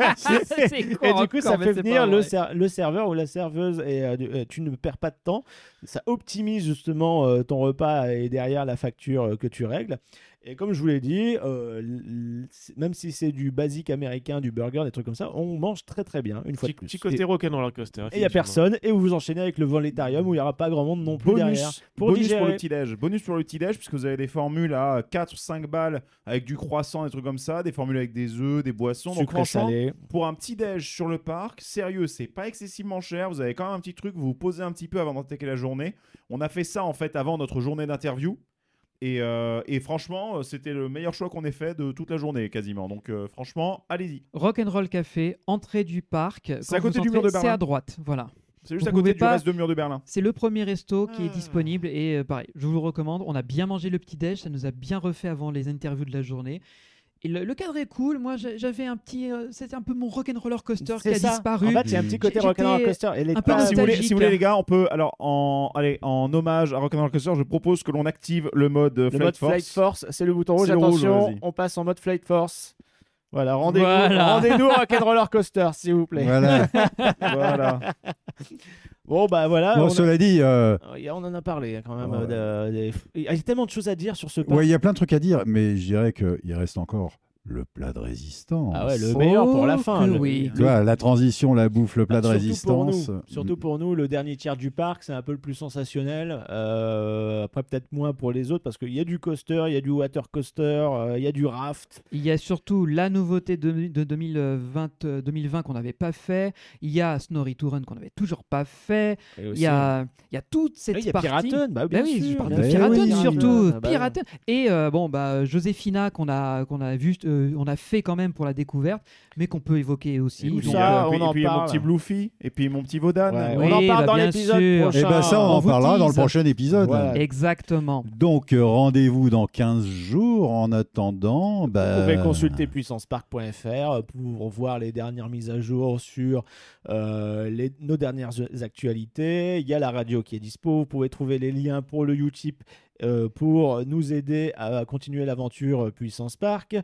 Speaker 1: Ah, C'est con,
Speaker 7: et du coup, ça
Speaker 1: encore, mais
Speaker 7: fait
Speaker 1: c'est
Speaker 7: venir
Speaker 1: pas
Speaker 7: le,
Speaker 1: vrai.
Speaker 7: ser- le serveur ou la serveuse et euh, du- euh, tu ne perds pas de temps. Ça optimise justement euh, ton repas et derrière la facture euh, que tu règles. Et comme je vous l'ai dit, euh, l- l- même si c'est du basique américain, du burger, des trucs comme ça, on mange très très bien une fois
Speaker 8: Petit,
Speaker 7: de plus.
Speaker 8: petit côté
Speaker 7: Et-
Speaker 8: rock'n'roller coaster.
Speaker 7: et il n'y a personne, et vous vous enchaînez avec le volétarium où il n'y aura pas grand monde non plus derrière.
Speaker 10: bonus,
Speaker 7: Pour
Speaker 10: bonus
Speaker 7: digérer.
Speaker 10: pour le petit-déj. Bonus pour le petit-déj, puisque vous avez des formules à 4-5 balles avec du croissant, des trucs comme ça, des formules avec des œufs, des boissons. Donc
Speaker 7: Sucré
Speaker 10: franchement,
Speaker 7: salé.
Speaker 10: pour un petit-déj sur le parc, sérieux, c'est pas excessivement cher. Vous avez quand même un petit truc, vous vous posez un petit peu avant d'attaquer la journée. On a fait ça en fait avant notre journée d'interview. Et, euh, et franchement, c'était le meilleur choix qu'on ait fait de toute la journée quasiment. Donc euh, franchement, allez-y.
Speaker 1: Rock'n'Roll Café, entrée du parc.
Speaker 10: C'est à
Speaker 1: Quand
Speaker 10: côté
Speaker 1: vous
Speaker 10: du mur
Speaker 1: entrez,
Speaker 10: de Berlin.
Speaker 1: C'est à droite, voilà.
Speaker 10: C'est juste
Speaker 1: Vous
Speaker 10: à côté
Speaker 1: pouvez
Speaker 10: du
Speaker 1: pas-
Speaker 10: reste de mur de Berlin.
Speaker 1: C'est le premier resto qui est disponible et euh, pareil, je vous le recommande. On a bien mangé le petit déj, ça nous a bien refait avant les interviews de la journée. Et le, le cadre est cool. Moi, j'a- j'avais un petit, euh, c'était un peu mon rock'n'roller coaster qui
Speaker 7: C'est
Speaker 1: a
Speaker 7: ça.
Speaker 1: disparu.
Speaker 7: En fait, il y a un petit côté
Speaker 1: J'étais
Speaker 7: rock'n'roll coaster. Et les
Speaker 1: un peu
Speaker 10: Alors, si, vous voulez, si
Speaker 1: nostalgique.
Speaker 10: vous voulez, les gars, on peut. Alors, en, allez, en hommage à Rock'n'Roll Coaster, je propose que l'on active le mode, euh,
Speaker 7: Le
Speaker 10: Flight,
Speaker 7: mode
Speaker 10: Force.
Speaker 7: Flight Force, c'est le bouton rouge.
Speaker 10: C'est le rouge,
Speaker 7: Attention,
Speaker 10: vas-y.
Speaker 7: on passe en mode Flight Force. Voilà, rendez-vous
Speaker 1: Voilà.
Speaker 7: rendez au Rock'n'Roller Coaster, s'il vous plaît.
Speaker 2: Voilà.
Speaker 10: voilà.
Speaker 7: Bon, bah voilà.
Speaker 2: Bon,
Speaker 7: on a-
Speaker 2: cela dit, euh,
Speaker 7: Et On en a parlé hein, quand même. euh, de- des- Il y a tellement de choses à dire sur ce parc.
Speaker 2: ouais, il y a plein de trucs à dire, mais je dirais qu'il reste encore le plat de résistance.
Speaker 7: Ah ouais, le meilleur pour
Speaker 1: Oh
Speaker 7: la fin. le-
Speaker 2: Tu vois, la transition, Bah, la bouffe, le plat de
Speaker 7: Surtout pour nous.
Speaker 2: résistance. euh,
Speaker 7: surtout pour nous, le dernier tiers du parc, c'est un peu le plus sensationnel. Euh, après, peut-être moins pour les autres, parce qu'il y a du coaster, il y a du water coaster, euh, il y a du raft.
Speaker 1: Il y a surtout la nouveauté de, de 2020, euh, 2020 qu'on n'avait pas fait. Il y a Snorri to Run qu'on n'avait toujours pas fait.
Speaker 7: Et
Speaker 1: Il
Speaker 7: aussi-
Speaker 1: y, a, il y a toute cette
Speaker 7: Ah, il y a
Speaker 1: partie.
Speaker 7: Piraten, bah, bien
Speaker 1: oui,
Speaker 7: sûr,
Speaker 1: je parle de
Speaker 7: bien sûr.
Speaker 1: Piraten
Speaker 7: Oui, oui,
Speaker 1: surtout.
Speaker 7: oui, oui.
Speaker 1: Piraten. Et euh, bon, bah, Joséphina qu'on a, qu'on a vu, euh, on a fait quand même pour la découverte, mais qu'on peut évoquer aussi.
Speaker 10: Tout
Speaker 1: Donc,
Speaker 10: ça,
Speaker 1: euh,
Speaker 10: on en parle. mon petit Bluffy, et puis mon petit Vaudan.
Speaker 1: On Oui, en parle bah, dans bien l'épisode sûr. prochain.
Speaker 2: Et ben ça, on,
Speaker 1: On Eh
Speaker 2: en
Speaker 1: vous
Speaker 2: parlera dans le
Speaker 1: tease.
Speaker 2: prochain épisode.
Speaker 1: Voilà. Exactement.
Speaker 2: Donc, euh, rendez-vous dans 15 jours. En attendant, bah,
Speaker 7: Vous
Speaker 1: ben, euh,
Speaker 7: pouvez consulter puissancepark.fr euh, pour voir les dernières mises à jour sur euh, les- nos dernières actualités. Il y a la radio qui est dispo. Vous pouvez trouver les liens pour le Utip euh, pour nous aider à continuer l'aventure Puissance Park.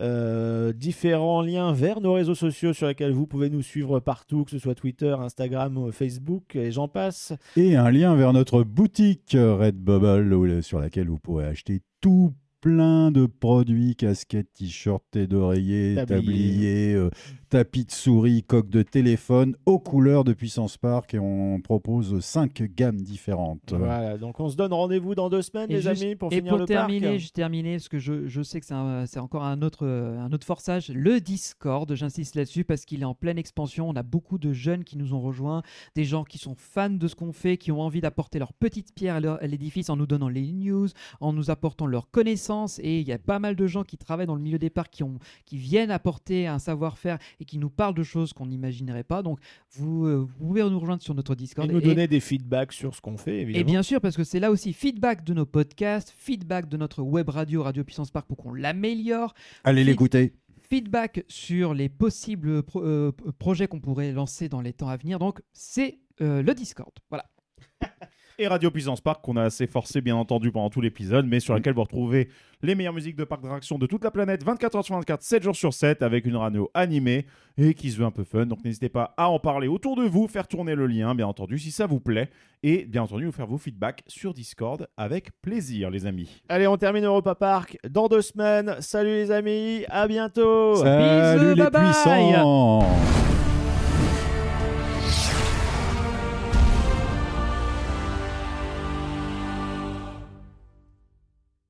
Speaker 7: Euh, différents liens vers nos réseaux sociaux sur lesquels vous pouvez nous suivre partout, que ce soit Twitter, Instagram, euh, Facebook et j'en passe.
Speaker 2: Et un lien vers notre boutique euh, Redbubble où- sur laquelle vous pourrez acheter tout plein de produits, casquettes, t-shirts, têtes d'oreiller,
Speaker 7: Tablier.
Speaker 2: tabliers, euh, tapis de souris, coques de téléphone, aux couleurs de Puissance Park et on propose cinq gammes différentes.
Speaker 7: Voilà, donc on se donne rendez-vous dans deux semaines,
Speaker 1: Et
Speaker 7: les
Speaker 1: juste-
Speaker 7: amis, pour
Speaker 1: et
Speaker 7: finir
Speaker 1: pour
Speaker 7: le
Speaker 1: terminer,
Speaker 7: parc.
Speaker 1: juste terminer, parce que je, je sais que c'est un- c'est encore un autre, euh, un autre forçage, le Discord, j'insiste là-dessus parce qu'il est en pleine expansion. On a beaucoup de jeunes qui nous ont rejoints, des gens qui sont fans de ce qu'on fait, qui ont envie d'apporter leur petite pierre à leur- à l'édifice en nous donnant les news, en nous apportant leurs connaissances. Et il y a pas mal de gens qui travaillent dans le milieu des parcs qui, ont, qui viennent apporter un savoir-faire et qui nous parlent de choses qu'on n'imaginerait pas. Donc, vous, euh, vous pouvez nous rejoindre sur notre Discord.
Speaker 7: Et Eh nous
Speaker 1: et-
Speaker 7: donner des feedbacks sur ce qu'on fait, évidemment.
Speaker 1: et bien sûr, parce que c'est là aussi feedback de nos podcasts, feedback de notre web radio, Radio Puissance Park, pour qu'on l'améliore.
Speaker 2: Allez
Speaker 1: Feed-
Speaker 2: l'écouter.
Speaker 1: Feedback sur les possibles pro- euh, p- projets qu'on pourrait lancer dans les temps à venir. Donc, c'est euh, le Discord. Voilà.
Speaker 10: et Radio Puissance Park qu'on a assez forcé bien entendu pendant tout l'épisode mais sur laquelle vous retrouvez les meilleures musiques de parc d'attraction de toute la planète 24 h sur 24 7 jours sur 7 avec une radio animée et qui se veut un peu fun donc n'hésitez pas à en parler autour de vous faire tourner le lien bien entendu si ça vous plaît et bien entendu nous faire vos feedbacks sur Discord avec plaisir les amis
Speaker 7: Allez, on termine Europa Park dans deux semaines. Salut les amis, à bientôt.
Speaker 2: Salut les puissants